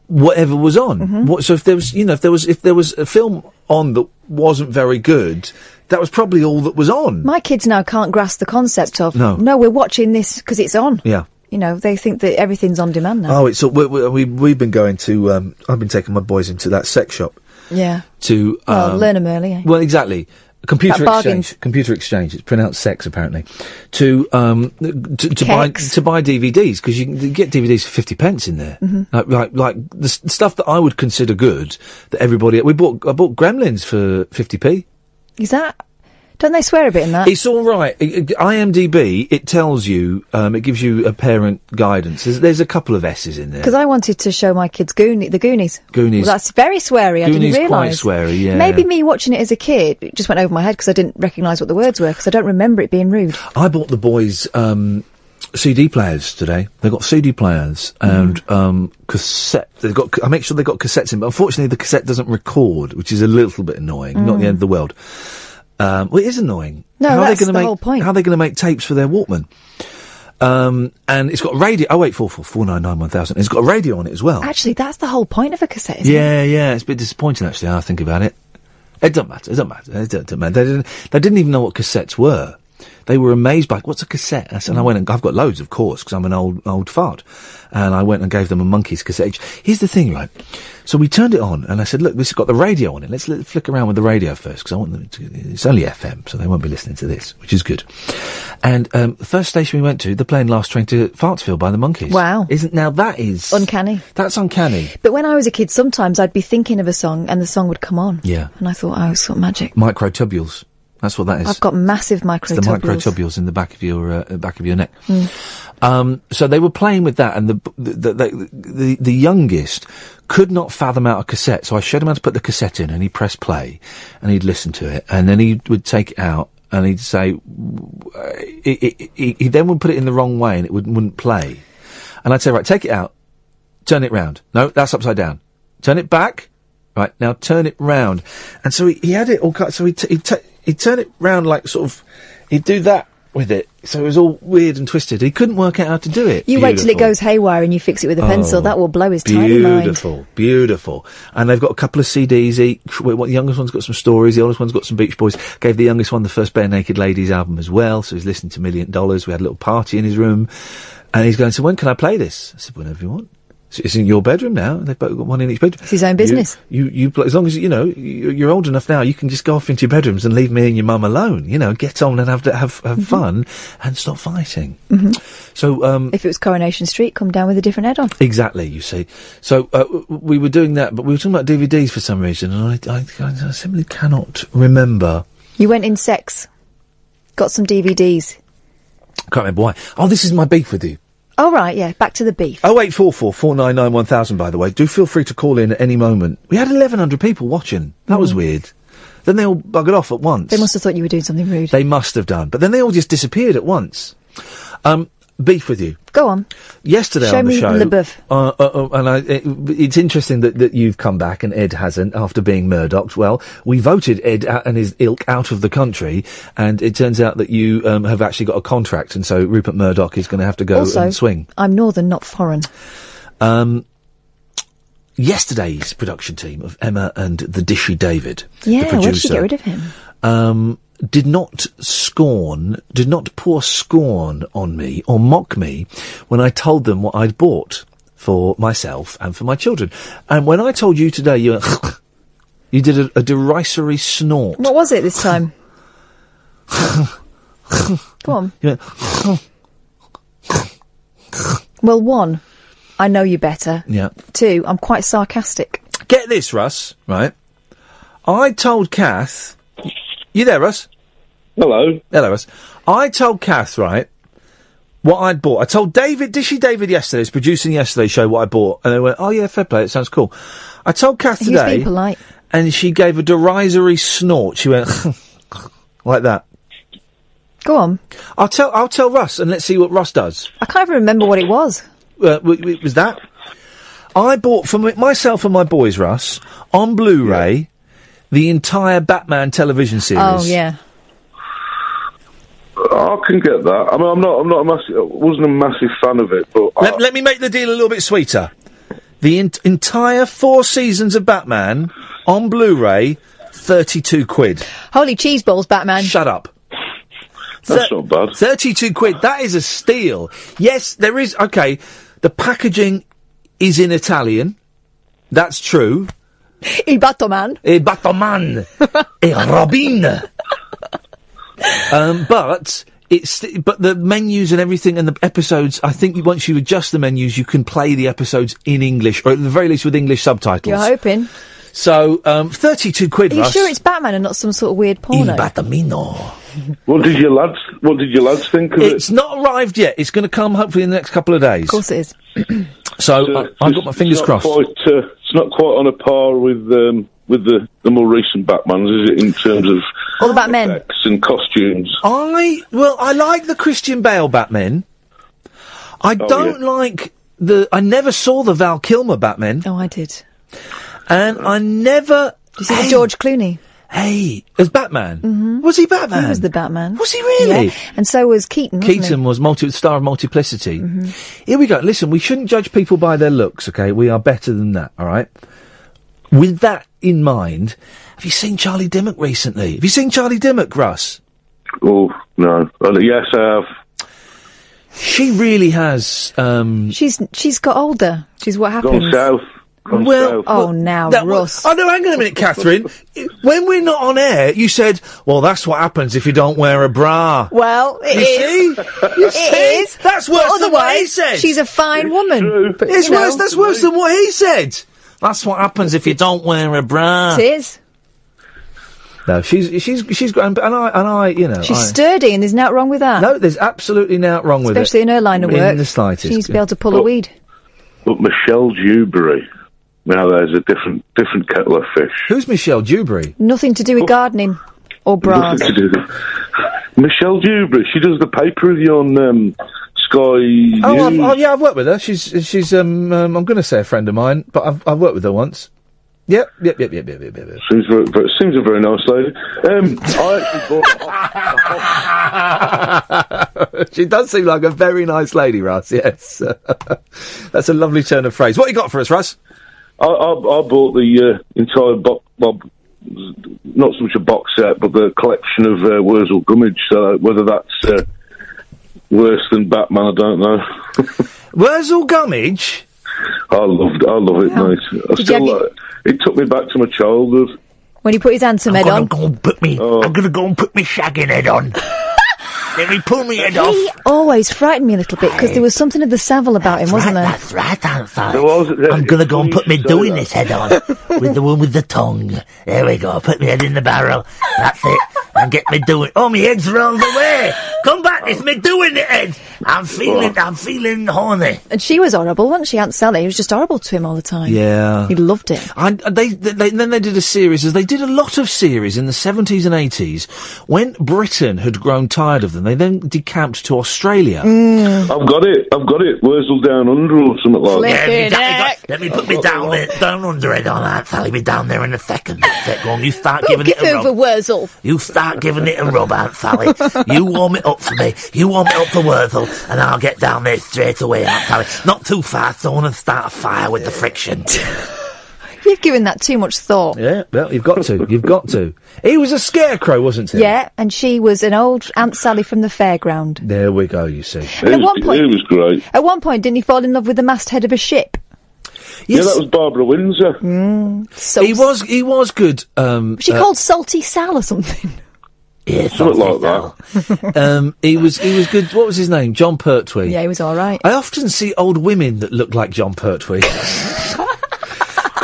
Speaker 3: whatever was on. What, so if there was, you know, if there was, if there was a film on that wasn't very good, that was probably all that was on.
Speaker 19: My kids now can't grasp the concept of
Speaker 3: No.
Speaker 19: No, we're watching this because it's on.
Speaker 3: Yeah.
Speaker 19: You know, they think that everything's on demand now.
Speaker 3: Oh, it's all, we, we, we- we've been going to. Um, I've been taking my boys into that sex shop
Speaker 19: Yeah.
Speaker 3: to. Um,
Speaker 19: Well, learn 'em early, eh?
Speaker 3: Well, exactly. Computer
Speaker 19: That bargain.
Speaker 3: exchange. Computer exchange. It's pronounced sex apparently. To um to, to buy
Speaker 19: Kegs.
Speaker 3: to buy DVDs because you can get DVDs for fifty pence in there.
Speaker 19: Mhm.
Speaker 3: Like, like like the s- stuff that I would consider good that everybody we bought I bought Gremlins for fifty p.
Speaker 19: Is that? Don't they swear a bit in that?
Speaker 3: It's all right. I- I- IMDb it tells you, um, it gives you a parent guidance. There's, there's a couple of S's in there.
Speaker 19: Because I wanted to show my kids Goonie, the Goonies.
Speaker 3: Goonies.
Speaker 19: Well, that's very sweary. I
Speaker 3: Goonies
Speaker 19: didn't
Speaker 3: quite
Speaker 19: realise.
Speaker 3: sweary. Yeah.
Speaker 19: Maybe me watching it as a kid it just went over my head because I didn't recognise what the words were because I don't remember it being rude.
Speaker 3: I bought the boys um, CD players today. They've got CD players and
Speaker 19: Mm.
Speaker 3: um, cassette. They've got. I make sure they've got cassettes in, but unfortunately the cassette doesn't record, which is a little bit annoying. Not the
Speaker 19: Mm.
Speaker 3: end of the world. Um, well, it is annoying.
Speaker 19: No,
Speaker 3: how are they
Speaker 19: that's
Speaker 3: gonna
Speaker 19: the
Speaker 3: make,
Speaker 19: whole point.
Speaker 3: How are they going to make tapes for their Walkman? Um, and it's got a radio. Oh wait, four four four nine nine one thousand. It's got a radio on it as well.
Speaker 19: Actually, that's the whole point of a cassette, isn't it?
Speaker 3: Oh. yeah, yeah, it's a bit disappointing actually. Now I think about it. It doesn't matter. It doesn't matter. It doesn't matter. They didn't. They didn't even know what cassettes were. They were amazed by what's a cassette. I said- and I went and I've got loads, of course, because I'm an old old fart. And I went and gave them a monkey's cassette. Here's the thing, right? So we turned it on, and I said, "Look, this has got the radio on it. Let's let, flick around with the radio first, because I want them to. It's only FM, so they won't be listening to this, which is good." And um, the first station we went to, they're playing "Last Train to Fartsville" by the Monkeys.
Speaker 19: Wow.
Speaker 3: Isn't now that is
Speaker 19: Uncanny.
Speaker 3: that's uncanny.
Speaker 19: But when I was a kid, sometimes I'd be thinking of a song and the song would come on.
Speaker 3: Yeah.
Speaker 19: And I thought, oh, it's got magic.
Speaker 3: Microtubules. That's what that is.
Speaker 19: I've got massive
Speaker 3: It's the
Speaker 19: microtubules.
Speaker 3: microtubules in the back of your uh, back of your neck.
Speaker 19: Mm.
Speaker 3: Um, so they were playing with that, and the the, the the the youngest could not fathom out a cassette. So I showed him how to put the cassette in, and he pressed play, and he'd listen to it, and then he would take it out, and he'd say, w- uh, he, he- he, he then would put it in the wrong way, and it would, wouldn't play. And I'd say, right, take it out, turn it round. No, that's upside down. Turn it back. Right now, turn it round. And so he, he had it all cut. So he t- he t- he'd turn it round like sort of he'd do that with it. So it was all weird and twisted. He couldn't work out how to do it.
Speaker 19: You wait till it
Speaker 3: Beautiful.
Speaker 19: goes haywire and you fix it with a pencil.
Speaker 3: Oh,
Speaker 19: That will blow his tiny mind.
Speaker 3: Beautiful, beautiful. And they've got a couple of CDs each. Well, the youngest one's got some stories. The oldest one's got some Beach Boys. Gave the youngest one the first Bare Naked Ladies album as well. So he's listening to Million Dollars. We had a little party in his room, and he's going. So when can I play this? I said whenever you want. So it's in your bedroom now. They've both got one in each bedroom. It's
Speaker 19: his own business.
Speaker 3: You, you, play, as long as you know you- you're old enough now, you can just go off into your bedrooms and leave me and your mum alone. You know, get on and have have, have
Speaker 19: Mhm.
Speaker 3: fun and stop fighting.
Speaker 19: hmm
Speaker 3: So um,
Speaker 19: If it was Coronation Street, come down with a different head on.
Speaker 3: Exactly, you see. So uh, w- w- we were doing that, but we were talking about DVDs for some reason, and I, I, I simply cannot remember.
Speaker 19: You went in sex, got some DVDs.
Speaker 3: Can't remember why. Oh, this is my beef with you.
Speaker 19: Oh, right, yeah, back to the beef.
Speaker 3: Oh eight four four four nine nine one thousand. By the way, do feel free to call in at any moment. We had eleven hundred people watching. That was weird. Then they all buggered off at once.
Speaker 19: Hmm. They must have thought you were doing something rude.
Speaker 3: They must have done, but then they all just disappeared at once. Um, beef with you.
Speaker 19: Go on.
Speaker 3: Yesterday
Speaker 19: Show
Speaker 3: on the
Speaker 19: me
Speaker 3: show,
Speaker 19: Leboeuf.
Speaker 3: Uh, uh, uh, and I, it, it's interesting that, that you've come back and Ed hasn't after being murdocked. Well, we voted Ed out and his ilk out of the country, and it turns out that you um, have actually got a contract, and so Rupert Murdoch is going to have to go
Speaker 19: also,
Speaker 3: and swing.
Speaker 19: I'm northern, not foreign.
Speaker 3: Um, yesterday's production team of Emma and the Dishy David, the
Speaker 19: Yeah,
Speaker 3: producer,
Speaker 19: where did she get rid of him?
Speaker 3: um, did not scorn, did not pour scorn on me or mock me when I told them what I'd bought for myself and for my children. And when I told you today, you went, you did a, a derisory snort.
Speaker 19: What was it this time? Go on.
Speaker 3: You went,
Speaker 19: Well, one, I know you better.
Speaker 3: yeah.
Speaker 19: Two, I'm quite sarcastic.
Speaker 3: Get this, Russ, right? I told Kath. You there, Russ? Hello. Hello, Russ. I told Kath, right, what I'd bought. I told David, Dishy David yesterday, who's producing yesterday's show, what I bought. And they went, oh, yeah, fair play, it sounds cool. I told Kath
Speaker 19: He was
Speaker 3: today.
Speaker 19: being polite.
Speaker 3: And she gave a derisory snort. She went, like that.
Speaker 19: Go on.
Speaker 3: I'll tell, I'll tell Russ, and let's see what Russ does.
Speaker 19: I can't even remember what it was.
Speaker 3: Uh, w- w- was that? I bought for my- myself and my boys, Russ, on Blu-ray, the entire Batman television series.
Speaker 19: Oh, yeah.
Speaker 20: I can get that. I mean, I'm not. I'm not a massive. Wasn't a massive fan of it, but
Speaker 3: Let, let me make the deal a little bit sweeter. The en- entire four seasons of Batman on Blu-ray, thirty-two quid.
Speaker 19: Holy cheese balls, Batman.
Speaker 3: Shut up. That's not bad. Thirty-two quid. That is a steal. Yes, there is. Okay, the packaging is in Italian. That's true.
Speaker 19: Il Batman.
Speaker 3: E Batman. e Robin. um, but it's but the menus and everything and the episodes. I think you- once you adjust the menus, you can play the episodes in English or at the very least with English subtitles.
Speaker 19: You're hoping.
Speaker 3: So um, thirty-two quid.
Speaker 19: Are you
Speaker 3: Russ.
Speaker 19: sure it's Batman and not some sort of weird porno?
Speaker 20: What did your lads? What did your lads think of
Speaker 3: It's not arrived yet. It's going to come hopefully in the next couple of days. Of course
Speaker 19: it is.
Speaker 3: So, I, I've got
Speaker 20: It's-
Speaker 3: my fingers
Speaker 20: it's not
Speaker 3: crossed.
Speaker 20: Quite, uh, it's not quite on a par with um, with the, the more recent Batmans, is it? In terms of
Speaker 19: All about men.
Speaker 20: acts and costumes.
Speaker 3: I well, I like the Christian Bale Batman. I
Speaker 20: Oh,
Speaker 3: don't like the. I never saw the Val Kilmer Batman.
Speaker 19: Oh, I did.
Speaker 3: And I never.
Speaker 19: You see the George Clooney?
Speaker 3: Hey, as Batman.
Speaker 19: hmm
Speaker 3: Was he Batman?
Speaker 19: He was the Batman. Was
Speaker 3: he really?
Speaker 19: And so was Keaton. wasn't he?
Speaker 3: Keaton was multi- star of Multiplicity.
Speaker 19: Mm-hmm.
Speaker 3: Here we go. Listen, we shouldn't judge people by their looks, okay? We are better than that, all right? With that in mind, have you seen Charlie Dimmock recently? Have you seen Charlie Dimmock, Russ?
Speaker 20: Oh no! Uh, yes, I have.
Speaker 3: She really has. Um,
Speaker 19: She's she's got older. She's what happens.
Speaker 3: well,
Speaker 19: oh,
Speaker 3: well,
Speaker 19: now
Speaker 3: that was-
Speaker 19: Russ.
Speaker 3: Oh no, hang on a minute, Catherine. when we're not on air, you said, "Well, that's what happens if you don't wear a bra."
Speaker 19: Well, it
Speaker 3: You
Speaker 19: is.
Speaker 3: You
Speaker 19: It
Speaker 3: see?
Speaker 19: is.
Speaker 3: That's worse
Speaker 19: But
Speaker 3: than what he
Speaker 19: otherwise,
Speaker 3: said.
Speaker 19: She's a fine woman. But,
Speaker 3: It's
Speaker 19: you know,
Speaker 3: worse. That's worse than what he said. That's what happens if you don't wear a bra.
Speaker 19: It is.
Speaker 3: No, she's she's she's got- and I and I you know
Speaker 19: She's
Speaker 3: I-
Speaker 19: sturdy, and there's nothing wrong with that.
Speaker 3: no, there's absolutely nothing wrong with
Speaker 19: Especially
Speaker 3: it,
Speaker 19: in her line of
Speaker 3: in
Speaker 19: work.
Speaker 3: the slightest.
Speaker 19: She needs to be able to pull a weed.
Speaker 20: But Michelle Dewberry. Now there's a different different kettle of fish.
Speaker 3: Who's Michelle Dewberry?
Speaker 19: Nothing to do with gardening or bras.
Speaker 20: Nothing to do with- Michelle Dewberry. She does the paper review on um, Sky
Speaker 3: Oh, I've,
Speaker 20: News.
Speaker 3: oh, yeah, I've worked with her. She's she's um, um I'm going to say a friend of mine, but I've I've worked with her once. Yep, yep, yep, yep, yep, yep, yep. yep.
Speaker 20: Seems very, very- seems a very nice lady. Um, I actually bought.
Speaker 3: she does seem like a very nice lady, Russ. Yes, that's a lovely turn of phrase. What you got for us, Russ?
Speaker 20: I, I, I bought the uh, entire box. Well, not so much a box set, but the collection of uh, Wurzel Gummidge. So whether that's uh, worse than Batman, I don't know.
Speaker 3: Wurzel Gummidge.
Speaker 20: I loved. I love it, mate. I
Speaker 19: Did you
Speaker 20: still
Speaker 19: have
Speaker 20: like. It took me back to my childhood.
Speaker 19: When he put his handsome head on.
Speaker 3: put me.
Speaker 20: I'm
Speaker 3: gonna go and put me shagging head on. Let me pull me head
Speaker 19: He always frightened me a little bit because there was something of the Savile about him, wasn't there?
Speaker 21: That's right, outside.
Speaker 20: There was, I'm
Speaker 21: gonna go and put me doing this head on with the one with the tongue. There we go. Put me head in the barrel. That's it. And get me doing. Oh, my head's rolled away. Come back. It's me doing it head. I'm feeling. I'm feeling horny.
Speaker 19: And she was horrible, wasn't she, Aunt Sally? It was just horrible to him all the time.
Speaker 3: Yeah.
Speaker 19: He loved it.
Speaker 3: I, they, they, they- then they did a series, as they did a lot of series in the 70s and 80s, when Britain had grown tired of them, they then decamped to Australia.
Speaker 20: Mm. I've got it. I've got it. Wurzel down under or something like
Speaker 21: Yeah, me
Speaker 20: that.
Speaker 21: da- me got- let me put me down there, down under it on that. Sally, me down there in a second. Set go on. You start
Speaker 19: Oh,
Speaker 21: giving it a rub.
Speaker 19: Wurzel.
Speaker 21: You start giving it a rub, Aunt Sally. You warm it up for me. You warm it up for Wurzel, and I'll get down there straight away, Aunt Sally. Not too fast, so I want to start a fire with the friction.
Speaker 19: You've given that too much thought.
Speaker 3: Yeah, well, you've got to. You've got to. He was a scarecrow, wasn't he?
Speaker 19: Yeah, and she was an old Aunt Sally from the fairground.
Speaker 3: There we go, you see.
Speaker 19: And at one point-
Speaker 20: was great.
Speaker 19: At one point, didn't he fall in love with the masthead of a ship?
Speaker 20: Yeah, that was Barbara Windsor.
Speaker 19: Mm, so
Speaker 3: He was, he was good. Um,
Speaker 19: Was she
Speaker 3: uh,
Speaker 19: called Salty Sal or something?
Speaker 21: Yeah,
Speaker 20: something like that.
Speaker 3: um, he was, he was good. What was his name? John Pertwee.
Speaker 19: Yeah, he was all right.
Speaker 3: I often see old women that look like John Pertwee.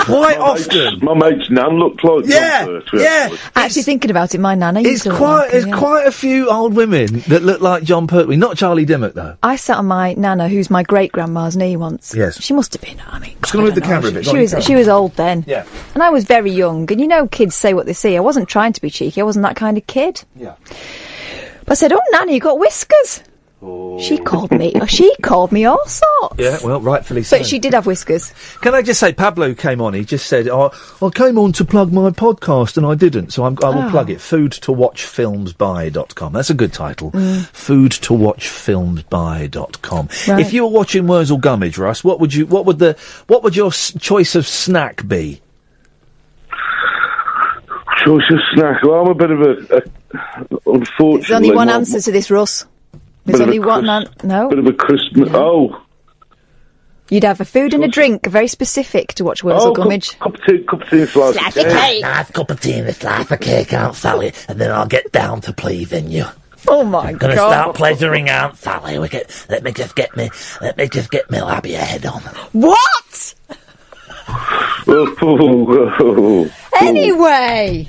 Speaker 3: Quite often.
Speaker 20: My mate's nan looked like
Speaker 3: Yeah,
Speaker 20: John Pertwee.
Speaker 3: yeah.
Speaker 19: Actually, thinking about it, my nana
Speaker 3: It's
Speaker 19: used to look
Speaker 3: quite,
Speaker 19: like him,
Speaker 3: it's
Speaker 19: yeah.
Speaker 3: quite a few old women that look like John Pertwee. Not Charlie Dimmock though.
Speaker 19: I sat on my nana, who's my great grandma's knee once.
Speaker 3: Yes.
Speaker 19: She must have been. I mean,
Speaker 3: Just gonna move the camera a bit. Go
Speaker 19: She
Speaker 3: on,
Speaker 19: was
Speaker 3: carry on.
Speaker 19: she was old then.
Speaker 3: Yeah.
Speaker 19: And I was very young, and you know, kids say what they see. I wasn't trying to be cheeky. I wasn't that kind of kid.
Speaker 3: Yeah.
Speaker 19: But I said, "Oh, nana, you got whiskers."
Speaker 3: Oh.
Speaker 19: She called me. Oh, she called me all sorts.
Speaker 3: Yeah, well, rightfully so.
Speaker 19: But she did have whiskers.
Speaker 3: Can I just say, Pablo came on. He just said, oh, "I came on to plug my podcast, and I didn't, so I'm, I will
Speaker 19: Oh.
Speaker 3: plug it." Food to watch films com. That's a good title.
Speaker 19: Mm.
Speaker 3: Food to watch films dot com.
Speaker 19: Right.
Speaker 3: If you were watching Wurzel Gummidge, Russ, what would you? What would the? What would your s- choice of snack be?
Speaker 20: Choice of snack. Well, I'm a bit of a, a unfortunately.
Speaker 19: There's only one
Speaker 20: my-
Speaker 19: answer to this, Russ. There's
Speaker 20: Bit of
Speaker 19: only
Speaker 20: a
Speaker 19: one
Speaker 20: crisp-
Speaker 19: an- No,
Speaker 20: Bit of a Christmas. Oh,
Speaker 19: you'd have a food and a drink, very specific to watch Wurzel
Speaker 20: oh,
Speaker 19: Gummidge.
Speaker 20: Cup, cup of tea, cup of tea, and slice,
Speaker 19: Slice
Speaker 20: of
Speaker 19: of
Speaker 20: cake.
Speaker 19: cake.
Speaker 21: Nice cup of tea and a slice of cake, Aunt Sally, and then I'll get down to pleasing you.
Speaker 19: Oh my
Speaker 21: Gonna
Speaker 19: God.
Speaker 21: start pleasuring Aunt Sally. We get, let me just get me, let me just get me labia head on.
Speaker 19: What?
Speaker 20: oh,
Speaker 19: Anyway,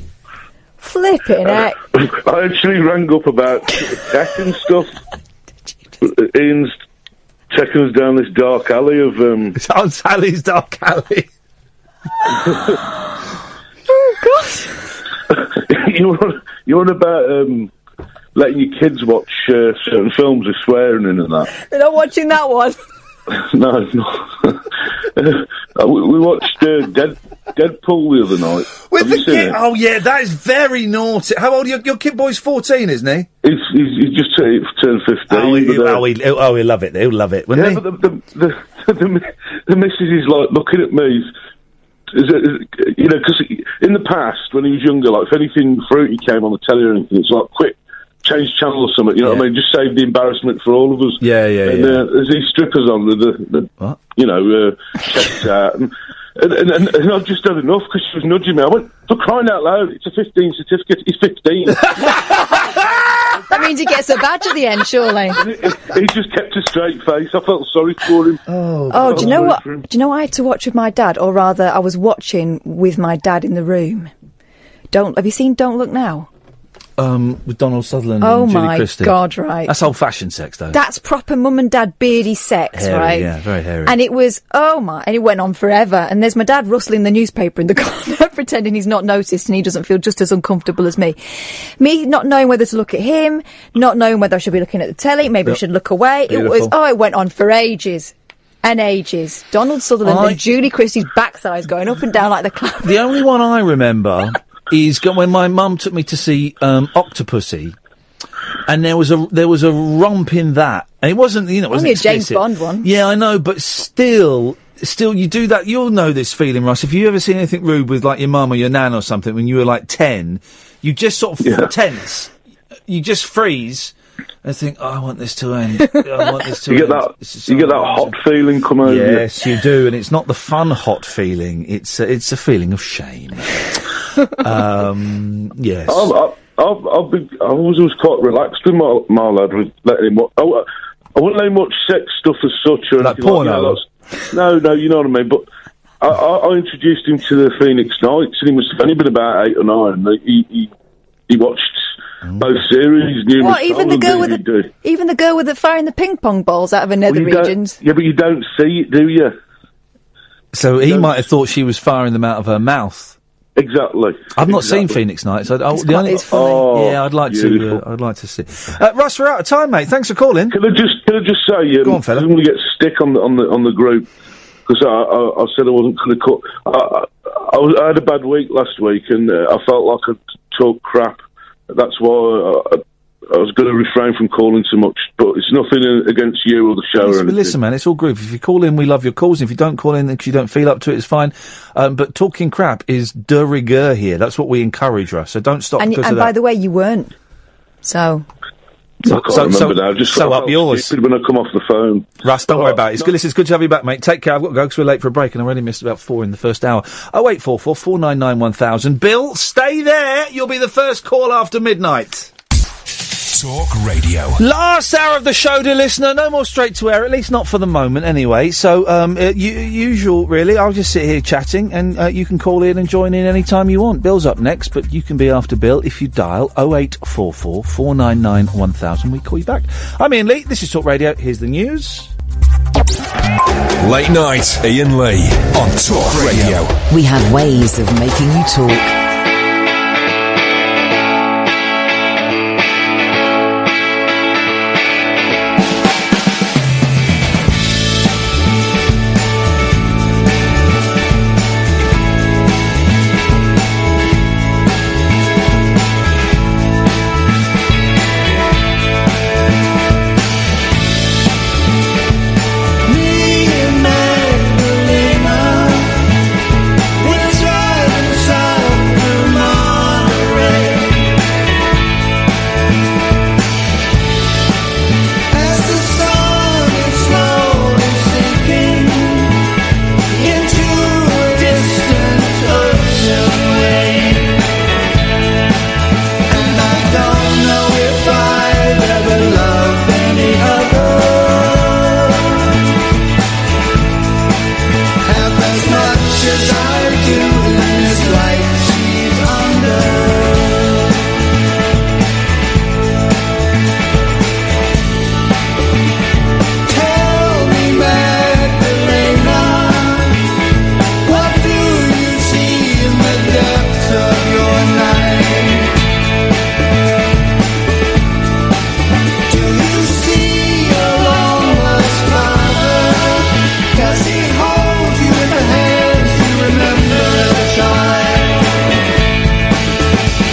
Speaker 19: flipping heck.
Speaker 20: I actually rang up about tech and stuff. Ian's taking us down this dark alley of um. It's
Speaker 3: on Sally's dark alley.
Speaker 19: Oh,
Speaker 20: you want you want about um letting your kids watch uh, certain films with swearing in and that.
Speaker 19: They're not watching that one.
Speaker 20: no, no. Uh, we, we watched uh, Dead Deadpool the other night.
Speaker 3: With
Speaker 20: Have
Speaker 3: the
Speaker 20: you seen
Speaker 3: kid.
Speaker 20: it?
Speaker 3: Oh yeah, that is very naughty. How old are your, your kid? Boy's fourteen, isn't he?
Speaker 20: He's, he's, he's just turned, turned 15.
Speaker 3: Oh, he,
Speaker 20: but, uh,
Speaker 3: oh, he, oh, he'll love it. He'll love it. Wouldn't
Speaker 20: yeah, but the, the, the, the, mi- the missus is like looking at me. Is it, is it, you know, because in the past, when he was younger, like if anything fruity came on the telly or anything, it's like quick, change channel or something. You know what I mean? Just save the embarrassment for all of us.
Speaker 3: Yeah, yeah,
Speaker 20: and,
Speaker 3: yeah.
Speaker 20: Uh, there's these strippers on with the, the you know, uh, checked out. And, and, and, and I've just had enough because she was nudging me. I went, for crying out loud, it's a 15 certificate. He's 15.
Speaker 19: That means he gets a badge at the end, surely.
Speaker 20: he just kept a straight face. I felt sorry for him.
Speaker 3: Oh,
Speaker 19: Oh, do you know what? Do you know what I had to watch with my dad, or rather, I was watching with my dad in the room. Don't have you seen Don't Look Now?
Speaker 3: he? Um, with Donald Sutherland.
Speaker 19: Oh,
Speaker 3: and Julie
Speaker 19: my
Speaker 3: Christie.
Speaker 19: God, right.
Speaker 3: That's old-fashioned sex, though.
Speaker 19: That's proper mum and dad beardy sex,
Speaker 3: Hairy,
Speaker 19: right?
Speaker 3: yeah, very hairy.
Speaker 19: And it was oh my, and it went on forever. And there's my dad rustling the newspaper in the corner, pretending he's not noticed, and he doesn't feel just as uncomfortable as me. Me not knowing whether to look at him, not knowing whether I should be looking at the telly, maybe I
Speaker 3: Yep.
Speaker 19: should look away. It was
Speaker 3: Beautiful.
Speaker 19: oh, it went on for ages. And ages. Donald Sutherland
Speaker 3: I-
Speaker 19: and Julie Christie's backsides going up and down like the cloud.
Speaker 3: The only one I remember is go- when my mum took me to see um, Octopussy, and there was a there was a romp in that, and it wasn't you know it wasn't
Speaker 19: Only a James
Speaker 3: explicit.
Speaker 19: Bond one.
Speaker 3: Yeah, I know, but still. Still, you do that. You'll know this feeling, Russ. If you ever seen anything rude with like your mum or your nan or something when you were like ten, you just sort of tense. You just freeze and think, oh, "I want this to end. I want this to
Speaker 20: You
Speaker 3: end."
Speaker 20: get that, you get that hot feeling come over you.
Speaker 3: Yes, you do, and it's not the fun hot feeling. It's a, it's a feeling of shame. um, yes.
Speaker 20: I've, I've, I've, I've been, I was always quite relaxed with my, my lad with letting him watch. I, wa- I wouldn't let him watch sex stuff as such or
Speaker 3: Like
Speaker 20: anything
Speaker 3: porno?
Speaker 20: Like, that. no, no, you know what I mean. But I, I, I introduced him to the Phoenix Knights, and he must have only been about eight or nine. Like, He, he, he watched
Speaker 3: Mm.
Speaker 20: both series. numerous
Speaker 19: What, even
Speaker 20: times,
Speaker 19: the girl with
Speaker 20: didn't he,
Speaker 19: the
Speaker 20: dude?
Speaker 19: even the girl with the firing the ping pong balls out of her nether
Speaker 20: Well, you don't-
Speaker 19: regions.
Speaker 20: Yeah, but you don't see it, do you?
Speaker 3: So he might have thought she was firing them out of her mouth.
Speaker 20: Exactly.
Speaker 3: I've not seen Phoenix Nights. I, I,
Speaker 20: It's
Speaker 3: the
Speaker 20: quite-
Speaker 3: only,
Speaker 20: it's funny. Oh,
Speaker 3: yeah, I'd like
Speaker 20: beautiful.
Speaker 3: to. Uh, I'd like to see. Uh, Russ, we're out of time, mate. Thanks for calling.
Speaker 20: Can I just can I just say, um,
Speaker 3: Go on, fella.
Speaker 20: I'm going to get stick on the on the on the group because I, I I said I wasn't going to cut. I, I, I, was, I had a bad week last week and uh, I felt like I talked crap. That's why I, I was going to refrain from calling so much. But it's nothing uh, against you or the show or
Speaker 3: Listen,
Speaker 20: anything.
Speaker 3: listen, man, it's all groove. If you call in, we love your calls. If you don't call in because you don't feel up to it, it's fine. Um, but talking crap is de rigueur here. That's what we encourage, Russ. So don't stop
Speaker 19: and
Speaker 3: because
Speaker 19: and
Speaker 3: of
Speaker 19: by
Speaker 3: that.
Speaker 19: the way, you weren't. So
Speaker 20: I can't
Speaker 3: so-
Speaker 20: remember
Speaker 3: so-
Speaker 20: now. Just
Speaker 3: so
Speaker 20: I
Speaker 3: up
Speaker 20: felt
Speaker 3: yours.
Speaker 20: stupid when I come off the phone.
Speaker 3: Russ, don't worry about it. It's good. Listen, it's good to have you back, mate. Take care. I've got to go because we're late for a break, and I already missed about four in the first hour. Oh wait, four four four nine nine one thousand. Bill, stay there. You'll be the first call after midnight.
Speaker 2: Talk radio.
Speaker 3: Last hour of the show, dear listener. No more straight to air, at least not for the moment, anyway. So, um, uh, u- usual, really. I'll just sit here chatting, and uh, you can call in and join in any time you want. Bill's up next, but you can be after Bill if you dial 0844 499 1000. We call you back. I'm Ian Lee. This is Talk Radio. Here's the news.
Speaker 2: Late night, Ian Lee on Talk Radio.
Speaker 1: We have ways of making you talk.
Speaker 4: We're trying to solve the It's like she's under. Tell me, Magdalena, what do you see in the depths of your night? Do you see a long lost father? Does he hold you in the hands you remember as a child?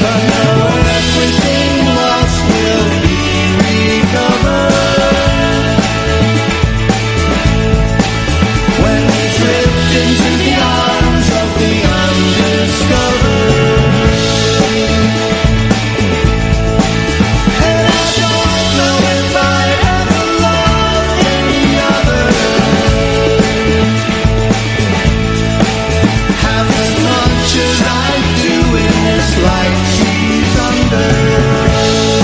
Speaker 4: But now everything lost will be recovered. When we drift into the arms of the undiscovered. And I don't know if I ever loved any other. Half as much as I do in this life she's under.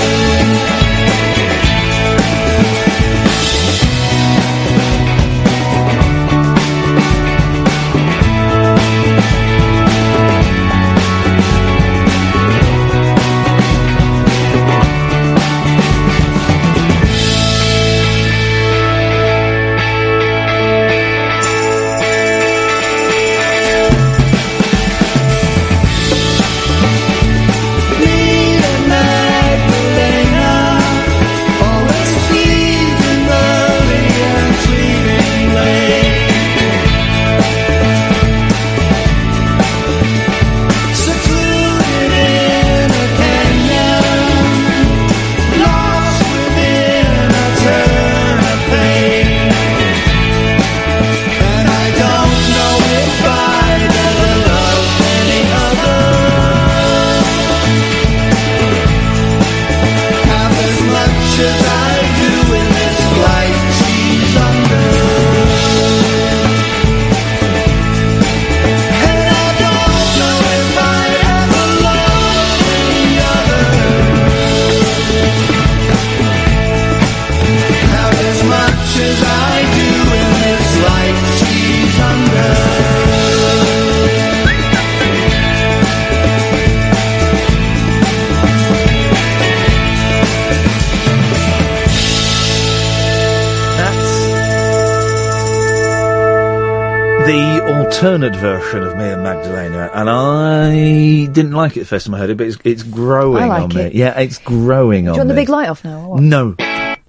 Speaker 4: Need a Magdalena, always pleasing early and sleeping late. Secluded in a canyon, lost within a turn of fate. And I don't know if I'd ever loved any other. Half as much as I do in this life she's under. And I don't know if I ever loved any other. Half as much as I do in this life she's under.
Speaker 3: That's the alternate version of me and Magdalena, and I didn't like it the first time I heard it, but it's, it's growing
Speaker 19: I like
Speaker 3: on
Speaker 19: it.
Speaker 3: me. Yeah, it's growing
Speaker 19: Do you
Speaker 3: on
Speaker 19: want the
Speaker 3: me.
Speaker 19: big light off now? Or what?
Speaker 3: No.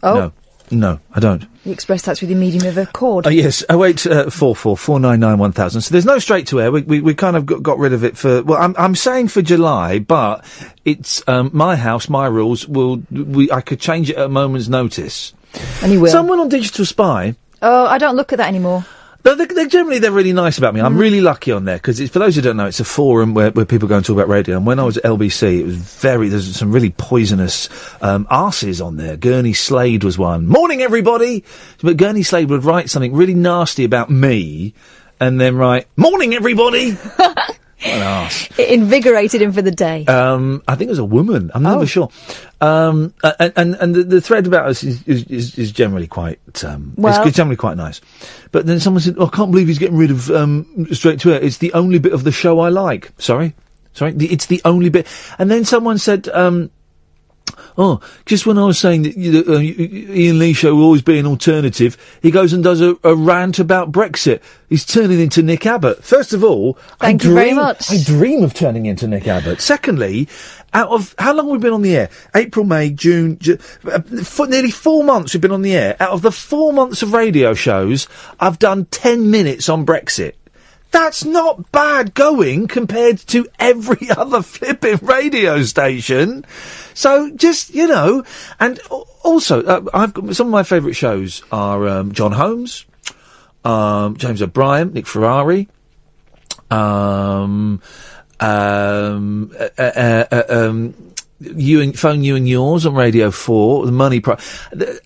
Speaker 19: Oh.
Speaker 3: No. No, I don't.
Speaker 19: You express that through the medium of a chord.
Speaker 3: Oh yes, oh wait, uh, four four four nine nine one thousand. So there's no straight to air. We we, we kind of got, got rid of it for. Well, I'm I'm saying for July, but it's um, my house, my rules. Will we? I could change it at a moment's notice.
Speaker 19: And you will.
Speaker 3: Someone on Digital Spy.
Speaker 19: Oh, I don't look at that anymore.
Speaker 3: No, they they generally they're really nice about me. I'm really lucky on there because for those who don't know, it's a forum where, where people go and talk about radio. And when I was at LBC, it was very there's some really poisonous um, arses on there. Gurney Slade was one. Morning everybody, but Gurney Slade would write something really nasty about me, and then write morning everybody. what an arse.
Speaker 19: It invigorated him for the day.
Speaker 3: Um, I think it was a woman. I'm
Speaker 19: Oh.
Speaker 3: never sure. Um, a- and and, and the, the thread about us is is, is, is generally quite um,
Speaker 19: Well-
Speaker 3: it's, it's generally quite nice. But then someone said, oh, "I can't believe he's getting rid of um, Straight to Air. It's the only bit of the show I like." Sorry, sorry. The, it's the only bit. And then someone said. Um, Oh, just when I was saying that you, uh, you- you- Ian Lee show will always be an alternative, he goes and does a, a rant about Brexit. He's turning into Nick Abbott. First of all,
Speaker 19: Thank
Speaker 3: I
Speaker 19: you
Speaker 3: dream,
Speaker 19: very much.
Speaker 3: I dream of turning into Nick Abbott. Secondly, out of how long have we been on the air? April, May, June, Ju- uh, for nearly four months we've been on the air. Out of the four months of radio shows, I've done ten minutes on Brexit. That's not bad going compared to every other flipping radio station. So just you know, and al- also uh, I've got, some of my favourite shows are um, John Holmes, um, James O'Brien, Nick Ferrari, um, um, uh, uh, uh, um, you and phone you and yours on Radio Four, the Money Pro. th-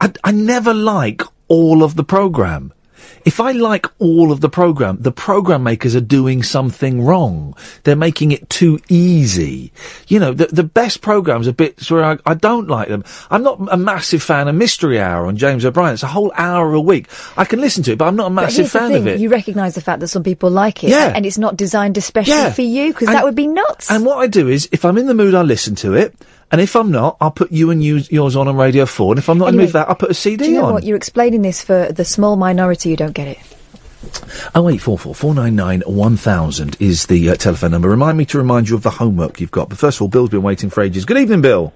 Speaker 3: I, I never like all of the program. If I like all of the program, the program makers are doing something wrong. They're making it too easy. You know, the, the best programs are bits where I, I don't like them. I'm not a massive fan of Mystery Hour on James O'Brien. It's a whole hour a week. I can listen to it, but I'm not a
Speaker 19: But
Speaker 3: massive
Speaker 19: here's the
Speaker 3: fan
Speaker 19: thing,
Speaker 3: of it.
Speaker 19: you recognise the fact that some people like it,
Speaker 3: Yeah.
Speaker 19: and it's not designed especially
Speaker 3: Yeah.
Speaker 19: for you, because
Speaker 3: And-
Speaker 19: that would be nuts.
Speaker 3: And what I do is, if I'm in the mood, I listen to it. And if I'm not, I'll put you and you, yours on on Radio 4. And if I'm not in the mood
Speaker 19: Anyway,
Speaker 3: for that, I'll put a CD
Speaker 19: Do you know
Speaker 3: on.
Speaker 19: what? You're explaining this for the small minority who don't get it.
Speaker 3: Oh, 0844 499 1000 is the uh, telephone number. Remind me to remind you of the homework you've got. But first of all, Bill's been waiting for ages. Good evening, Bill.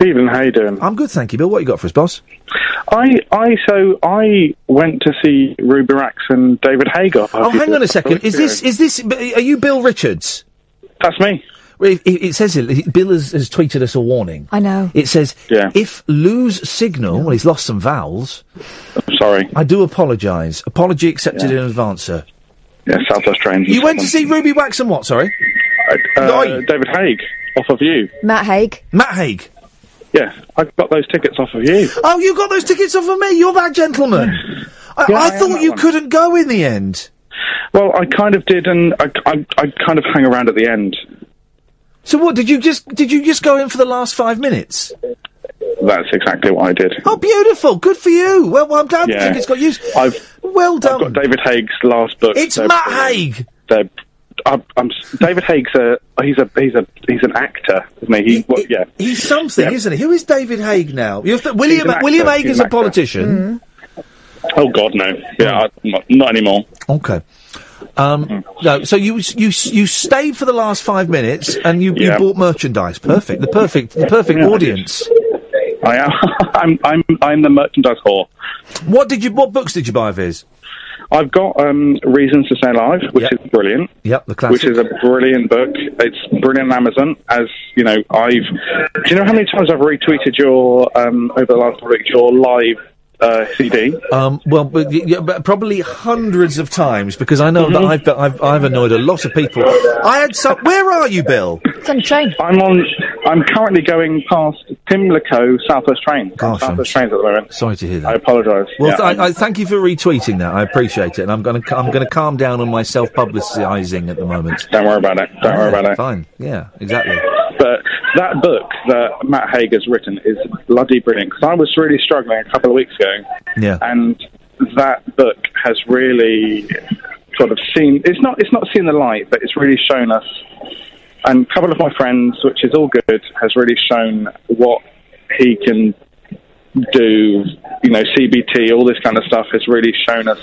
Speaker 22: Evening, how you doing?
Speaker 3: I'm good, thank you, Bill. What you got for us, boss?
Speaker 22: I, I, so I went to see Ruby Rax and David Hagar.
Speaker 3: Oh, hang on a second. Is this is this? b- Are you Bill Richards?
Speaker 22: That's me.
Speaker 3: It, it- it says it. Bill has, has tweeted us a warning.
Speaker 19: I know.
Speaker 3: It says if lose signal. Well, he's lost some vowels.
Speaker 22: I'm sorry.
Speaker 3: I do apologise. Apology accepted in advance, sir.
Speaker 22: Yeah, Southwest Trains.
Speaker 3: You went to see Ruby Wax and what? Sorry,
Speaker 22: uh, David Haig off of you.
Speaker 19: Matt Haig.
Speaker 3: Matt Haig.
Speaker 22: Yeah, I got those tickets off of you.
Speaker 3: Oh, you got those tickets off of me. You're that gentleman. I,
Speaker 22: Yeah, I
Speaker 3: I
Speaker 22: am
Speaker 3: thought
Speaker 22: that
Speaker 3: you
Speaker 22: one.
Speaker 3: couldn't go in the end.
Speaker 22: Well, I kind of did, and I, I, I kind of hang around at the end.
Speaker 3: So what did you just did you just go in for the last five minutes?
Speaker 22: That's exactly what I did.
Speaker 3: Oh, beautiful. Good for you. Well, well I'm glad the
Speaker 22: Yeah.
Speaker 3: tickets got used.
Speaker 22: I've
Speaker 3: well done.
Speaker 22: I've got David Haig's last book.
Speaker 3: It's
Speaker 22: They're-
Speaker 3: Matt Haig.
Speaker 22: They're, I'm, I'm, David Haig's a he's a he's a he's an actor, isn't he? he, what, yeah.
Speaker 3: He's something, isn't he? Who is David Haig now? You have to, William
Speaker 22: an actor.
Speaker 3: William Haig
Speaker 22: He's
Speaker 3: is
Speaker 22: an
Speaker 3: a
Speaker 22: actor.
Speaker 3: politician.
Speaker 22: Oh God, no. Yeah, I, not, not anymore.
Speaker 3: Okay. Um, no, so you you you stayed for the last five minutes and you, you bought merchandise. Perfect. The perfect the perfect
Speaker 22: Yeah.
Speaker 3: audience.
Speaker 22: I am. I'm. I'm. I'm the merchandise whore.
Speaker 3: What did you? What books did you buy, Viz?
Speaker 22: I've got um, Reasons to Stay Alive, which is brilliant.
Speaker 3: Yep, the classic.
Speaker 22: Which is a brilliant book. It's brilliant on Amazon. As you know, I've. Do you know how many times I've retweeted your um, over the last week your live uh, CD?
Speaker 3: Um, well, but, y- yeah, but probably hundreds of times because I know that I've,
Speaker 22: Mm-hmm.
Speaker 3: been- I've I've annoyed a lot of people. I had some. Where are you, Bill?
Speaker 19: It's on train.
Speaker 22: I'm on. I'm currently going past Pimlico Southwest Train.
Speaker 3: Gosh, I'm
Speaker 22: Southwest Trains at the moment.
Speaker 3: Sorry to hear that.
Speaker 22: I apologise.
Speaker 3: Well,
Speaker 22: Yeah,
Speaker 3: th- I, I thank you for retweeting that. I appreciate it, and I'm going to I'm going to calm down on my self publicising at the moment.
Speaker 22: Don't worry about it. Don't worry about it.
Speaker 3: Ah, Fine. Yeah, exactly.
Speaker 22: But that book that Matt Haig has written is bloody brilliant because I was really struggling a couple of weeks ago,
Speaker 3: Yeah.
Speaker 22: and that book has really sort of seen. It's not. It's not seen the light, but it's really shown us. And a couple of my friends, which is all good, has really shown what he can do. You know, CBT, all this kind of stuff has really shown us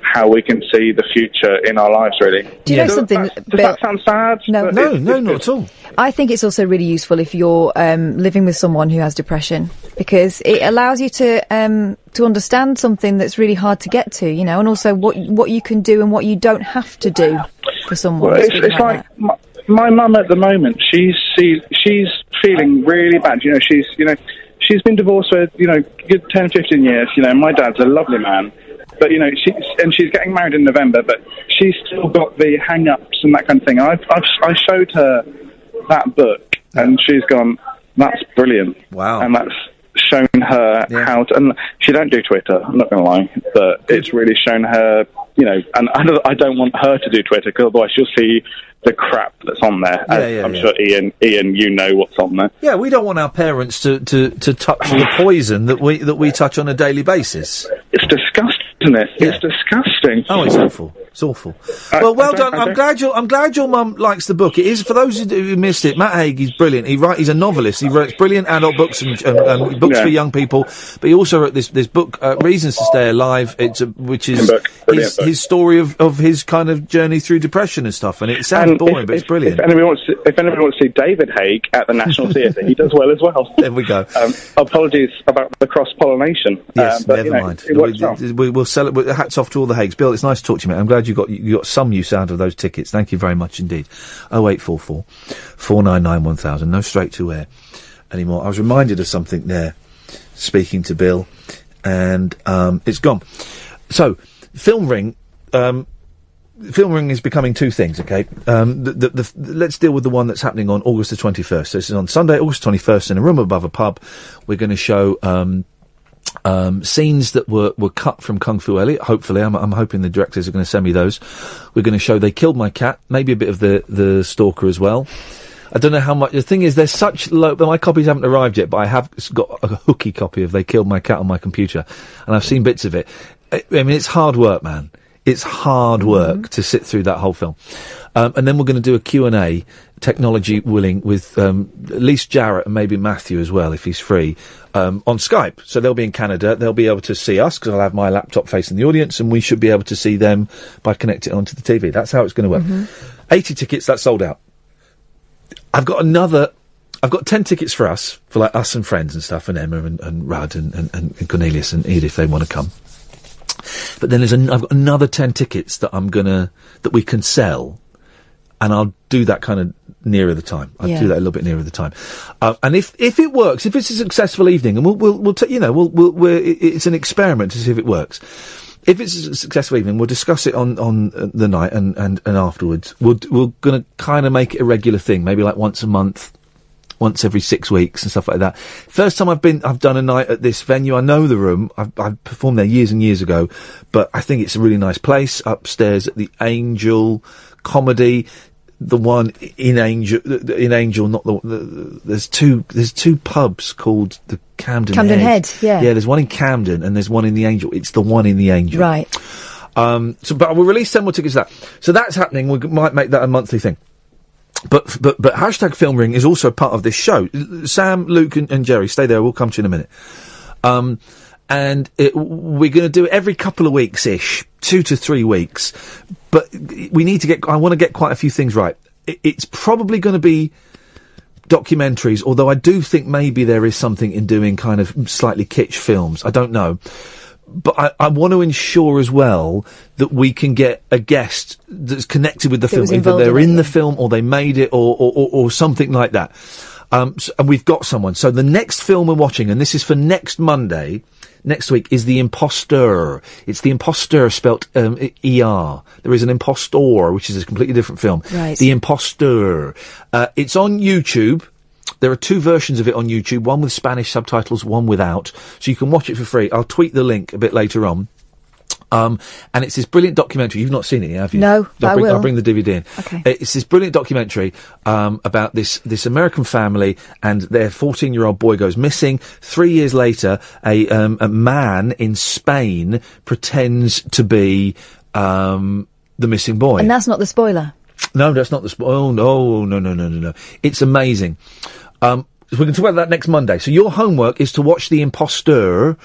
Speaker 22: how we can see the future in our lives. Really.
Speaker 19: Do you know something, Bill?
Speaker 22: sound sad?
Speaker 19: No,
Speaker 3: no, no, not at all.
Speaker 19: I think it's also really useful if you're um, living with someone who has depression because it allows you to um, to understand something that's really hard to get to, you know, and also what what you can do and what you don't have to do for someone.
Speaker 22: Well,
Speaker 19: It's
Speaker 22: it's,
Speaker 19: really
Speaker 22: it's
Speaker 19: like
Speaker 22: like my, my mum at the moment. She's she, she's feeling really bad. You know, she's you know she's been divorced for you know good 10, 15 years. You know, my dad's a lovely man, but you know she and she's getting married in November, but she's still got the hang-ups and that kind of thing. I I've, I showed her that book, and she's gone. That's brilliant.
Speaker 3: Wow.
Speaker 22: And that's shown her how to. And she don't do Twitter. I'm not going to lie, but it's really shown her. You know, and I don't, I don't want her to do Twitter because otherwise she'll see the crap that's on there.
Speaker 3: Yeah,
Speaker 22: as
Speaker 3: yeah,
Speaker 22: I'm
Speaker 3: yeah.
Speaker 22: sure Ian, Ian, you know what's on there.
Speaker 3: Yeah, we don't want our parents to, to, to touch the poison that we that we touch on a daily basis.
Speaker 22: It's disgusting, isn't it? It's disgusting.
Speaker 3: Oh, it's awful. It's awful. well, well done. I'm glad your I'm glad your mum likes the book. It is for those who, do- who missed it. Matt Haig is brilliant. He write, he's a novelist. He writes brilliant adult books and um, um, books
Speaker 22: Yeah.
Speaker 3: for young people. But he also wrote this this book, uh, Reasons to Stay Alive. It's a, which is
Speaker 22: Book. Brilliant
Speaker 3: his,
Speaker 22: book.
Speaker 3: his story of, of his kind of journey through depression and stuff. And it sounds
Speaker 22: And
Speaker 3: boring,
Speaker 22: if-
Speaker 3: but it's
Speaker 22: if-
Speaker 3: brilliant.
Speaker 22: If anybody, wants to, if anybody wants to see David Haig at the National Theatre, he does well as well.
Speaker 3: There we go.
Speaker 22: Um, apologies about the cross pollination.
Speaker 3: Yes,
Speaker 22: Uh, but,
Speaker 3: never
Speaker 22: you know,
Speaker 3: mind.
Speaker 22: It works well.
Speaker 3: we, will sell it. we- Hats off to all the Hagues. Bill, it's nice to talk to you, mate. I'm glad you got you got some use out of those tickets. Thank you very much indeed. Oh, 0844 499 1000. No straight to air anymore. I was reminded of something there, speaking to Bill, and um, it's gone. So, Film Ring. Um, Film Ring is becoming two things, okay? Um, the, the, the, f- let's deal with the one that's happening on August the 21st. So this is on Sunday, August 21st, in a room above a pub. We're going to show um, um, scenes that were, were cut from Kung Fu Elliot. Hopefully, I'm, I'm hoping the directors are going to send me those. We're going to show they killed my cat, maybe a bit of the the stalker as well. I don't know how much. The thing is, there's such low. My copies haven't arrived yet, but I have s- got a hooky copy of They Killed My Cat on my computer, and I've seen bits of it. I, I mean, it's hard work, man. It's hard work to sit through that whole film. Um, and then we're going to do a Q&A, technology willing, with um, at least Jarrett and maybe Matthew as well, if he's free, um, on Skype. So they'll be in Canada. They'll be able to see us because I'll have my laptop facing the audience and we should be able to see them by connecting onto the TV. That's how it's going to work. 80 tickets, that's sold out. I've got another. I've got ten tickets for us, for like us and friends and stuff, and Emma and, and Rad and, and, and Cornelius and Edith. They want to come. But then there's an, I've got another ten tickets that I'm gonna that we can sell, and I'll do that kind of nearer the time. I'll
Speaker 5: Yeah.
Speaker 3: do that a little bit nearer the time. Uh, and if if it works, if it's a successful evening, and we'll we'll, we'll ta- you know we'll, we'll we're, it- it's an experiment to see if it works. If it's a successful evening, we'll discuss it on on uh, the night and and and afterwards. We'll d- we're gonna kind of make it a regular thing, maybe like once a month once every six weeks and stuff like that. First time I've been, I've done a night at this venue. I know the room. I've, I've performed there years and years ago, but I think it's a really nice place upstairs at the Angel Comedy. The one in Angel, the- the- in Angel, not the, the, the- there's two, there's two pubs called the Camden
Speaker 19: Camden Head, yeah.
Speaker 3: Yeah, there's one in Camden and there's one in the Angel. It's the one in the Angel.
Speaker 19: Right.
Speaker 3: Um, so, but we'll release 10 more tickets to that. So that's happening. We g- might make that a monthly thing. But, but, but hashtag film ring is also part of this show. L- Sam, Luke and, and Jerry, stay there. We'll come to you in a minute. Um, and it, we're going to do it every couple of weeks ish, two to three weeks. But we need to get, I want to get quite a few things right. It, it's probably going to be documentaries, although I do think maybe there is something in doing kind of slightly kitsch films. I don't know. But I, I want to ensure as well that we can get a guest that's connected with the
Speaker 5: That was
Speaker 3: film, either
Speaker 5: involved in
Speaker 3: they're
Speaker 5: it,
Speaker 3: in the film or they made it or, or, or, or something like that. Um, s- and we've got someone. So the next film we're watching, and this is for next Monday, next week, is The Imposter. It's The Imposter spelt um, e- ER. There is an Impostor, which is a completely different film.
Speaker 5: Right.
Speaker 3: The Impostor. Uh, it's on YouTube. There are two versions of it on YouTube, one with Spanish subtitles, one without. So you can watch it for free. I'll tweet the link a bit later on. Um, and it's this brilliant documentary. You've not seen it, yet, have you?
Speaker 19: No,
Speaker 3: I'll
Speaker 19: but I
Speaker 3: bring,
Speaker 19: will.
Speaker 3: I'll bring the DVD in. Okay. It's this brilliant documentary um, about this this American family and their 14 year old boy goes missing. Three years later, a um, a man in Spain pretends to be um, the missing boy.
Speaker 19: And that's not the spoiler.
Speaker 3: No, that's not the sp- Oh, no, no, no, no, no, no. It's amazing. Um, so we can talk about that next Monday. So your homework is to watch The Impostor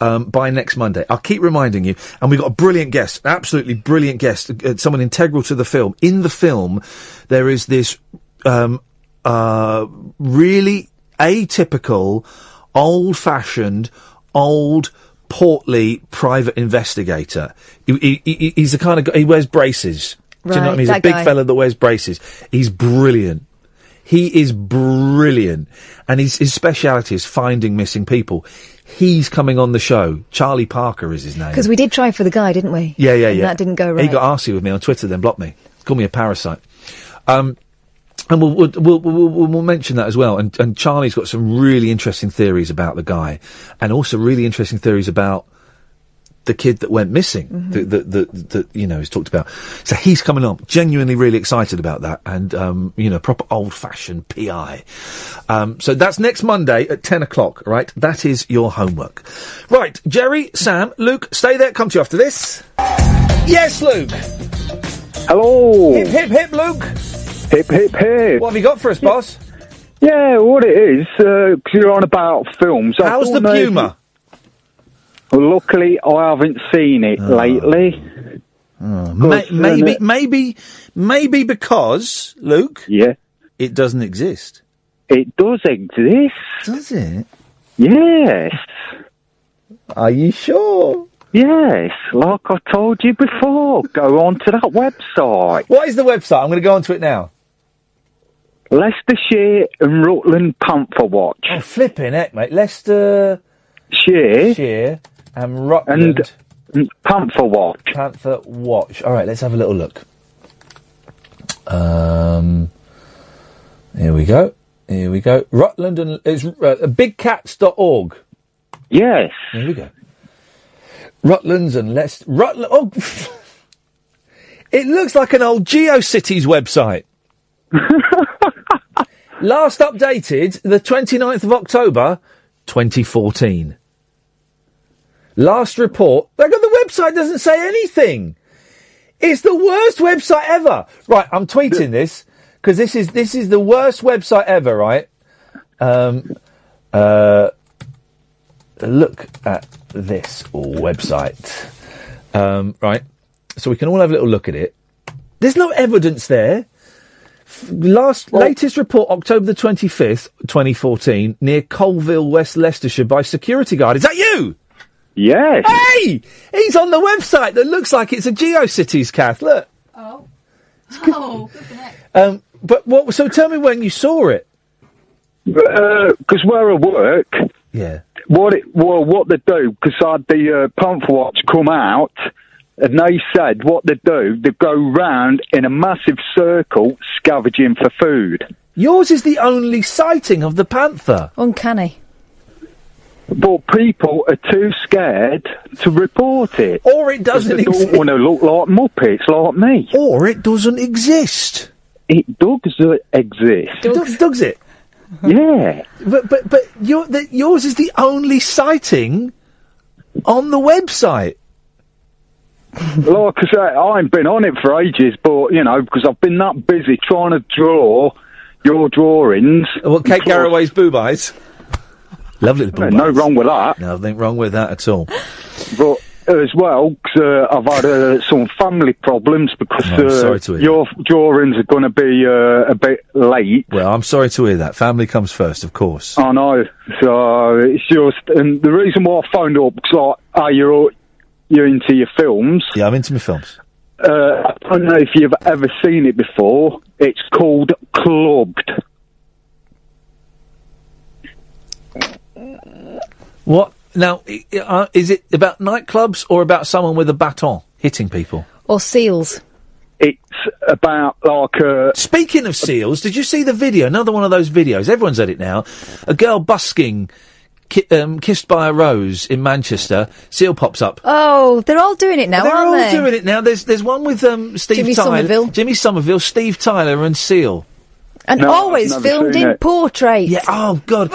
Speaker 3: um, by next Monday. I'll keep reminding you. And we've got a brilliant guest, an absolutely brilliant guest, uh, someone integral to the film. In the film, there is this um, uh, really atypical, old fashioned, old portly private investigator. He- he- he- he's the kind of guy, he wears braces. Do you know what I
Speaker 5: Right,
Speaker 3: mean? He's a
Speaker 5: that
Speaker 3: big
Speaker 5: guy.
Speaker 3: fella that wears braces. He's brilliant. He is brilliant. And his, his speciality is finding missing people. He's coming on the show. Charlie Parker is his name.
Speaker 19: Because we did try for the guy, didn't we?
Speaker 3: Yeah, yeah,
Speaker 19: And
Speaker 3: yeah.
Speaker 19: that didn't go
Speaker 3: He
Speaker 19: right.
Speaker 3: got arsy with me on Twitter, then blocked me. Called me a parasite. Um, and we'll, we'll, we'll, we'll, we'll we'll mention that as well. And, and Charlie's got some really interesting theories about the guy, and also really interesting theories about the kid that went missing, that, that, that, that, you know, is talked about. So he's coming on. Genuinely really excited about that. And, um, you know, proper old fashioned PI. Um, so that's next Monday at 10 o'clock, right? That is your homework. Right. Jerry, Sam, Luke, stay there. Come to you after this. Yes, Luke.
Speaker 23: Hello.
Speaker 3: Hip, hip, hip, Luke.
Speaker 23: Hip, hip, hip.
Speaker 3: What have you got for us, boss?
Speaker 23: Yeah, what it is, uh 'cause you're on about films. I
Speaker 3: How's
Speaker 23: don't
Speaker 3: the
Speaker 23: know if
Speaker 3: puma?
Speaker 23: you- Well, luckily, I haven't seen it
Speaker 3: Ah,
Speaker 23: lately.
Speaker 3: oh, May- maybe, maybe, maybe because Luke.
Speaker 23: Yeah.
Speaker 3: It doesn't exist.
Speaker 23: It does exist.
Speaker 3: Does it?
Speaker 23: Yes.
Speaker 3: Are you sure?
Speaker 23: Yes, like I told you before, go on to that website.
Speaker 3: What is the website? I'm going to go onto it now.
Speaker 23: Leicestershire and Rutland Panther Watch.
Speaker 3: Oh, flipping heck, mate. Leicester.
Speaker 23: Shear.
Speaker 3: Shear. And Rutland.
Speaker 23: And Panther Watch.
Speaker 3: Panther Watch. All right, let's have a little look. Um, here we go. Here we go. Rutland and it's uh, bigcats.org. Yes. There we go. Rutland's and Leicester. Rutland. Oh, it looks like an old GeoCities website. Last updated the 29th of October, 2014. Last report. Like, the website doesn't say anything. It's the worst website ever. Right, I'm tweeting this because this is this is the worst website ever. Right. Um, uh, look at this website. Um, right. So we can all have a little look at it. There's no evidence there. F- Last latest report, October the twenty fifth, twenty fourteen, near Colville, West Leicestershire, by security guard. Is that you? Yes. Hey, he's on the website that looks like it's a GeoCities cath. Look.
Speaker 4: Oh. Oh.
Speaker 3: Um, but what? So tell me when you saw it.
Speaker 23: Because where I work,
Speaker 3: yeah,
Speaker 23: what it well, what they do because I had the uh, pump watch come out, and they said what they do they go round in a massive circle scavenging for food.
Speaker 3: Yours is the only sighting of the panther.
Speaker 19: Uncanny.
Speaker 23: But people are too scared to report it,
Speaker 3: or it doesn't.
Speaker 23: They don't want to look like muppets like me,
Speaker 3: or it doesn't exist.
Speaker 23: It does exist.
Speaker 3: Does, does it?
Speaker 23: Yeah.
Speaker 3: But but but your, the, yours is the only sighting on the website.
Speaker 23: like I say, I ain't been on it for ages, but you know, because I've been that busy trying to draw your drawings.
Speaker 3: Well, Kate Garraway's boob eyes. Lovely little
Speaker 23: No wrong with that.
Speaker 3: No, nothing wrong with that at all.
Speaker 23: But as well, 'cause, uh, I've had uh, some family problems because
Speaker 3: Oh, I'm
Speaker 23: uh,
Speaker 3: sorry to hear
Speaker 23: your drawings are going to be uh, a bit late.
Speaker 3: Well, I'm sorry to hear that. Family comes first, of course.
Speaker 23: I know. So it's just, and the reason why I phoned up because I, oh, you're all- you're into your films.
Speaker 3: Yeah, I'm into my films.
Speaker 23: Uh, I don't know if you've ever seen it before. It's called Clubbed.
Speaker 3: What now? i- i- uh, Is it about nightclubs or about someone with a baton hitting people?
Speaker 19: Or seals.
Speaker 23: It's about like a.
Speaker 3: Speaking of seals, did you see the video? Another one of those videos. Everyone's at it now. A girl busking, ki- um, kissed by a rose in Manchester. Seal pops up.
Speaker 19: Oh, they're all doing it now,
Speaker 3: They're all
Speaker 19: aren't they?
Speaker 3: doing it now. There's there's one with um, Steve
Speaker 19: Jimmy
Speaker 3: Tyler,
Speaker 19: Somerville.
Speaker 3: Jimmy Somerville, Steve Tyler, and Seal.
Speaker 19: And always filmed in portrait. Yeah.
Speaker 3: Oh God.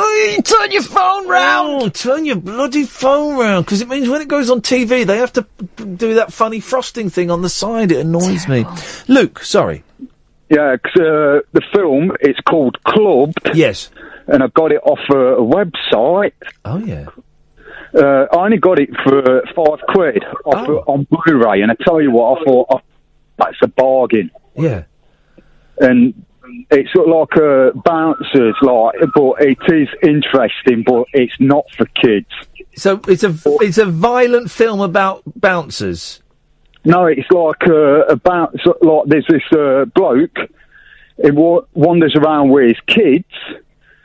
Speaker 3: turn your phone round. turn your bloody phone round, because it means when it goes on TV, they have to p- p- do that funny frosting thing on the side. It annoys me. Luke, sorry.
Speaker 23: Yeah, 'cause, uh, the film it's called Clubbed.
Speaker 3: Yes,
Speaker 23: and I got it off a, a website.
Speaker 3: Oh yeah.
Speaker 23: Uh, I only got it for five quid off
Speaker 3: Oh.
Speaker 23: on Blu-ray, and I tell you what, I thought oh, that's a bargain.
Speaker 3: Yeah.
Speaker 23: And it's sort of like a bouncers, like, but it is interesting, but it's not for kids.
Speaker 3: So it's a it's a violent film about bouncers.
Speaker 23: No, it's like uh, about so- like there's this uh, bloke who wa- wanders around with his kids,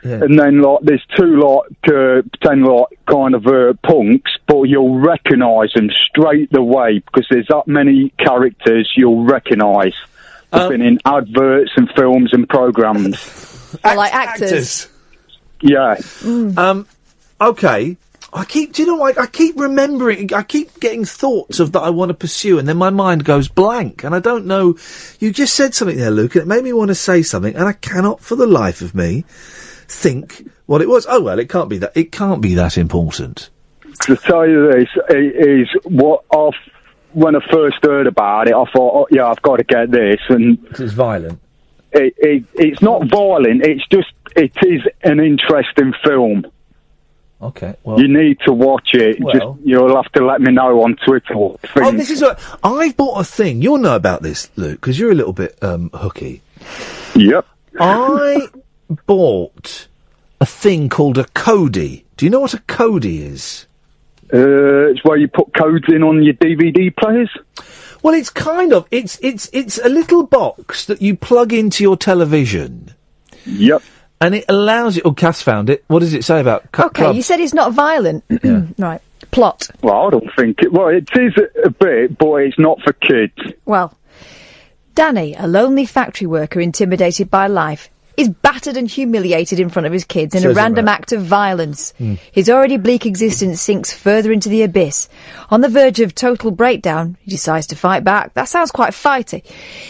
Speaker 23: and then like there's two like uh, pretend like kind of uh, punks, but you'll recognise them straight away because there's that many characters you'll recognise. They've been in adverts and films and programs.
Speaker 19: Or like actors.
Speaker 23: Yeah.
Speaker 3: Um. Okay. I keep. Do you know? I, I keep remembering. I keep getting thoughts of that I want to pursue, and then my mind goes blank, and I don't know. You just said something there, Luke, and it made me want to say something, and I cannot, for the life of me, think what it was. Oh well, it can't be that. It can't be that important.
Speaker 23: To tell you this, it is what I when I first heard about it, I thought, oh, yeah, I've got to get this, and
Speaker 3: It's violent.
Speaker 23: it, it, it's not violent. It's just it is an interesting film.
Speaker 3: Okay.
Speaker 23: you need to watch it.
Speaker 3: Well-
Speaker 23: just you'll have to let me know on Twitter. What you
Speaker 3: Oh,
Speaker 23: think.
Speaker 3: this is what I bought a thing. You'll know about this, Luke, because you're a little bit um, hooky.
Speaker 23: Yep.
Speaker 3: I bought a thing called a Cody. Do you know what a Cody is?
Speaker 23: Uh, it's where you put codes in on your DVD players.
Speaker 3: Well, it's kind of it's it's it's a little box that you plug into your television.
Speaker 23: Yep.
Speaker 3: And it allows you. Oh, Cass found it. What does it say about? Cu-
Speaker 19: Okay,
Speaker 3: clubs?
Speaker 19: you said it's not violent. right. Plot.
Speaker 23: Well, I don't think it. Well, it is a bit, but it's not for kids.
Speaker 19: Well, Danny, a lonely factory worker intimidated by life, is battered and humiliated in front of his kids in a
Speaker 4: Says it
Speaker 19: random
Speaker 4: right.
Speaker 19: act of violence.
Speaker 3: Hmm.
Speaker 4: Mm.
Speaker 19: His already bleak existence sinks further into the abyss. On the verge of total breakdown, he decides to fight back. That sounds quite fighty.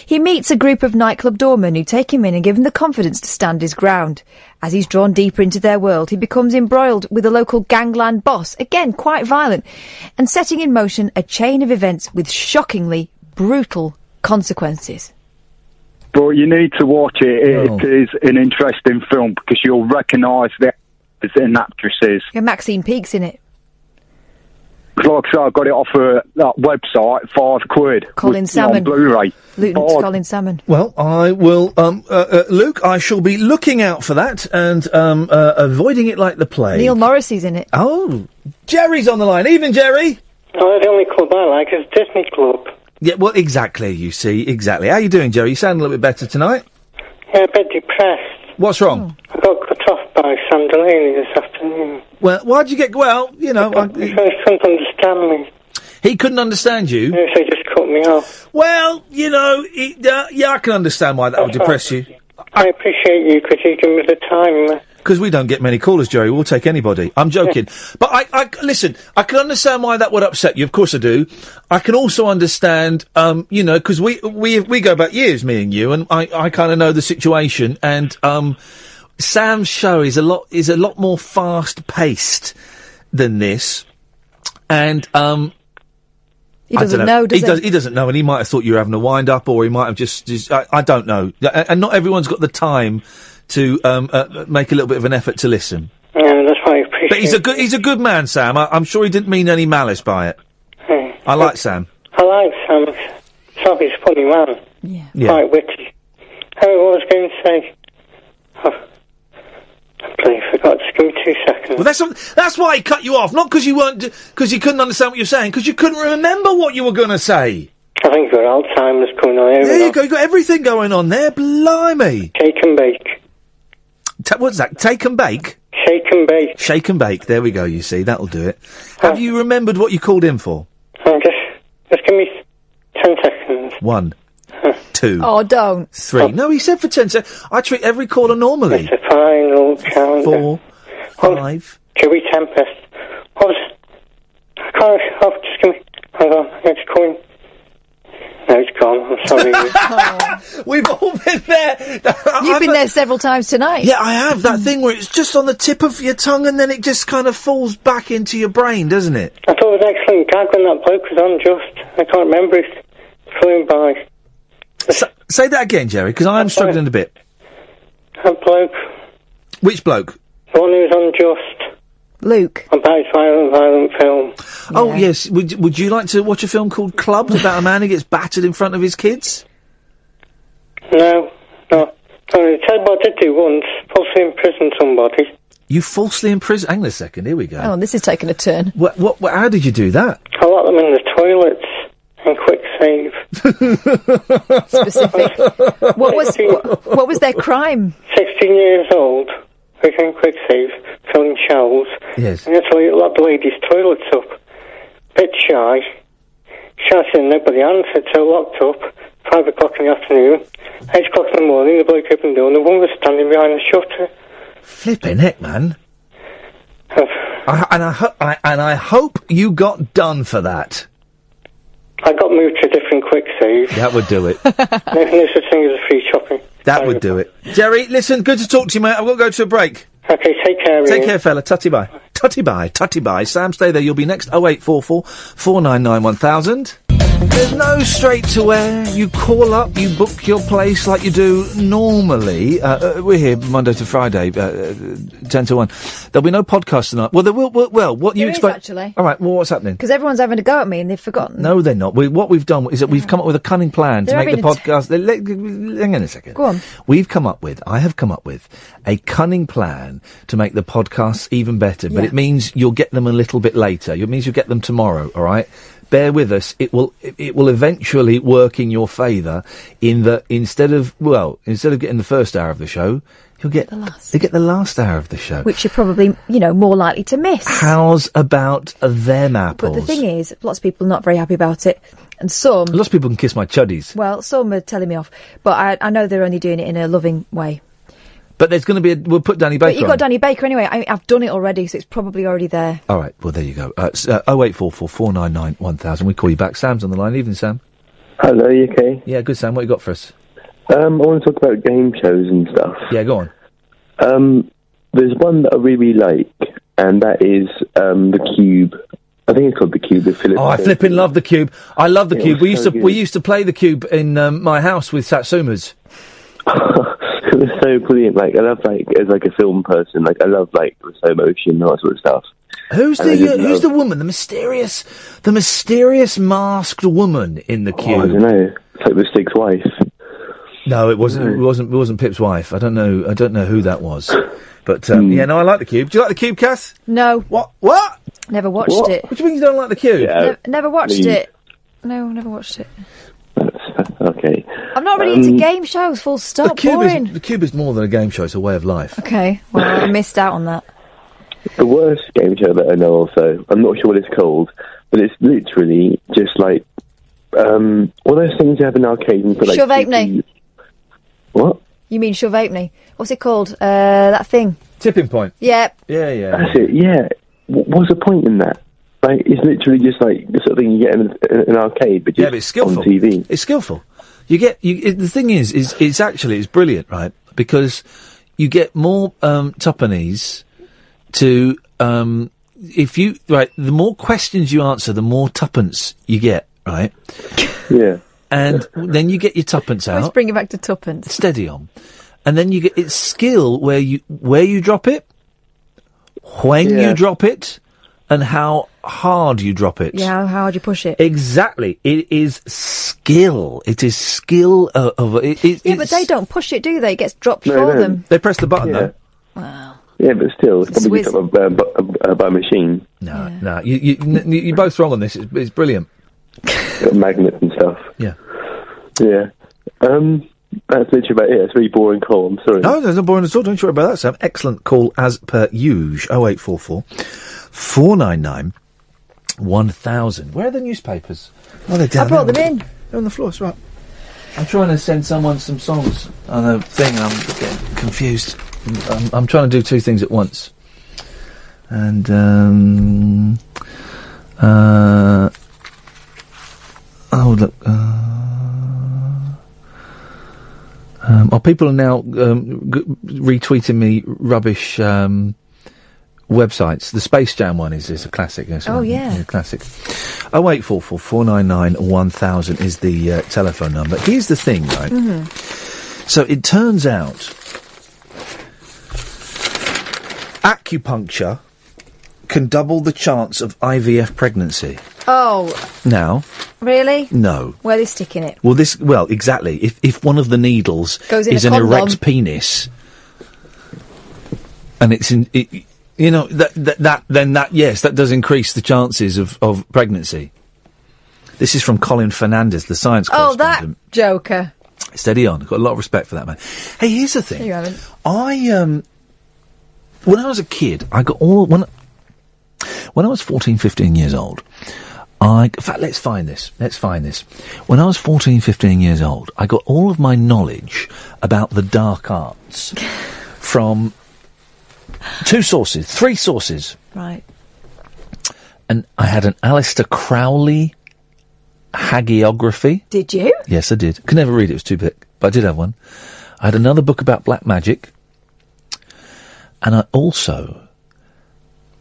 Speaker 19: He meets a group of nightclub doormen who take him in and give him the confidence to stand his ground. As he's drawn deeper into their world, he becomes embroiled with a local gangland boss, again quite violent, and setting in motion a chain of events with shockingly brutal consequences.
Speaker 23: But you need to watch it.
Speaker 3: Oh.
Speaker 23: It is an interesting film because you'll recognise the actors and actresses.
Speaker 19: Yeah, Maxine Peake's in it.
Speaker 23: Like I said, I got it off a, that website, five quid. with- you
Speaker 19: Colin
Speaker 23: know,
Speaker 19: Salmon.
Speaker 23: On Blu-ray.
Speaker 19: Lieutenant
Speaker 23: Oh,
Speaker 19: Colin Salmon.
Speaker 3: Well, I will, um, uh, uh, Luke. I shall be looking out for that and um, uh, avoiding it like the plague.
Speaker 19: Neil Morrissey's in it.
Speaker 3: Oh, Jerry's on the line. Even Jerry.
Speaker 12: Oh, the only club I like is Disney Club.
Speaker 3: Yeah. Well, exactly. You see, exactly. How you doing, Jerry? You sound a little bit better tonight.
Speaker 12: Yeah, a bit depressed.
Speaker 3: What's wrong?
Speaker 12: I got cut off by Sam Delaney this afternoon.
Speaker 3: Well, why'd you get? Well, you know, I,
Speaker 12: He couldn't understand me.
Speaker 3: he couldn't understand you.
Speaker 12: Yes, they just cut me off.
Speaker 3: Well, you know, it, uh, yeah, I can understand why that would depress you.
Speaker 12: I appreciate you critiquing me at the time.
Speaker 3: Because we don't get many callers, Jerry. We'll take anybody. I'm joking. but I, I, listen, I can understand why that would upset you. Of course I do. I can also understand, um, you know, because we, we, we go back years, me and you, and I, I kind of know the situation. And, um, Sam's show is a lot, is a lot more fast paced than this. And, um,
Speaker 19: He
Speaker 3: I
Speaker 19: doesn't
Speaker 3: dunno.
Speaker 19: know, does he?
Speaker 3: Does, he doesn't know, and he might have thought you were having a wind up, or he might have just. just I, I don't know. A- And not everyone's got the time to um, uh, make a little bit of an effort to listen.
Speaker 12: Yeah, that's why I appreciate
Speaker 3: But he's a good he's a good man, Sam. I, I'm sure he didn't mean any malice by it.
Speaker 12: Hey,
Speaker 3: I like Sam.
Speaker 12: I like Sam. Sam is a funny man. Yeah.
Speaker 3: Yeah.
Speaker 12: Quite witty. Oh, what I was going to say. Oh, I bloody forgot. Just give me two seconds.
Speaker 3: Well, that's some- that's why he cut you off, not because you weren't because you couldn't understand what you were saying, because you couldn't remember what you were going to say.
Speaker 12: I think your Alzheimer's coming on here.
Speaker 3: There you go. You got everything going on there. Blimey.
Speaker 12: Shake and bake.
Speaker 3: Ta- what's that? Take and bake.
Speaker 12: Shake and bake.
Speaker 3: Shake and bake. There we go. You see, that'll do it. Have you remembered what you called in for?
Speaker 12: Oh, just, just give me ten seconds.
Speaker 3: One, two.
Speaker 19: Oh, don't.
Speaker 3: Three. No, he said for ten seconds. I treat every caller normally.
Speaker 12: The final countdown.
Speaker 3: Four, five.
Speaker 12: Chewy Tempest. What was I can't. Oh, just give me. Hang on. It's going. No, it's gone. I'm sorry.
Speaker 3: We've all been there.
Speaker 19: You've been there several times tonight.
Speaker 3: Yeah, I have that thing where it's just on the tip of your tongue and then it just kind of falls back into your brain, doesn't it?
Speaker 12: I thought it was an excellent gag when that bloke was on. Just I can't remember. It flew by.
Speaker 3: Say that again, Jerry, because I'm struggling a bit.
Speaker 12: That bloke.
Speaker 3: Which bloke?
Speaker 12: The one who was on Just.
Speaker 19: Luke.
Speaker 12: About his violent, violent film.
Speaker 3: Oh yes. Would Would you like to watch a film called Clubbed about a man who gets battered in front of his kids?
Speaker 12: No, no. Sorry, tell you what I did do once. Possibly imprison somebody.
Speaker 3: You falsely imprisoned. Hang on a second. Here we go.
Speaker 19: Hang on, this is taking a turn.
Speaker 3: What, what? What? How did you do that?
Speaker 12: I locked them in the toilets and quick save.
Speaker 19: Specific. what was what, what was their crime?
Speaker 12: 16 years old, working quick save, filling shells.
Speaker 3: Yes.
Speaker 12: And that's why a lot of the ladies' toilets up. Bit shy. Shouting, nobody answered, so locked up. Five o'clock in the afternoon. Eight o'clock in the morning, the bloke opened the door and the woman was standing behind the shutter.
Speaker 3: Flipping heck, man. I, and I, ho- I and I hope you got done for that.
Speaker 12: I got moved to a different quick save.
Speaker 3: That would do it.
Speaker 12: no, no such thing as a free shopping.
Speaker 3: That would do it. Jerry, listen, good to talk to you, mate. I've got to go to a break.
Speaker 12: Okay, take care.
Speaker 3: Take
Speaker 12: Ian.
Speaker 3: care, fella. Tutty bye. Tutty bye. Tutty bye. Sam, stay there. You'll be next. Oh, 0844 499 1000. There's no straight to where. You call up, you book your place like you do normally. Uh, uh, we're here Monday to Friday, uh, uh, 10 to 1. There'll be no podcast tonight. Well, there will, well, well what you
Speaker 19: There is,
Speaker 3: expect.
Speaker 19: actually.
Speaker 3: All right, well, what's happening?
Speaker 19: Because everyone's having a go at me and they've forgotten.
Speaker 3: No, they're not. We, what we've done is that we've come up with a cunning plan
Speaker 19: They're
Speaker 3: to make the
Speaker 19: having a t-
Speaker 3: podcast. le- le- hang on a second.
Speaker 19: Go on.
Speaker 3: We've come up with, I have come up with, a cunning plan to make the podcasts even better, but
Speaker 16: Yeah.
Speaker 3: it means you'll get them a little bit later. It means you'll get them tomorrow, all right? Bear with us. It will, it, it will eventually work in your favour in that instead of, well, instead of getting the first hour of the show, you'll get, the last. you get the last hour of the show.
Speaker 19: Which you're probably, you know, more likely to miss.
Speaker 3: How's about them
Speaker 19: But
Speaker 3: apples?
Speaker 19: the thing is, lots of people are not very happy about it. And some,
Speaker 3: Lots of people can kiss my chuddies.
Speaker 19: well, some are telling me off. But I, I know they're only doing it in a loving way.
Speaker 3: But there's going to be. A, we'll put Danny Baker.
Speaker 19: but you
Speaker 3: on.
Speaker 19: got Danny Baker anyway. I, I've done it already, so it's probably already there.
Speaker 3: All right. Well, there you go. Uh, s- uh, 0844 499 1000. We call you back. Sam's on the line. Evening, Sam.
Speaker 5: Hello, you okay?
Speaker 3: Yeah, good, Sam. What you got for us?
Speaker 5: Um, I want to talk about game shows and stuff.
Speaker 3: Yeah, go on.
Speaker 5: Um, there's one that I really like, and that is um, the Cube. I think it's called the Cube with Philip.
Speaker 3: Oh, I
Speaker 5: Taylor.
Speaker 3: flipping love the cube. I love the
Speaker 5: It
Speaker 3: cube.
Speaker 5: was
Speaker 3: We used
Speaker 5: so
Speaker 3: to we
Speaker 5: good.
Speaker 3: used to play the cube in um, my house with Satsumas.
Speaker 5: It was so brilliant. Like I love like as like a film person. Like I love like the slow motion and all that sort of stuff.
Speaker 3: Who's
Speaker 5: And I
Speaker 3: the
Speaker 5: just
Speaker 3: uh, who's
Speaker 5: love-
Speaker 3: the woman? The mysterious, the mysterious masked woman in the
Speaker 5: Oh, I
Speaker 3: cube.
Speaker 5: don't know. It's like the Stig's wife.
Speaker 3: No, it wasn't. It wasn't. It wasn't Pip's wife. I don't know. I don't know who that was. But
Speaker 5: Hmm.
Speaker 3: um, yeah, no, I like the cube. Do you like the cube, Cass?
Speaker 19: No.
Speaker 3: What? What?
Speaker 19: Never watched
Speaker 3: What?
Speaker 19: it.
Speaker 3: What do you mean you don't like the cube?
Speaker 19: Ne- never watched it. No, never watched it.
Speaker 5: Okay.
Speaker 19: I'm not really into game shows. Full stop.
Speaker 3: Cube
Speaker 19: Boring.
Speaker 3: is, the cube is more than a game show. It's a way of life.
Speaker 19: Okay. Well, I missed out on that.
Speaker 5: The worst game show that I know of, though, I'm not sure what it's called, but it's literally just like um, all those things you have in arcades and put like
Speaker 19: Shove Apney.
Speaker 5: what?
Speaker 19: You mean shove apney? What's it called? Uh, that thing.
Speaker 3: Tipping point.
Speaker 19: Yep.
Speaker 3: Yeah, yeah.
Speaker 5: That's it. Yeah. W- what's the point in that? Like, it's literally just like the sort of thing you get in an- in an arcade, but just
Speaker 3: yeah, but it's skillful.
Speaker 5: on TV.
Speaker 3: It's skillful. You get you, it, the thing is, is it's actually it's brilliant, right? Because you get more um, tuppennies to um, if you right. The more questions you answer, the more tuppence you get, right?
Speaker 5: Yeah.
Speaker 3: And then you get your tuppence
Speaker 19: Let's
Speaker 3: out.
Speaker 19: bring it back to tuppence.
Speaker 3: Steady on, and then you get it's skill where you where you drop it, when
Speaker 19: Yeah.
Speaker 3: you drop it, and how hard you drop it.
Speaker 19: Yeah. How, how hard you push it?
Speaker 3: Exactly. It is skill. It is skill of. of it, it,
Speaker 19: yeah,
Speaker 3: it's-
Speaker 19: but they don't push it, do they? It gets dropped for them.
Speaker 3: They press the button though.
Speaker 5: Yeah, but still, it's probably
Speaker 19: Swiss.
Speaker 5: just up by, by, by machine,
Speaker 3: No, no. You, you, n- you- you're both wrong on this. It's, it's brilliant.
Speaker 5: got magnets and stuff.
Speaker 3: Yeah.
Speaker 5: Yeah. Um, that's literally about it. It's a really boring call. I'm sorry.
Speaker 3: No, there's no boring at all. Don't you worry about that, Sam. Excellent call as per usual. Oh, 0844 499 1000. Where are the newspapers? Oh, they're down
Speaker 19: I brought
Speaker 3: there.
Speaker 19: them in.
Speaker 3: They're on the floor. It's right. I'm trying to send someone some songs on a thing. I'm getting confused. I'm, I'm trying to do two things at once. And, um. Uh. Oh, look. Uh, um, oh, people are now um, g- retweeting me rubbish um, websites. The Space Jam one is, is a classic. isn't
Speaker 19: Oh,
Speaker 3: it?
Speaker 19: yeah.
Speaker 3: classic. Oh eight four four four nine nine one thousand is the uh, telephone number. Here's the thing, right?
Speaker 19: Mm. Mm-hmm.
Speaker 4: Mhm.
Speaker 3: So it turns out acupuncture can double the chance of IVF pregnancy.
Speaker 19: Oh,
Speaker 3: Now,
Speaker 19: really?
Speaker 3: no.
Speaker 19: Where are they sticking it?
Speaker 3: Well, this well exactly. If if one of the needles
Speaker 19: Goes in
Speaker 3: is
Speaker 19: a
Speaker 3: an
Speaker 19: condom.
Speaker 3: erect penis, and it's in, it, you know that, that that then that yes that does increase the chances of of pregnancy. This is from Colin Fernandez, the science
Speaker 19: Oh, that
Speaker 3: correspondent.
Speaker 19: joker.
Speaker 3: Steady on. Got a lot of respect for that man. Hey, here's the thing.
Speaker 19: No, you haven't.
Speaker 3: I um when I was a kid, I got all when when I was 14, 15 years old, I in fact let's find this. Let's find this. When I was 14, 15 years old, I got all of my knowledge about the dark arts from two sources, three sources.
Speaker 19: Right.
Speaker 3: And I had an Alistair Crowley hagiography.
Speaker 19: Did you?
Speaker 3: Yes, I did. Could never read it; it was too thick. But I did have one. I had another book about black magic, and I also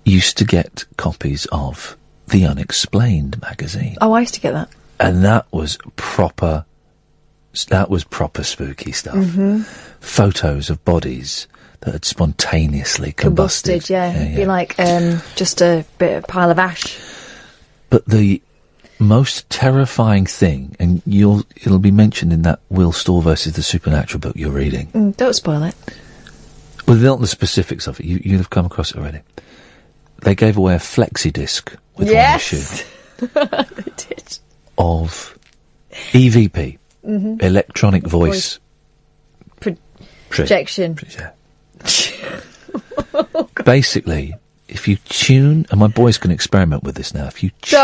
Speaker 3: used to get copies of the Unexplained magazine,
Speaker 19: Oh, I used to get that.
Speaker 3: and that was proper. That was proper spooky stuff.
Speaker 19: hmm
Speaker 3: Photos of bodies that had spontaneously combusted.
Speaker 19: Combusted, yeah.
Speaker 3: Yeah, yeah.
Speaker 19: Be like um, just a bit of pile of ash.
Speaker 3: But the most terrifying thing, and you'll it'll be mentioned in that Will Store versus the Supernatural book you're reading.
Speaker 19: Mm, don't spoil it.
Speaker 3: Well, they're not the specifics of it. You, you'd have come across it already. They gave away a flexi disc with one
Speaker 19: yes.
Speaker 3: issue
Speaker 19: they did.
Speaker 3: of EVP,
Speaker 19: Mhm.
Speaker 3: electronic voice.
Speaker 19: Pro-
Speaker 3: Trick.
Speaker 19: projection.
Speaker 3: Basically, if you tune, and my boys can experiment with this now, if you tune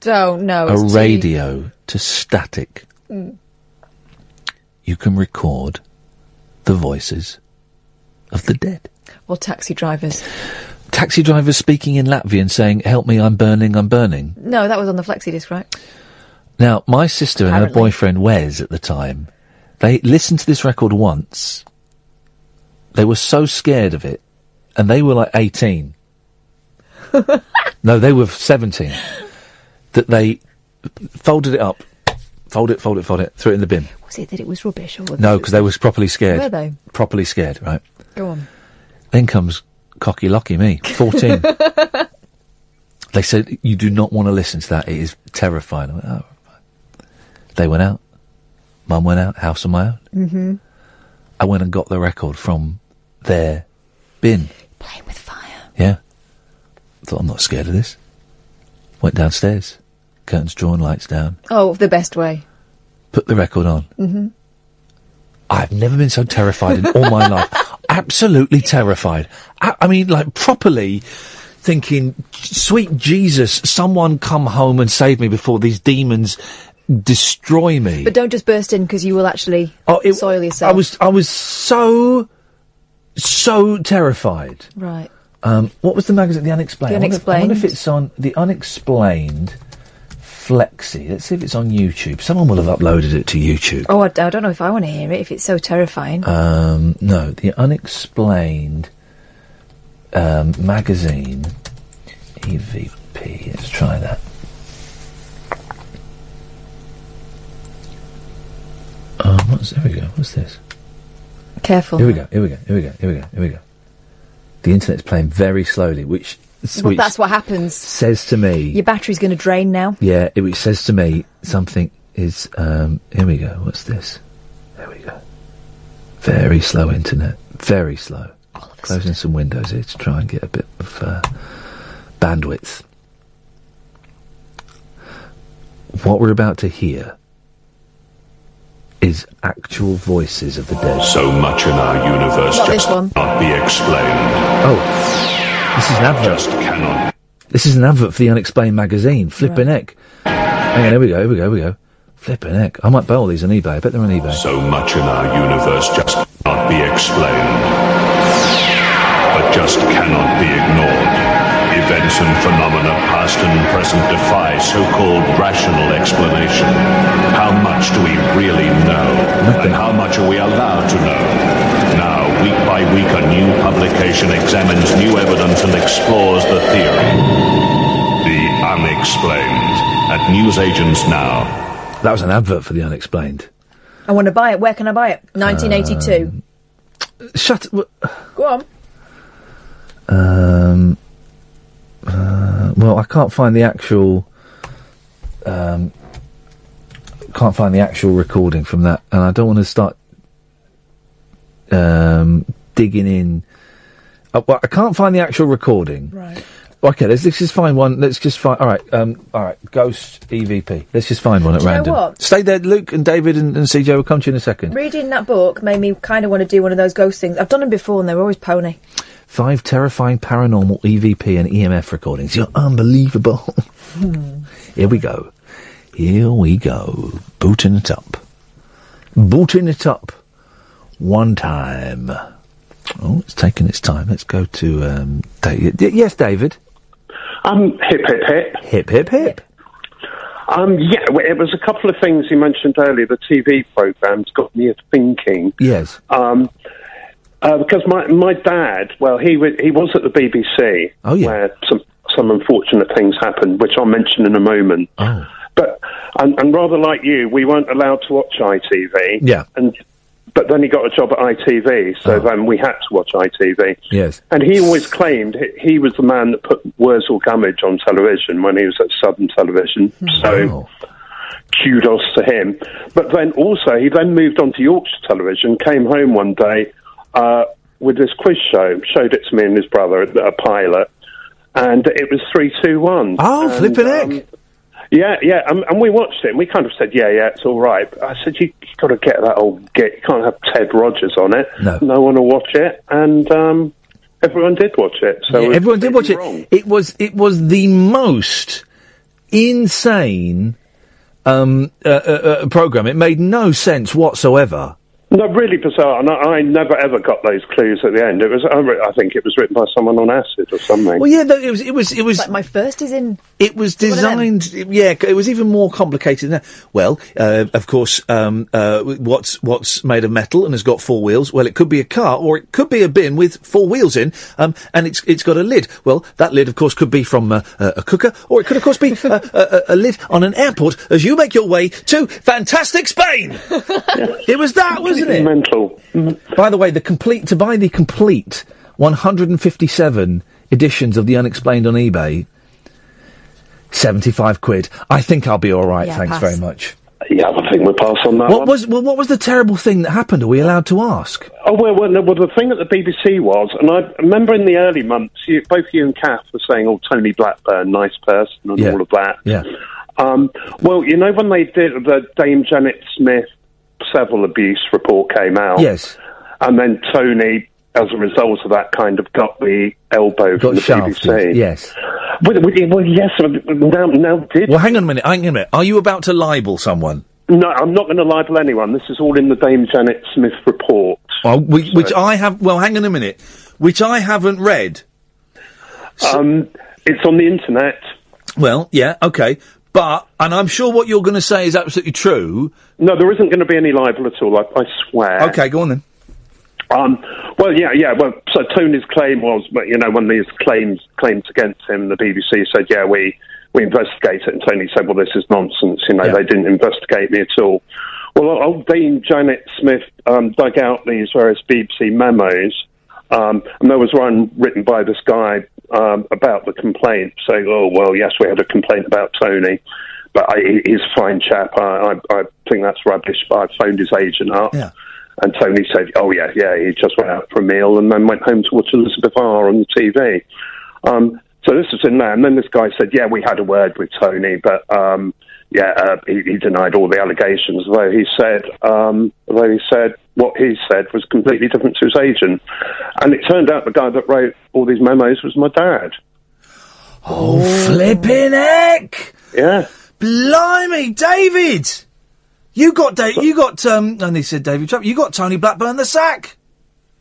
Speaker 19: Don't, don't, no.
Speaker 3: a
Speaker 19: it's too-
Speaker 3: radio to static,
Speaker 19: Mm.
Speaker 3: you can record the voices of the dead.
Speaker 19: Well, taxi drivers.
Speaker 3: Taxi drivers speaking in Latvian saying, Help me, I'm burning, I'm burning.
Speaker 19: No, that was on the flexi disc, right?
Speaker 3: Now, my sister and her
Speaker 19: Apparently.
Speaker 3: boyfriend Wes at the time, they listened to this record once. They were so scared of it, and they were like 18. no, they were 17. That they folded it up, fold it, fold it, fold it, threw it in the bin.
Speaker 19: Was it that it was rubbish or was
Speaker 3: No,
Speaker 19: it-
Speaker 3: because they was properly scared.
Speaker 19: Were they?
Speaker 3: Properly scared, right?
Speaker 19: Go on.
Speaker 3: Then comes cocky lucky me, 14. they said, You do not want to listen to that. It is terrifying. I went, oh, fine." They went out. Mum went out, house on my own.
Speaker 19: hmm
Speaker 3: I went and got the record from their bin. Playing with fire. Yeah. Thought, I'm not scared of this. Went downstairs, curtains drawn, lights down,
Speaker 19: Oh, the best way.
Speaker 3: put the record on.
Speaker 19: hmm
Speaker 3: I've never been so terrified in all my life. Absolutely terrified. I, I mean, like properly thinking, sweet Jesus, someone come home and save me before these demons destroy me.
Speaker 19: But don't just burst in because you will actually
Speaker 3: Oh,
Speaker 19: soil yourself.
Speaker 3: I was, I was so, so terrified.
Speaker 19: right.
Speaker 3: Um, what was the magazine? The Unexplained.
Speaker 19: The
Speaker 3: I wonder, if, I wonder
Speaker 19: Unexplained.
Speaker 3: if it's on the Unexplained Flexi. Let's see if it's on YouTube. Someone will have uploaded it to YouTube.
Speaker 19: Oh, I, I don't know if I want to hear it. If it's so terrifying.
Speaker 3: Um, no, the Unexplained um, magazine EVP. Let's try that. Um, what's there? We go. What's this?
Speaker 19: Careful.
Speaker 3: Here we go. Here we go. Here we go. Here we go. Here we go. The internet's playing very slowly, which
Speaker 19: Well,
Speaker 3: which
Speaker 19: that's what happens.
Speaker 3: says to me.
Speaker 19: Your battery's going to drain now.
Speaker 3: Yeah, it, which says to me something is. Um, here we go. What's this? There we go. Very slow internet. Very slow. Closing some windows here to try and get a bit of uh, bandwidth. What we're about to hear is actual voices of the dead.
Speaker 9: So much in our universe
Speaker 3: Not
Speaker 9: just
Speaker 3: this one.
Speaker 9: cannot be explained.
Speaker 3: Oh, this is an advert. This is an advert for the Unexplained magazine. Flippin' heck. Hang on, here we go, here we go, here we go. Flippin' heck. I might buy all these on eBay. I bet they're on eBay.
Speaker 9: So much in our universe just cannot be explained. But just cannot be ignored. Events and phenomena past and present defy so-called rational explanation. How much do we really know? And how much are we allowed to know? Now, week by week, a new publication examines new evidence and explores the theory. The unexplained. At newsagents now.
Speaker 3: That was an advert for the Unexplained.
Speaker 19: I want to buy it. Where can I buy it? 1982.
Speaker 3: Um, shut.
Speaker 19: Go on.
Speaker 3: Um, uh, well, I can't find the actual. Um, can't find the actual recording from that, and I don't want to start um, digging in. Uh, well, I can't find the actual recording. Right. Okay, let's, let's just find one. Let's just find. All right. Um, all right. Ghost EVP. Let's just find one at
Speaker 19: Do you know
Speaker 3: random.
Speaker 19: what?
Speaker 3: Stay there, Luke and David and, and CJ. will come to you in a second.
Speaker 19: Reading that book made me kind of want to do one of those ghost things. I've done them before and they were always pony.
Speaker 3: Five terrifying paranormal EVP and EMF recordings. You're unbelievable. Here we go. Here we go. Booting it up. Booting it up. One time. Oh, it's taking its time. Let's go to um, David. Yes, David.
Speaker 18: Um, hip, hip, hip.
Speaker 3: Hip, hip, hip.
Speaker 18: Um, yeah, well, it was a couple of things you mentioned earlier. The TV programs got me thinking.
Speaker 3: Yes.
Speaker 18: Um, uh, because my, my dad, well, he wa he was at the BBC,
Speaker 3: oh, yeah.
Speaker 18: where some some unfortunate things happened, which I'll mention in a moment.
Speaker 3: Oh.
Speaker 18: But and, and rather like you, we weren't allowed to watch ITV.
Speaker 3: Yeah.
Speaker 18: And but then he got a job at ITV, so then we had to watch ITV.
Speaker 3: Yes.
Speaker 18: And he always claimed he- he was the man that put Wurzel Gummidge on television when he was at Southern Television.
Speaker 3: Hmm.
Speaker 18: So kudos to him. But then also, he then moved on to Yorkshire Television, came home one day uh, with this quiz show, showed it to me and his brother, a pilot, and it was 321.
Speaker 3: Oh,
Speaker 18: and,
Speaker 3: flipping heck.
Speaker 18: um, yeah, yeah, and, and we watched it, and we kind of said, "Yeah, yeah, it's all right." But I said, "You, you got to get that old git. You can't have Ted Rogers on it.
Speaker 3: No,
Speaker 18: one will watch it." And um, everyone did watch it. So
Speaker 3: Yeah,
Speaker 18: it-
Speaker 3: everyone did watch it. It was it was the most insane um, uh, uh, uh, program. It made no sense whatsoever.
Speaker 18: No, really bizarre, and I, I never ever got those clues at the end. It was, I, re- I think, it was written by someone on acid or something.
Speaker 3: Well, yeah, no, it was, it was, it was.
Speaker 19: Like my first is in.
Speaker 3: It was designed. Yeah, c- it was even more complicated than that. Well, uh, of course, um, uh, w- what's what's made of metal and has got four wheels? Well, it could be a car, or it could be a bin with four wheels in, um, and it's it's got a lid. Well, that lid, of course, could be from uh, a a cooker, or it could, of course, be uh, a, a, a, a lid on an airport as you make your way to fantastic Spain. it was that, wasn't it?
Speaker 18: Mental.
Speaker 3: By the way, the complete to buy the complete 157 editions of the Unexplained on eBay. 75 quid. I think I'll be all right.
Speaker 18: Yeah,
Speaker 3: thanks
Speaker 18: pass.
Speaker 3: very much.
Speaker 18: Yeah, I think we'll pass on that.
Speaker 3: What
Speaker 18: one.
Speaker 3: was well, what was the terrible thing that happened? Are we allowed to ask?
Speaker 18: Oh well, well, no, well, the thing at the BBC was, and I remember in the early months, you, both you and Kath were saying, "Oh, Tony Blackburn, nice person," and
Speaker 3: Yeah.
Speaker 18: all of that.
Speaker 3: Yeah.
Speaker 18: Um, well, you know when they did the Dame Janet Smith Seville abuse report came out,
Speaker 3: Yes.
Speaker 18: and then Tony, as a result of that, kind of got the elbow from the BBC.
Speaker 3: Yes.
Speaker 18: Well, well, yeah, well, yes, uh, now, now did.
Speaker 3: Well, hang on a minute. Hang on a minute. Are you about to libel someone?
Speaker 18: No, I'm not going to libel anyone. This is all in the Dame Janet Smith report.
Speaker 3: Oh, we, Which I have. Well, hang on a minute. Which I haven't read.
Speaker 18: Um, it's on the internet.
Speaker 3: Well, yeah, okay, but and I'm sure what you're going to say is absolutely true.
Speaker 18: No, there isn't going to be any libel at all. I, I swear.
Speaker 3: Okay, go on then.
Speaker 18: Um, well, yeah, yeah. Well, so Tony's claim was, but, you know, when these claims claims against him, the BBC said, yeah, we we investigate it, and Tony said, well, this is nonsense. You know, they didn't investigate me at all. Well, old Dean Janet Smith um, dug out these various BBC memos, um, and there was one written by this guy um, about the complaint, saying, "Oh well, yes, we had a complaint about Tony, but I, he- he's a fine chap. I, I, I think that's rubbish." But I phoned his agent up, and Tony said, "Oh yeah, yeah, he just went out for a meal and then went home to watch Elizabeth R on the TV." Um, so this was in there, and then this guy said, "Yeah, we had a word with Tony, but um, yeah, uh, he, he denied all the allegations. Though he said, um, though he said what he said was completely different to his agent, and it turned out the guy that wrote all these memos was my dad.
Speaker 3: Oh, flipping heck!
Speaker 18: Yeah.
Speaker 3: Blimey, David! You got da- you got um and he said David Trump, you got Tony Blackburn the sack.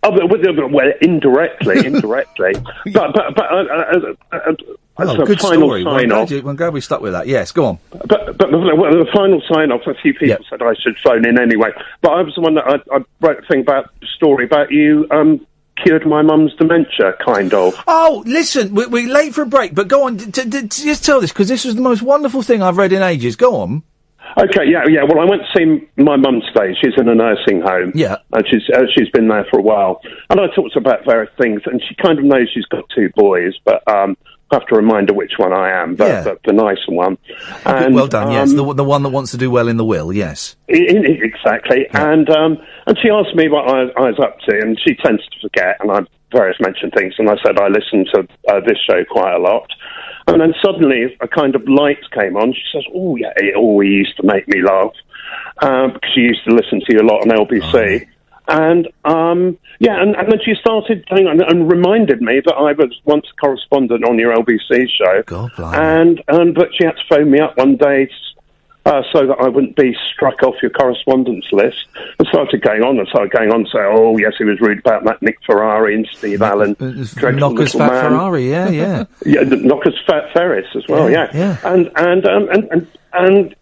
Speaker 18: Oh, but, but- but- well, indirectly, indirectly. But but but uh, uh, uh, uh,
Speaker 3: Oh,
Speaker 18: so
Speaker 3: good
Speaker 18: final
Speaker 3: story. Well, I'm,
Speaker 18: sign off.
Speaker 3: glad you, I'm glad we stuck with that. Yes, go on.
Speaker 18: But, but the, well, the final sign off, a few people said I should phone in anyway. But I was the one that I, I wrote a thing about story about you um, cured my mum's dementia, kind of.
Speaker 3: Oh, listen, we, we're late for a break, but go on. D- d- d- just tell this because this was the most wonderful thing I've read in ages. Go on.
Speaker 18: Okay, yeah, yeah. Well, I went to see my mum today. She's in a nursing home.
Speaker 3: Yeah.
Speaker 18: And she's uh, she's been there for a while. And I talked to her about various things, and she kind of knows she's got two boys, but um, I have to remind her which one I am, but,
Speaker 3: Yeah.
Speaker 18: but the nicer one. And,
Speaker 3: well done. yes,
Speaker 18: um,
Speaker 3: the, the one that wants to do well in the will. Yes.
Speaker 18: I- I- Exactly. And um, and she asked me what I, I was up to, and she tends to forget, and I various mentioned things, and I said I listen to uh, this show quite a lot. And then suddenly a kind of light came on. She says, "Oh yeah, it always used to make me laugh um, because she used to listen to you a lot on LBC." And um, yeah, and, and then she started hang on, and reminded me that I was once a correspondent on your LBC show. God and and but she had to phone me up one day uh, so that I wouldn't be struck off your correspondence list. And started going on and started going on, saying, "Oh yes, he was rude about that Nick Ferrari and Steve Allen, dreadful
Speaker 3: Knockers
Speaker 18: little
Speaker 3: Fat
Speaker 18: man."
Speaker 3: Ferrari. Yeah, yeah.
Speaker 18: yeah, the Knockers Fat Ferris as well,
Speaker 3: Yeah,
Speaker 18: yeah, and and um, and and. and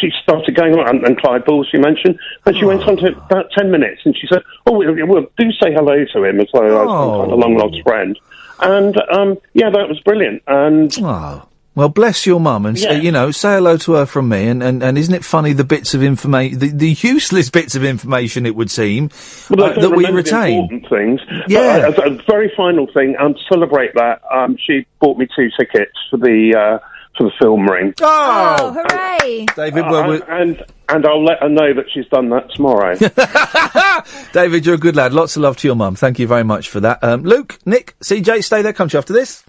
Speaker 18: she started going on, and, and Clive Balls, she mentioned, and she went on to about 10 minutes, and she said, Oh, well, well, do say hello to him as though I was some kind of long lost friend. And um, yeah, that was brilliant. And
Speaker 3: Oh. Well, bless your mum, and say,
Speaker 18: Yeah.
Speaker 3: you know, say hello to her from me. And, and, and isn't it funny the bits of information, the, the useless bits of information, it would seem,
Speaker 18: Well,
Speaker 3: uh,
Speaker 18: I don't
Speaker 3: that we
Speaker 18: remember the
Speaker 3: retain.
Speaker 18: important things.
Speaker 3: Yeah.
Speaker 18: But, uh, as a very final thing, um, to celebrate that, um, she bought me two tickets for the uh, for the film ring.
Speaker 3: Oh,
Speaker 19: hooray!
Speaker 3: David,
Speaker 18: Uh,
Speaker 3: well,
Speaker 18: and, and and I'll let her know that she's done that tomorrow.
Speaker 3: David, you're a good lad. Lots of love to your mum. Thank you very much for that. Um, Luke, Nick, CJ, stay there. Come to you after this.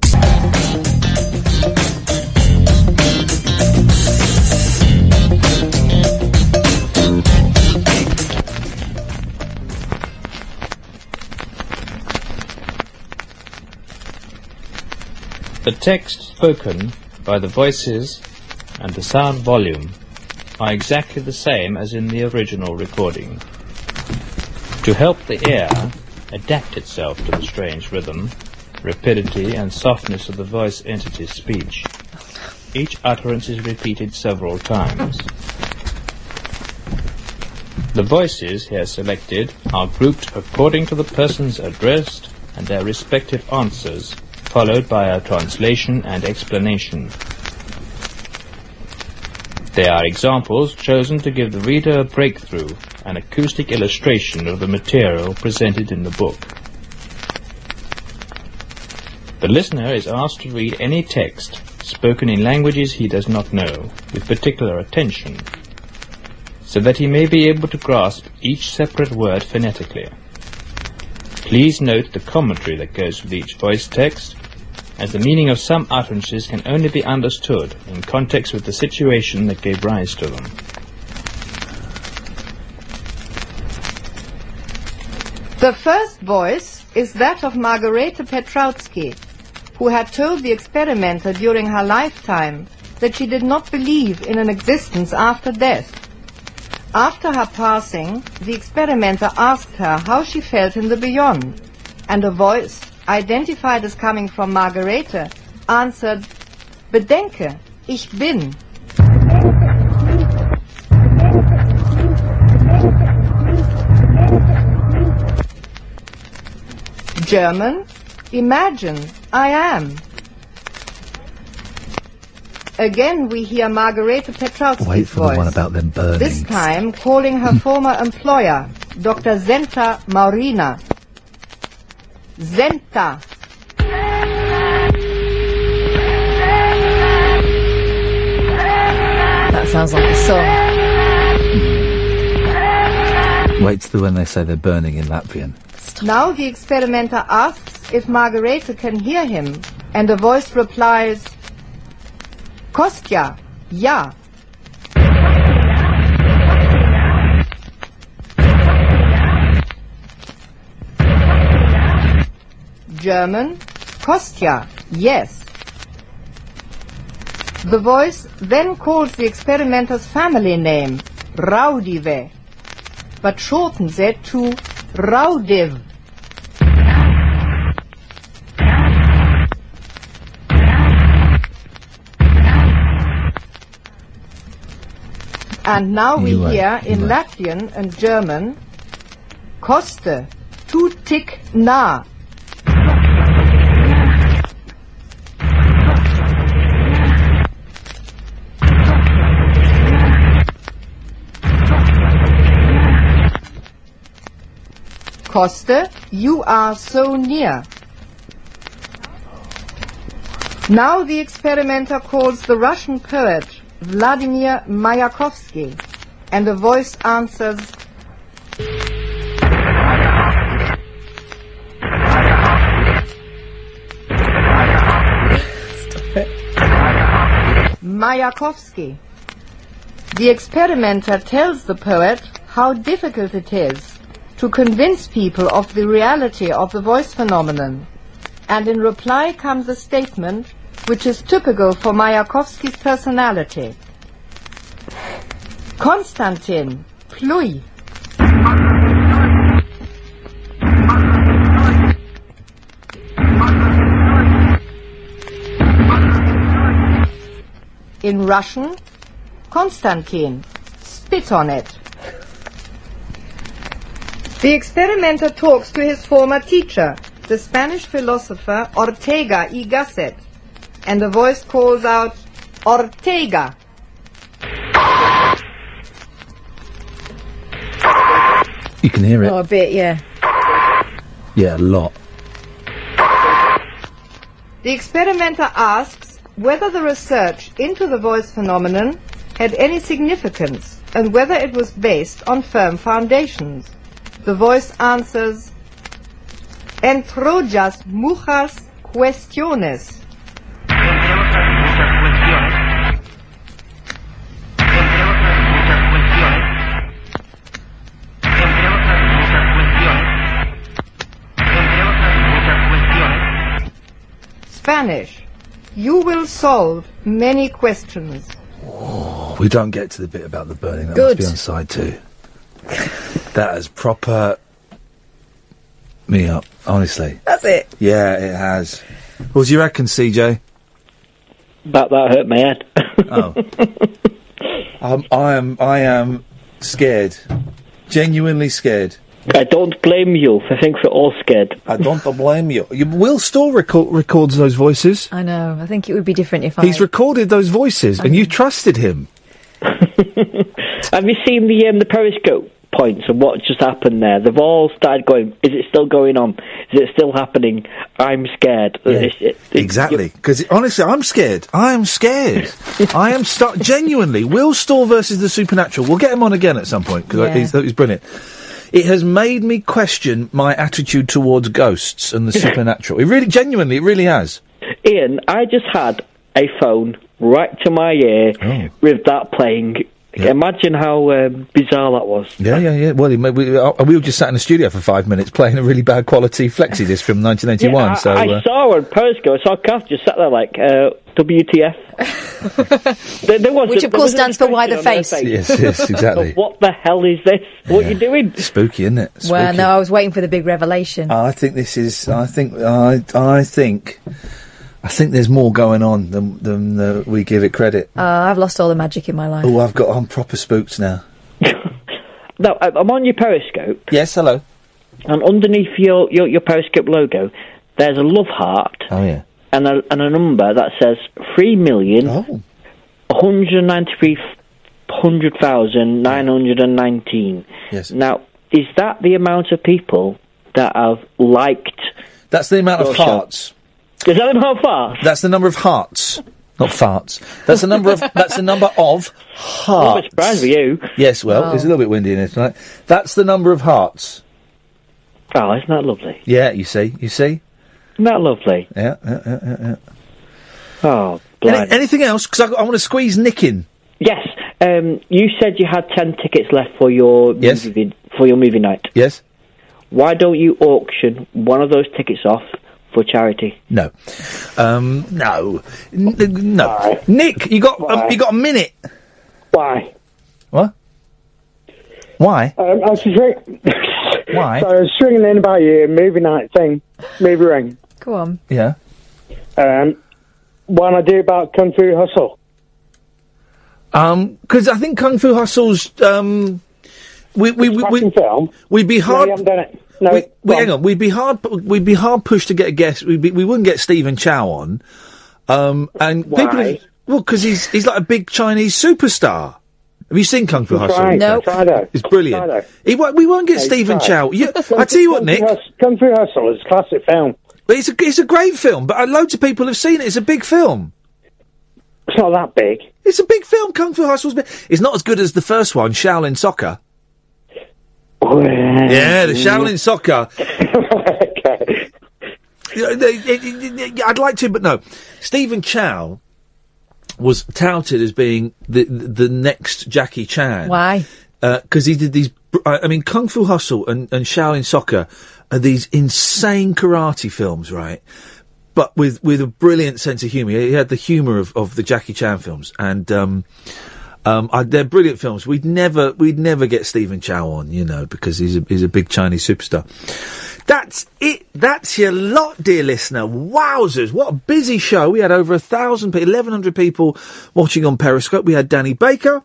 Speaker 8: The text spoken by the voices and the sound volume are exactly the same as in the original recording. To help the ear adapt itself to the strange rhythm, rapidity, and softness of the voice entity's speech, each utterance is repeated several times. The voices here selected are grouped according to the persons addressed and their respective answers, followed by a translation and explanation. They are examples chosen to give the reader a breakthrough, an acoustic illustration of the material presented in the book. The listener is asked to read any text spoken in languages he does not know with particular attention, so that he may be able to grasp each separate word phonetically. Please note the commentary that goes with each voice text, as the meaning of some utterances can only be understood in context with the situation that gave rise to them.
Speaker 24: The first voice is that of Margarete Petrowski, who had told the experimenter during her lifetime that she did not believe in an existence after death. After her passing, the experimenter asked her how she felt in the beyond, and a voice, identified as coming from Margarete, answered, Bedenke, ich bin. German, imagine, I am. Again, we hear Margarete Petrowski's
Speaker 3: Wait for
Speaker 24: voice.
Speaker 3: the one about them burning.
Speaker 24: This time calling her former employer, Dr. Zenta Maurina. Zenta.
Speaker 25: That sounds like a song.
Speaker 3: Wait till when they say they're burning in Latvian.
Speaker 24: Now the experimenter asks if Margarete can hear him, and a voice replies, Kostya, ja. German, Kostya, yes. The voice then calls the experimenter's family name, Raudive, but shortens it to Raudiv. And now we
Speaker 4: You are-
Speaker 24: hear in
Speaker 4: you are-
Speaker 24: Latvian and German, Koste, tu tik na. Koste, you are so near. Now the experimenter calls the Russian poet Vladimir Mayakovsky, and a voice answers, Mayakovsky. The experimenter tells the poet how difficult it is to convince people of the reality of the voice phenomenon. And in reply comes a statement which is typical for Mayakovsky's personality. Konstantin, pluy. In Russian, Konstantin, spit on it. The experimenter talks to his former teacher, the Spanish philosopher Ortega y Gasset, and a voice calls out, Ortega.
Speaker 3: You can hear it.
Speaker 25: Oh, a bit, yeah.
Speaker 3: Yeah, a lot.
Speaker 24: The experimenter asks whether the research into the voice phenomenon had any significance and whether it was based on firm foundations. The voice answers, Entrojas muchas cuestiones. Spanish. You will solve many questions.
Speaker 3: Oh, we don't get to the bit about the burning. That
Speaker 24: Good.
Speaker 3: must be on side two. that is proper me up, honestly.
Speaker 19: That's it.
Speaker 3: Yeah, it has. What do you reckon, CJ?
Speaker 26: That that hurt my head.
Speaker 3: oh, um, I am. I am scared. Genuinely scared.
Speaker 26: I don't blame you. I think we're all scared.
Speaker 3: I don't blame you. you Will still reco- records those voices.
Speaker 19: I know. I think it would be different if
Speaker 3: He's
Speaker 19: I.
Speaker 3: recorded those voices, and you trusted him.
Speaker 10: Have you seen the um, the Periscope points and what just happened there? They've all started going. Is it still going on? Is it still happening? I'm scared. It's- it-
Speaker 3: Exactly. Because honestly, I'm scared. I am scared. I am stuck. Genuinely, Will Storr versus the supernatural. We'll get him on again at some point because
Speaker 20: Yeah.
Speaker 3: he's, he's brilliant. It has made me question my attitude towards ghosts and the supernatural. It really, genuinely, it really has.
Speaker 10: Ian, I just had a phone right to my ear
Speaker 3: Oh.
Speaker 10: with that playing. Imagine how um, bizarre that was.
Speaker 3: Yeah, yeah, yeah. Well, he ma- we, uh, we were just sat in the studio for five minutes playing a really bad quality flexi disc from 1981.
Speaker 10: Yeah, I,
Speaker 3: so
Speaker 10: I
Speaker 3: uh,
Speaker 10: saw on Periscope. I saw Kath just sat there like, uh, WTF. there, there was
Speaker 19: Which, of
Speaker 10: there
Speaker 19: course,
Speaker 10: was an
Speaker 19: stands for why the
Speaker 10: expression on her
Speaker 3: face. Yes, yes, exactly.
Speaker 10: what the hell is this? What are you doing?
Speaker 3: spooky, isn't it? Spooky.
Speaker 19: Well, no, I was waiting for the big revelation.
Speaker 3: I think this is. I think. I. I think. I think there's more going on than than uh, we give it credit.
Speaker 19: Uh, I've lost all the magic in my life.
Speaker 3: Oh, I've got. I'm proper spooked now.
Speaker 10: No, I- uh, I'm on your Periscope.
Speaker 3: Yes, hello.
Speaker 10: And underneath your, your, your Periscope logo, there's a love heart
Speaker 3: Oh yeah.
Speaker 10: and a, and a number that says 3 million.
Speaker 3: Oh.
Speaker 10: 193,919.
Speaker 3: Yes.
Speaker 10: Now, is that the amount of people that have liked?
Speaker 3: That's the amount of
Speaker 10: your Ah. show?
Speaker 3: hearts.
Speaker 10: Is that the amount of farts?
Speaker 3: That's the number of hearts, not farts. That's the number of. that's the number of hearts.
Speaker 10: surprised for you.
Speaker 3: Yes. Well,
Speaker 10: Wow.
Speaker 3: it's a little bit windy in here tonight. That's the number of hearts.
Speaker 10: Oh, isn't that lovely?
Speaker 3: Yeah. You see. You see.
Speaker 10: Isn't that lovely?
Speaker 3: Yeah. yeah, yeah, yeah, yeah.
Speaker 10: Oh,
Speaker 3: Any, anything else? Because uh, I, want to squeeze Nick in.
Speaker 10: Yes. Um, you said you had 10 tickets left for your movie, for your movie night.
Speaker 3: Yes.
Speaker 10: Why don't you auction one of those tickets off for charity?
Speaker 3: No. Um, no. N- n- no. Nick, you got um, you got a minute.
Speaker 12: Why?
Speaker 3: What? Why?
Speaker 12: Um, I was just ring-
Speaker 3: Why?
Speaker 12: So I was ringing in about your movie night thing, movie ring.
Speaker 19: Go on.
Speaker 3: Yeah.
Speaker 12: Um, one I do about Kung Fu Hustle.
Speaker 3: Um, because I think Kung Fu Hustle's um, we we we, we
Speaker 12: film.
Speaker 3: We'd be hard.
Speaker 12: No, you haven't done it. No,
Speaker 3: we, we, hang on. We'd be hard. pu- We'd be hard pushed to get a guest. We'd be, we wouldn't get Stephen Chow on. Um, and people.
Speaker 12: Why?
Speaker 3: Well, because he's he's like a big Chinese superstar. Have you seen Kung Fu
Speaker 12: Try-
Speaker 3: Hustle?
Speaker 12: No. try though.
Speaker 3: It's brilliant.
Speaker 12: Try though.
Speaker 3: He won't- we won't get
Speaker 12: No,
Speaker 3: Stephen
Speaker 12: try.
Speaker 3: Chow. You, I tell you what, Nick.
Speaker 12: Kung Fu Hustle is a classic film.
Speaker 3: But it's a it's a great film. But uh, loads of people have seen it. It's a big film.
Speaker 12: It's not that big.
Speaker 3: It's a big film. Kung Fu Hustle's big. It's not as good as the first one, Shaolin Soccer. Yeah, the Shaolin Soccer. You know, they- they- they- they- I'd like to, but no. Stephen Chow was touted as being the the, the next Jackie Chan.
Speaker 19: Why?
Speaker 3: Because he did these. br- I I mean, Kung Fu Hustle and, and Shaolin Soccer are these insane karate films, right? But with, with a brilliant sense of humour. He had the humour of, of the Jackie Chan films, and um, um, I, they're brilliant films. We'd never we'd never get Stephen Chow on, you know, because he's a, he's a big Chinese superstar. That's it. That's your lot, dear listener. Wowzers! What a busy show. We had over a thousand, eleven hundred people watching on Periscope. We had Danny Baker.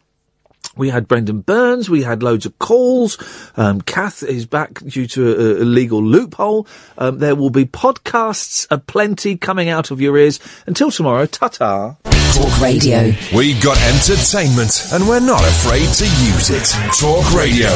Speaker 3: We had Brendan Burns. We had loads of calls. Um, Kath is back due to a, a legal loophole. Um, there will be podcasts aplenty coming out of your ears. Until tomorrow, ta-ta.
Speaker 27: Talk radio.
Speaker 18: We've got entertainment and we're not afraid to use it. Talk radio.